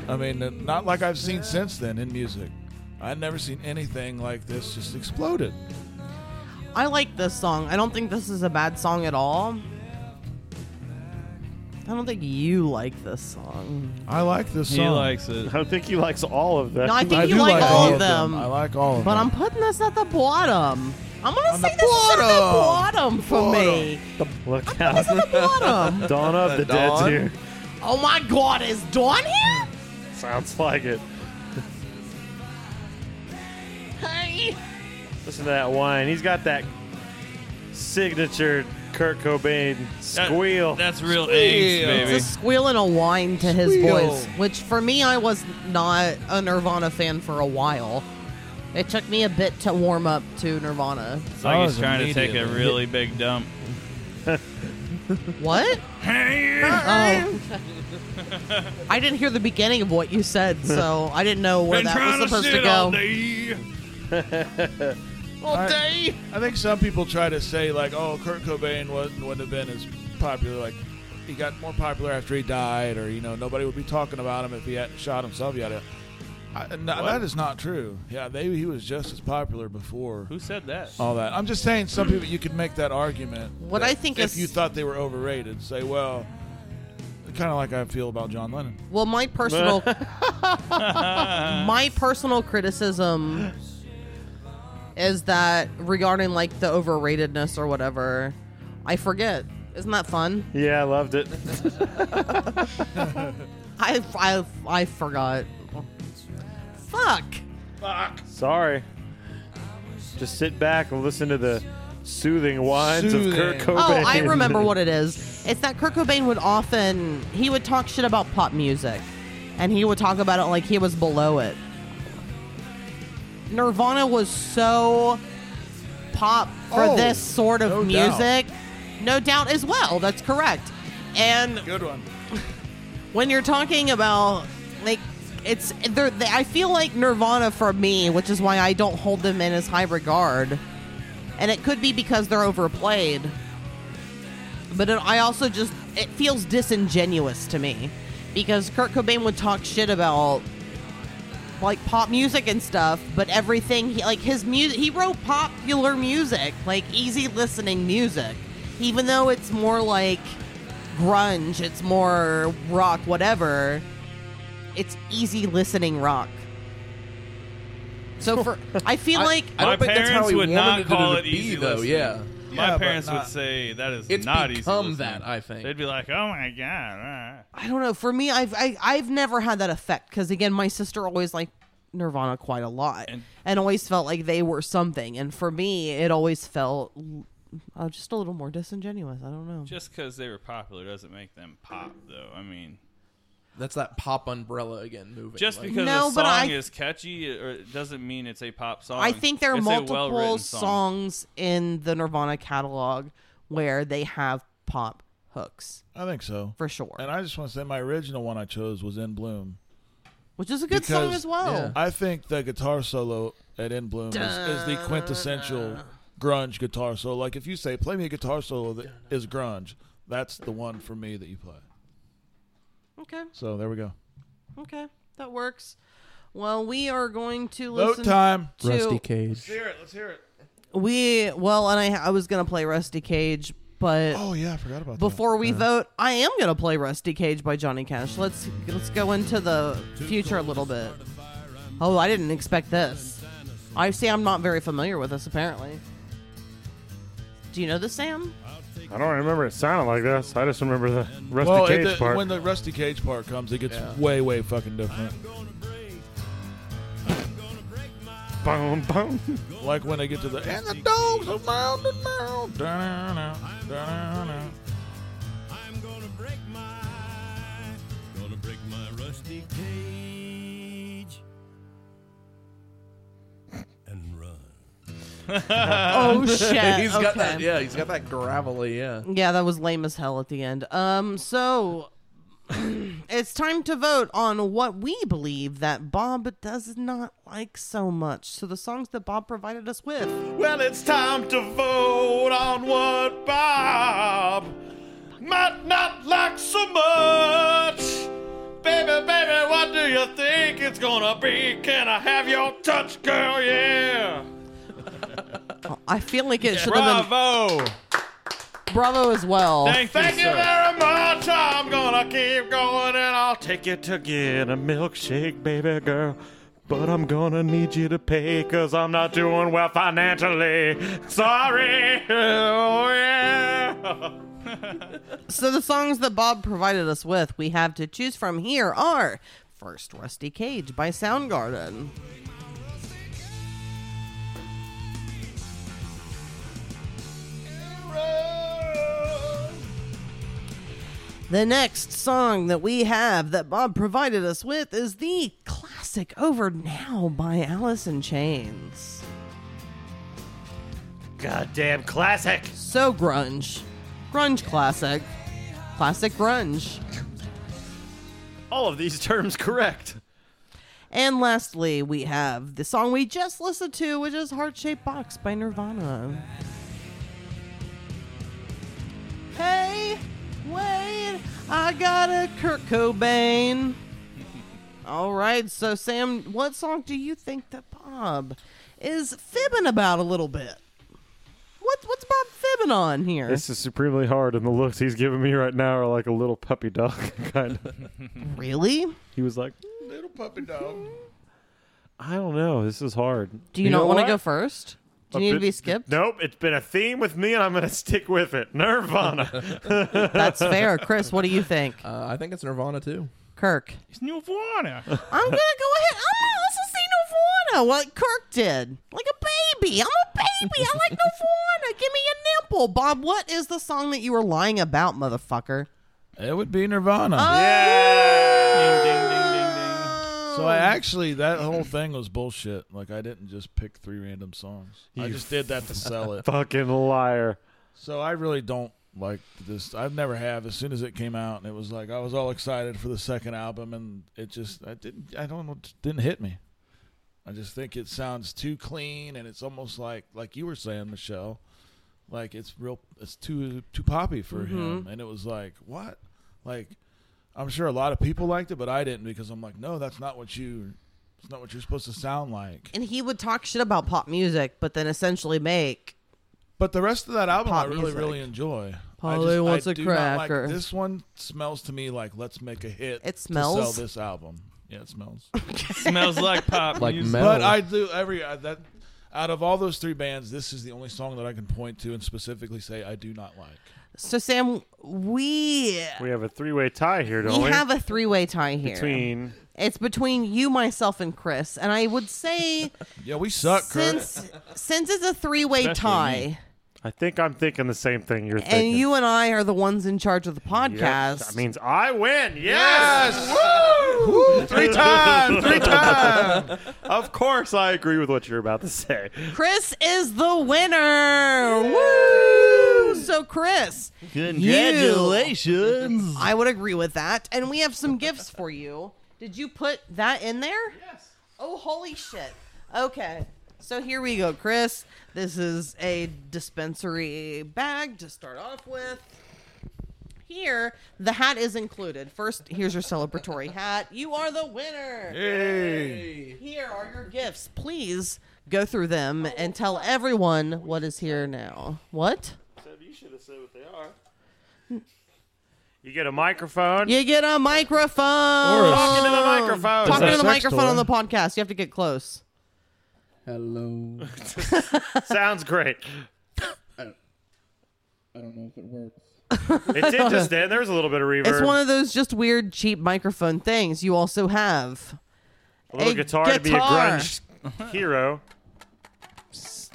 I mean, uh, not like I've seen since then in music. I've never seen anything like this. Just exploded.
I like this song. I don't think this is a bad song at all. I don't think you like this song.
I like this
He
song.
likes it.
I don't think he likes all of that.
No, I think
I
you
do
like, all, of them.
I like all of
but I'm
them.
putting this at the bottom. I'm gonna
On
say
the
this is at the
bottom.
bottom for me.
Look
This is
out.
at the bottom.
Dawn of the Dead's
Dawn?
here.
oh my god, is Dawn here?
Sounds like it.
Hey.
Listen to that whine. He's got that signature Kurt Cobain squeal.
That's real angst, baby.
It's a squeal and a whine to his voice, which for me, I was not a Nirvana fan for a while. It took me a bit to warm up to Nirvana.
It's like
I
he's
was
trying to take a
immediately
really big dump.
What? oh. I didn't hear the beginning of what you said, so I didn't know where that was supposed to, go.
I- I, think some people try to say like, "Oh, Kurt Cobain wouldn't, wouldn't have been as popular. Like, he got more popular after he died, or you know, nobody would be talking about him if he hadn't shot himself." Yada. I, no, that is not true. Yeah, they, he was just as popular before
Who said that?
all that. I'm just saying, some people you could make that argument.
What
that
I think
if
is-
you thought they were overrated, say, "Well, kind of like I feel about John Lennon."
Well, my personal my personal criticism is that regarding like the overratedness or whatever, I forget. Isn't that fun?
yeah, I loved it.
I I I forgot. Fuck.
Sorry. Just sit back and listen to the soothing whines of Kurt
Soothing.
Cobain.
Oh, I remember what it is. It's that Kurt Cobain would often he would talk shit about pop music, and he would talk about it like he was below it. Nirvana was so pop for
Oh,
this sort of
no
music, no doubt as well. That's correct. And
Good one.
when you're talking about like it's they're, they, I feel like Nirvana for me, which is why I don't hold them in as high regard, and it could be because they're overplayed. But it, I also just it feels disingenuous to me because Kurt Cobain would talk shit about like pop music and stuff, but everything he like his music he wrote popular music, like easy listening music, even though it's more like grunge, it's more rock, whatever. It's easy listening rock. So for I feel
I-
like
I
My
don't think that's how
parents
he
would
wanted
not
it
call
to
it
be,
easy
though.
listening.
Yeah,
My
Yeah, but
parents would
not-
say that is
it's
not easy.
become
listening.
that. I think.
They'd be like, "Oh my god!" ah."
I don't know. For me, I've I, I've never had that effect because again, my sister always liked Nirvana quite a lot, and,
And-
always felt like they were something. And for me, it always felt uh, just a little more disingenuous. I don't know.
Just because they were popular doesn't make them pop, though. I mean,
That's that pop umbrella again moving.
just
like-
because
No,
a
but I-
song is catchy, it- or it doesn't mean it's a pop song.
I think there are
It's a
multiple
well-written song.
songs in the Nirvana catalog where they have pop hooks
I think so.
for sure,
And I just want to say, my original one I chose was "In Bloom."
which is a good song
because-
as well.
yeah.
I think the guitar solo at In Bloom is, is the quintessential grunge guitar solo. Like if you say, "Play me a guitar solo that is grunge," that's the one for me that you play.
Okay,
So there we go.
okay, that works. Well, we are going to
Vote
listen
time.
to
Cage.
We well, and I I was gonna play Rusty Cage, but
Oh yeah, I forgot about
before we vote, I am gonna play Rusty Cage by Johnny Cash. Let's let's go into the future a little bit. Oh, I didn't expect this. I see. I'm not very familiar with this. Apparently, do you know this, Sam?
I don't remember it sounding like this. I just remember the
that.
Rusty
Well,
Cage
it- the-
part.
when the Rusty Cage part comes, it gets
Yeah.
way, way fucking different.
boom, boom.
Like when they get to the and the dogs around the mound. Da-na-na, da-na-na.
Oh shit!
He's got that.
Okay.
Yeah, he's got that gravelly. Yeah.
Yeah, that was lame as hell at the end. Um, so it's time to vote on what we believe that Bob does not like so much. So the songs that Bob provided us with.
Well, it's time to vote on what Bob might not like so much. Baby, baby, what do you think it's gonna be? Can I have your touch, girl? Yeah.
I feel like it should have been
Bravo!
Bravo as well.
Thank, you, sir.
very much. I'm gonna keep going, and I'll take you to get a milkshake, baby girl. But I'm gonna need you to pay, cause I'm not doing well financially. Sorry. Oh, yeah.
So the songs that Bob provided us with, we have to choose from here are First Rusty Cage by Soundgarden. The next song that we have that Bob provided us with is the classic Over Now by Alice in Chains.
Goddamn classic.
So grunge. Grunge classic. Classic grunge.
All of these terms correct.
And lastly, we have the song we just listened to, which is Heart Shaped Box by Nirvana. Hey, wait, I got a Kurt Cobain. All right, so Sam, what song do you think that Bob is fibbing about a little bit? What, what's Bob fibbing on here?
This is supremely hard, and the looks he's giving me right now are like a little puppy dog, kind of.
really?
He was like,
Little puppy dog.
I don't know. This is hard.
Do you, not want to
what?
go first? Do you need to be skipped?
Nope. It's been a theme with me, and I'm going to stick with it. Nirvana.
That's fair. Chris, what do you think?
Uh, I think it's Nirvana too.
Kirk.
It's Nirvana.
I'm gonna go ahead. Oh, I'm gonna listen to Nirvana, what Kirk did, like a baby. I'm a baby. I like Nirvana. Give me a nipple, Bob. What is the song that you were lying about, motherfucker?
It would be Nirvana.
Oh. ding, ding, ding, ding, ding.
So I actually that whole thing was bullshit. Like I didn't just pick three random songs. I
You
just did that to sell it.
Fucking liar.
So I really don't like this. I've never have. As soon as it came out, and it was like I was all excited for the second album, and it just I didn't. I don't know. it Didn't hit me. I just think it sounds too clean, and it's almost like like you were saying, Michelle. Like it's real. It's too too poppy for him, and it was like what? Like I'm sure a lot of people liked it, but I didn't because I'm like, no, that's not what you. It's not what you're supposed to sound like.
And he would talk shit about pop music, but then essentially make
But the rest of that album,
Pop
I really,
music.
really enjoy. I
Polly
just,
wants
I
a
do not like-
cracker.
this one smells to me like let's make a hit.
It
To
smells?
sell this album. Yeah, it smells.
Smells like pop
Like
music.
metal.
Oh.
but I do every uh, that. Out of all those three bands, this is the only song that I can point to and specifically say I do not like.
so. Sam, we
We have a three way tie here, don't we?
we have a three way tie here.
Between.
It's between you, myself, and Chris. And I would say
Yeah, we suck, Kurt.
since since it's a three way tie.
I think I'm thinking the same thing you're
and
thinking.
you and I are the ones in charge of the
Yep.
podcast.
That means I win. Yes.
Yes, Woo! three times, three times.
Of course, I agree with what you're about to say.
Chris is the winner. Woo! So Chris,
Congratulations.
I would agree with that, and we have some gifts for you. Did you put that in there? Yes. Oh, holy shit! Okay, so here we go, Chris. This is a dispensary bag to start off with. Here, the hat is included. First, here's your celebratory hat. You are the winner. Here are your gifts. Please go through them
Oh,
and tell everyone what is here now. What?
You should have said what they are. You get a microphone.
You get a microphone.
Or a-
Talking to the microphone.
Talking to the
sex
microphone
toy?
on the podcast. You have to get close.
Hello.
Sounds great.
I don't know if it works.
It did just then. There was a little bit of reverb.
It's one of those just weird cheap microphone things. You also have
a little
a
guitar, to be a
guitar.
grunge hero. S-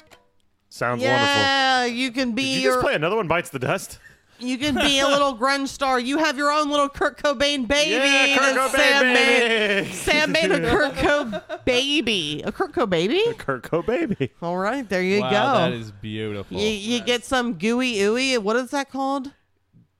Sounds wonderful.
yeah, you can
Did
be
you
your
just play another one? Bites the dust.
you can be a little grunge star. You have your own little Kurt Cobain baby.
yeah, Kurt
that
Cobain,
Sam made.
baby.
Sam made a Kurt Cobain baby. A Kurt Cobain baby.
Kurt Cobain.
All right, there you
wow,
go.
that is beautiful.
You, you get some gooey ooey. What is that called?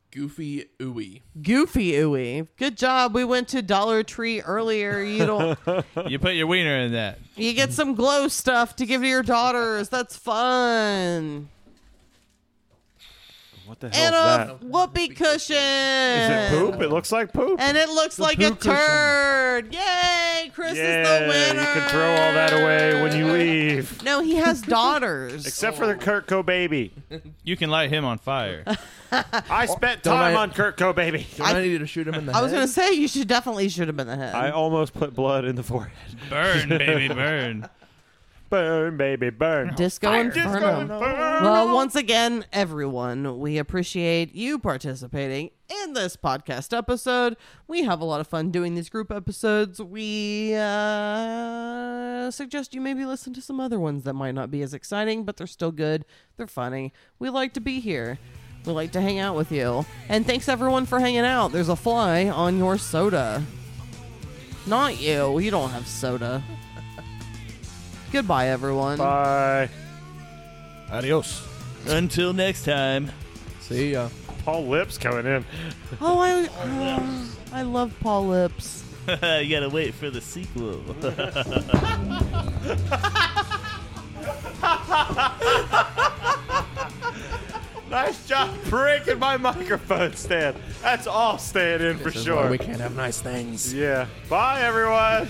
Goofy ooey.
Goofy ooey. Good job. We went to Dollar Tree earlier. You don't.
You put your wiener in that.
you get some glow stuff to give to your daughters. That's fun.
What the
And
hell
a whoopee cushion.
is that? Is it poop? It looks like poop.
And it looks like a turd. Yay! Chris is the winner.
you can throw all that away when you leave.
No, he has daughters.
Except for the
Oh.
Kurt Cobain.
You can light him on fire.
Oh, I spent
Don't
time
I-
on Kurt Cobain.
I, need you to shoot him in the
I was
head?
gonna say you should definitely shoot him in the head.
I almost put blood in the forehead.
burn, baby, burn.
Burn, baby, burn.
Disco Inferno. Well, once again, everyone, we appreciate you participating in this podcast episode. We have a lot of fun doing these group episodes. We uh, suggest you maybe listen to some other ones that might not be as exciting, but they're still good. They're funny. We like to be here. We like to hang out with you. And thanks everyone for hanging out. There's a fly on your soda. Not you. You don't have soda. Goodbye, everyone.
Bye.
Adios.
Until next time.
See ya.
Paul Lips coming in.
Oh, I, uh, I love Paul Lips.
you gotta wait for the sequel.
Nice job breaking my microphone stand. That's all staying in for
This is
sure.
why we can't have nice things.
Yeah. Bye, everyone.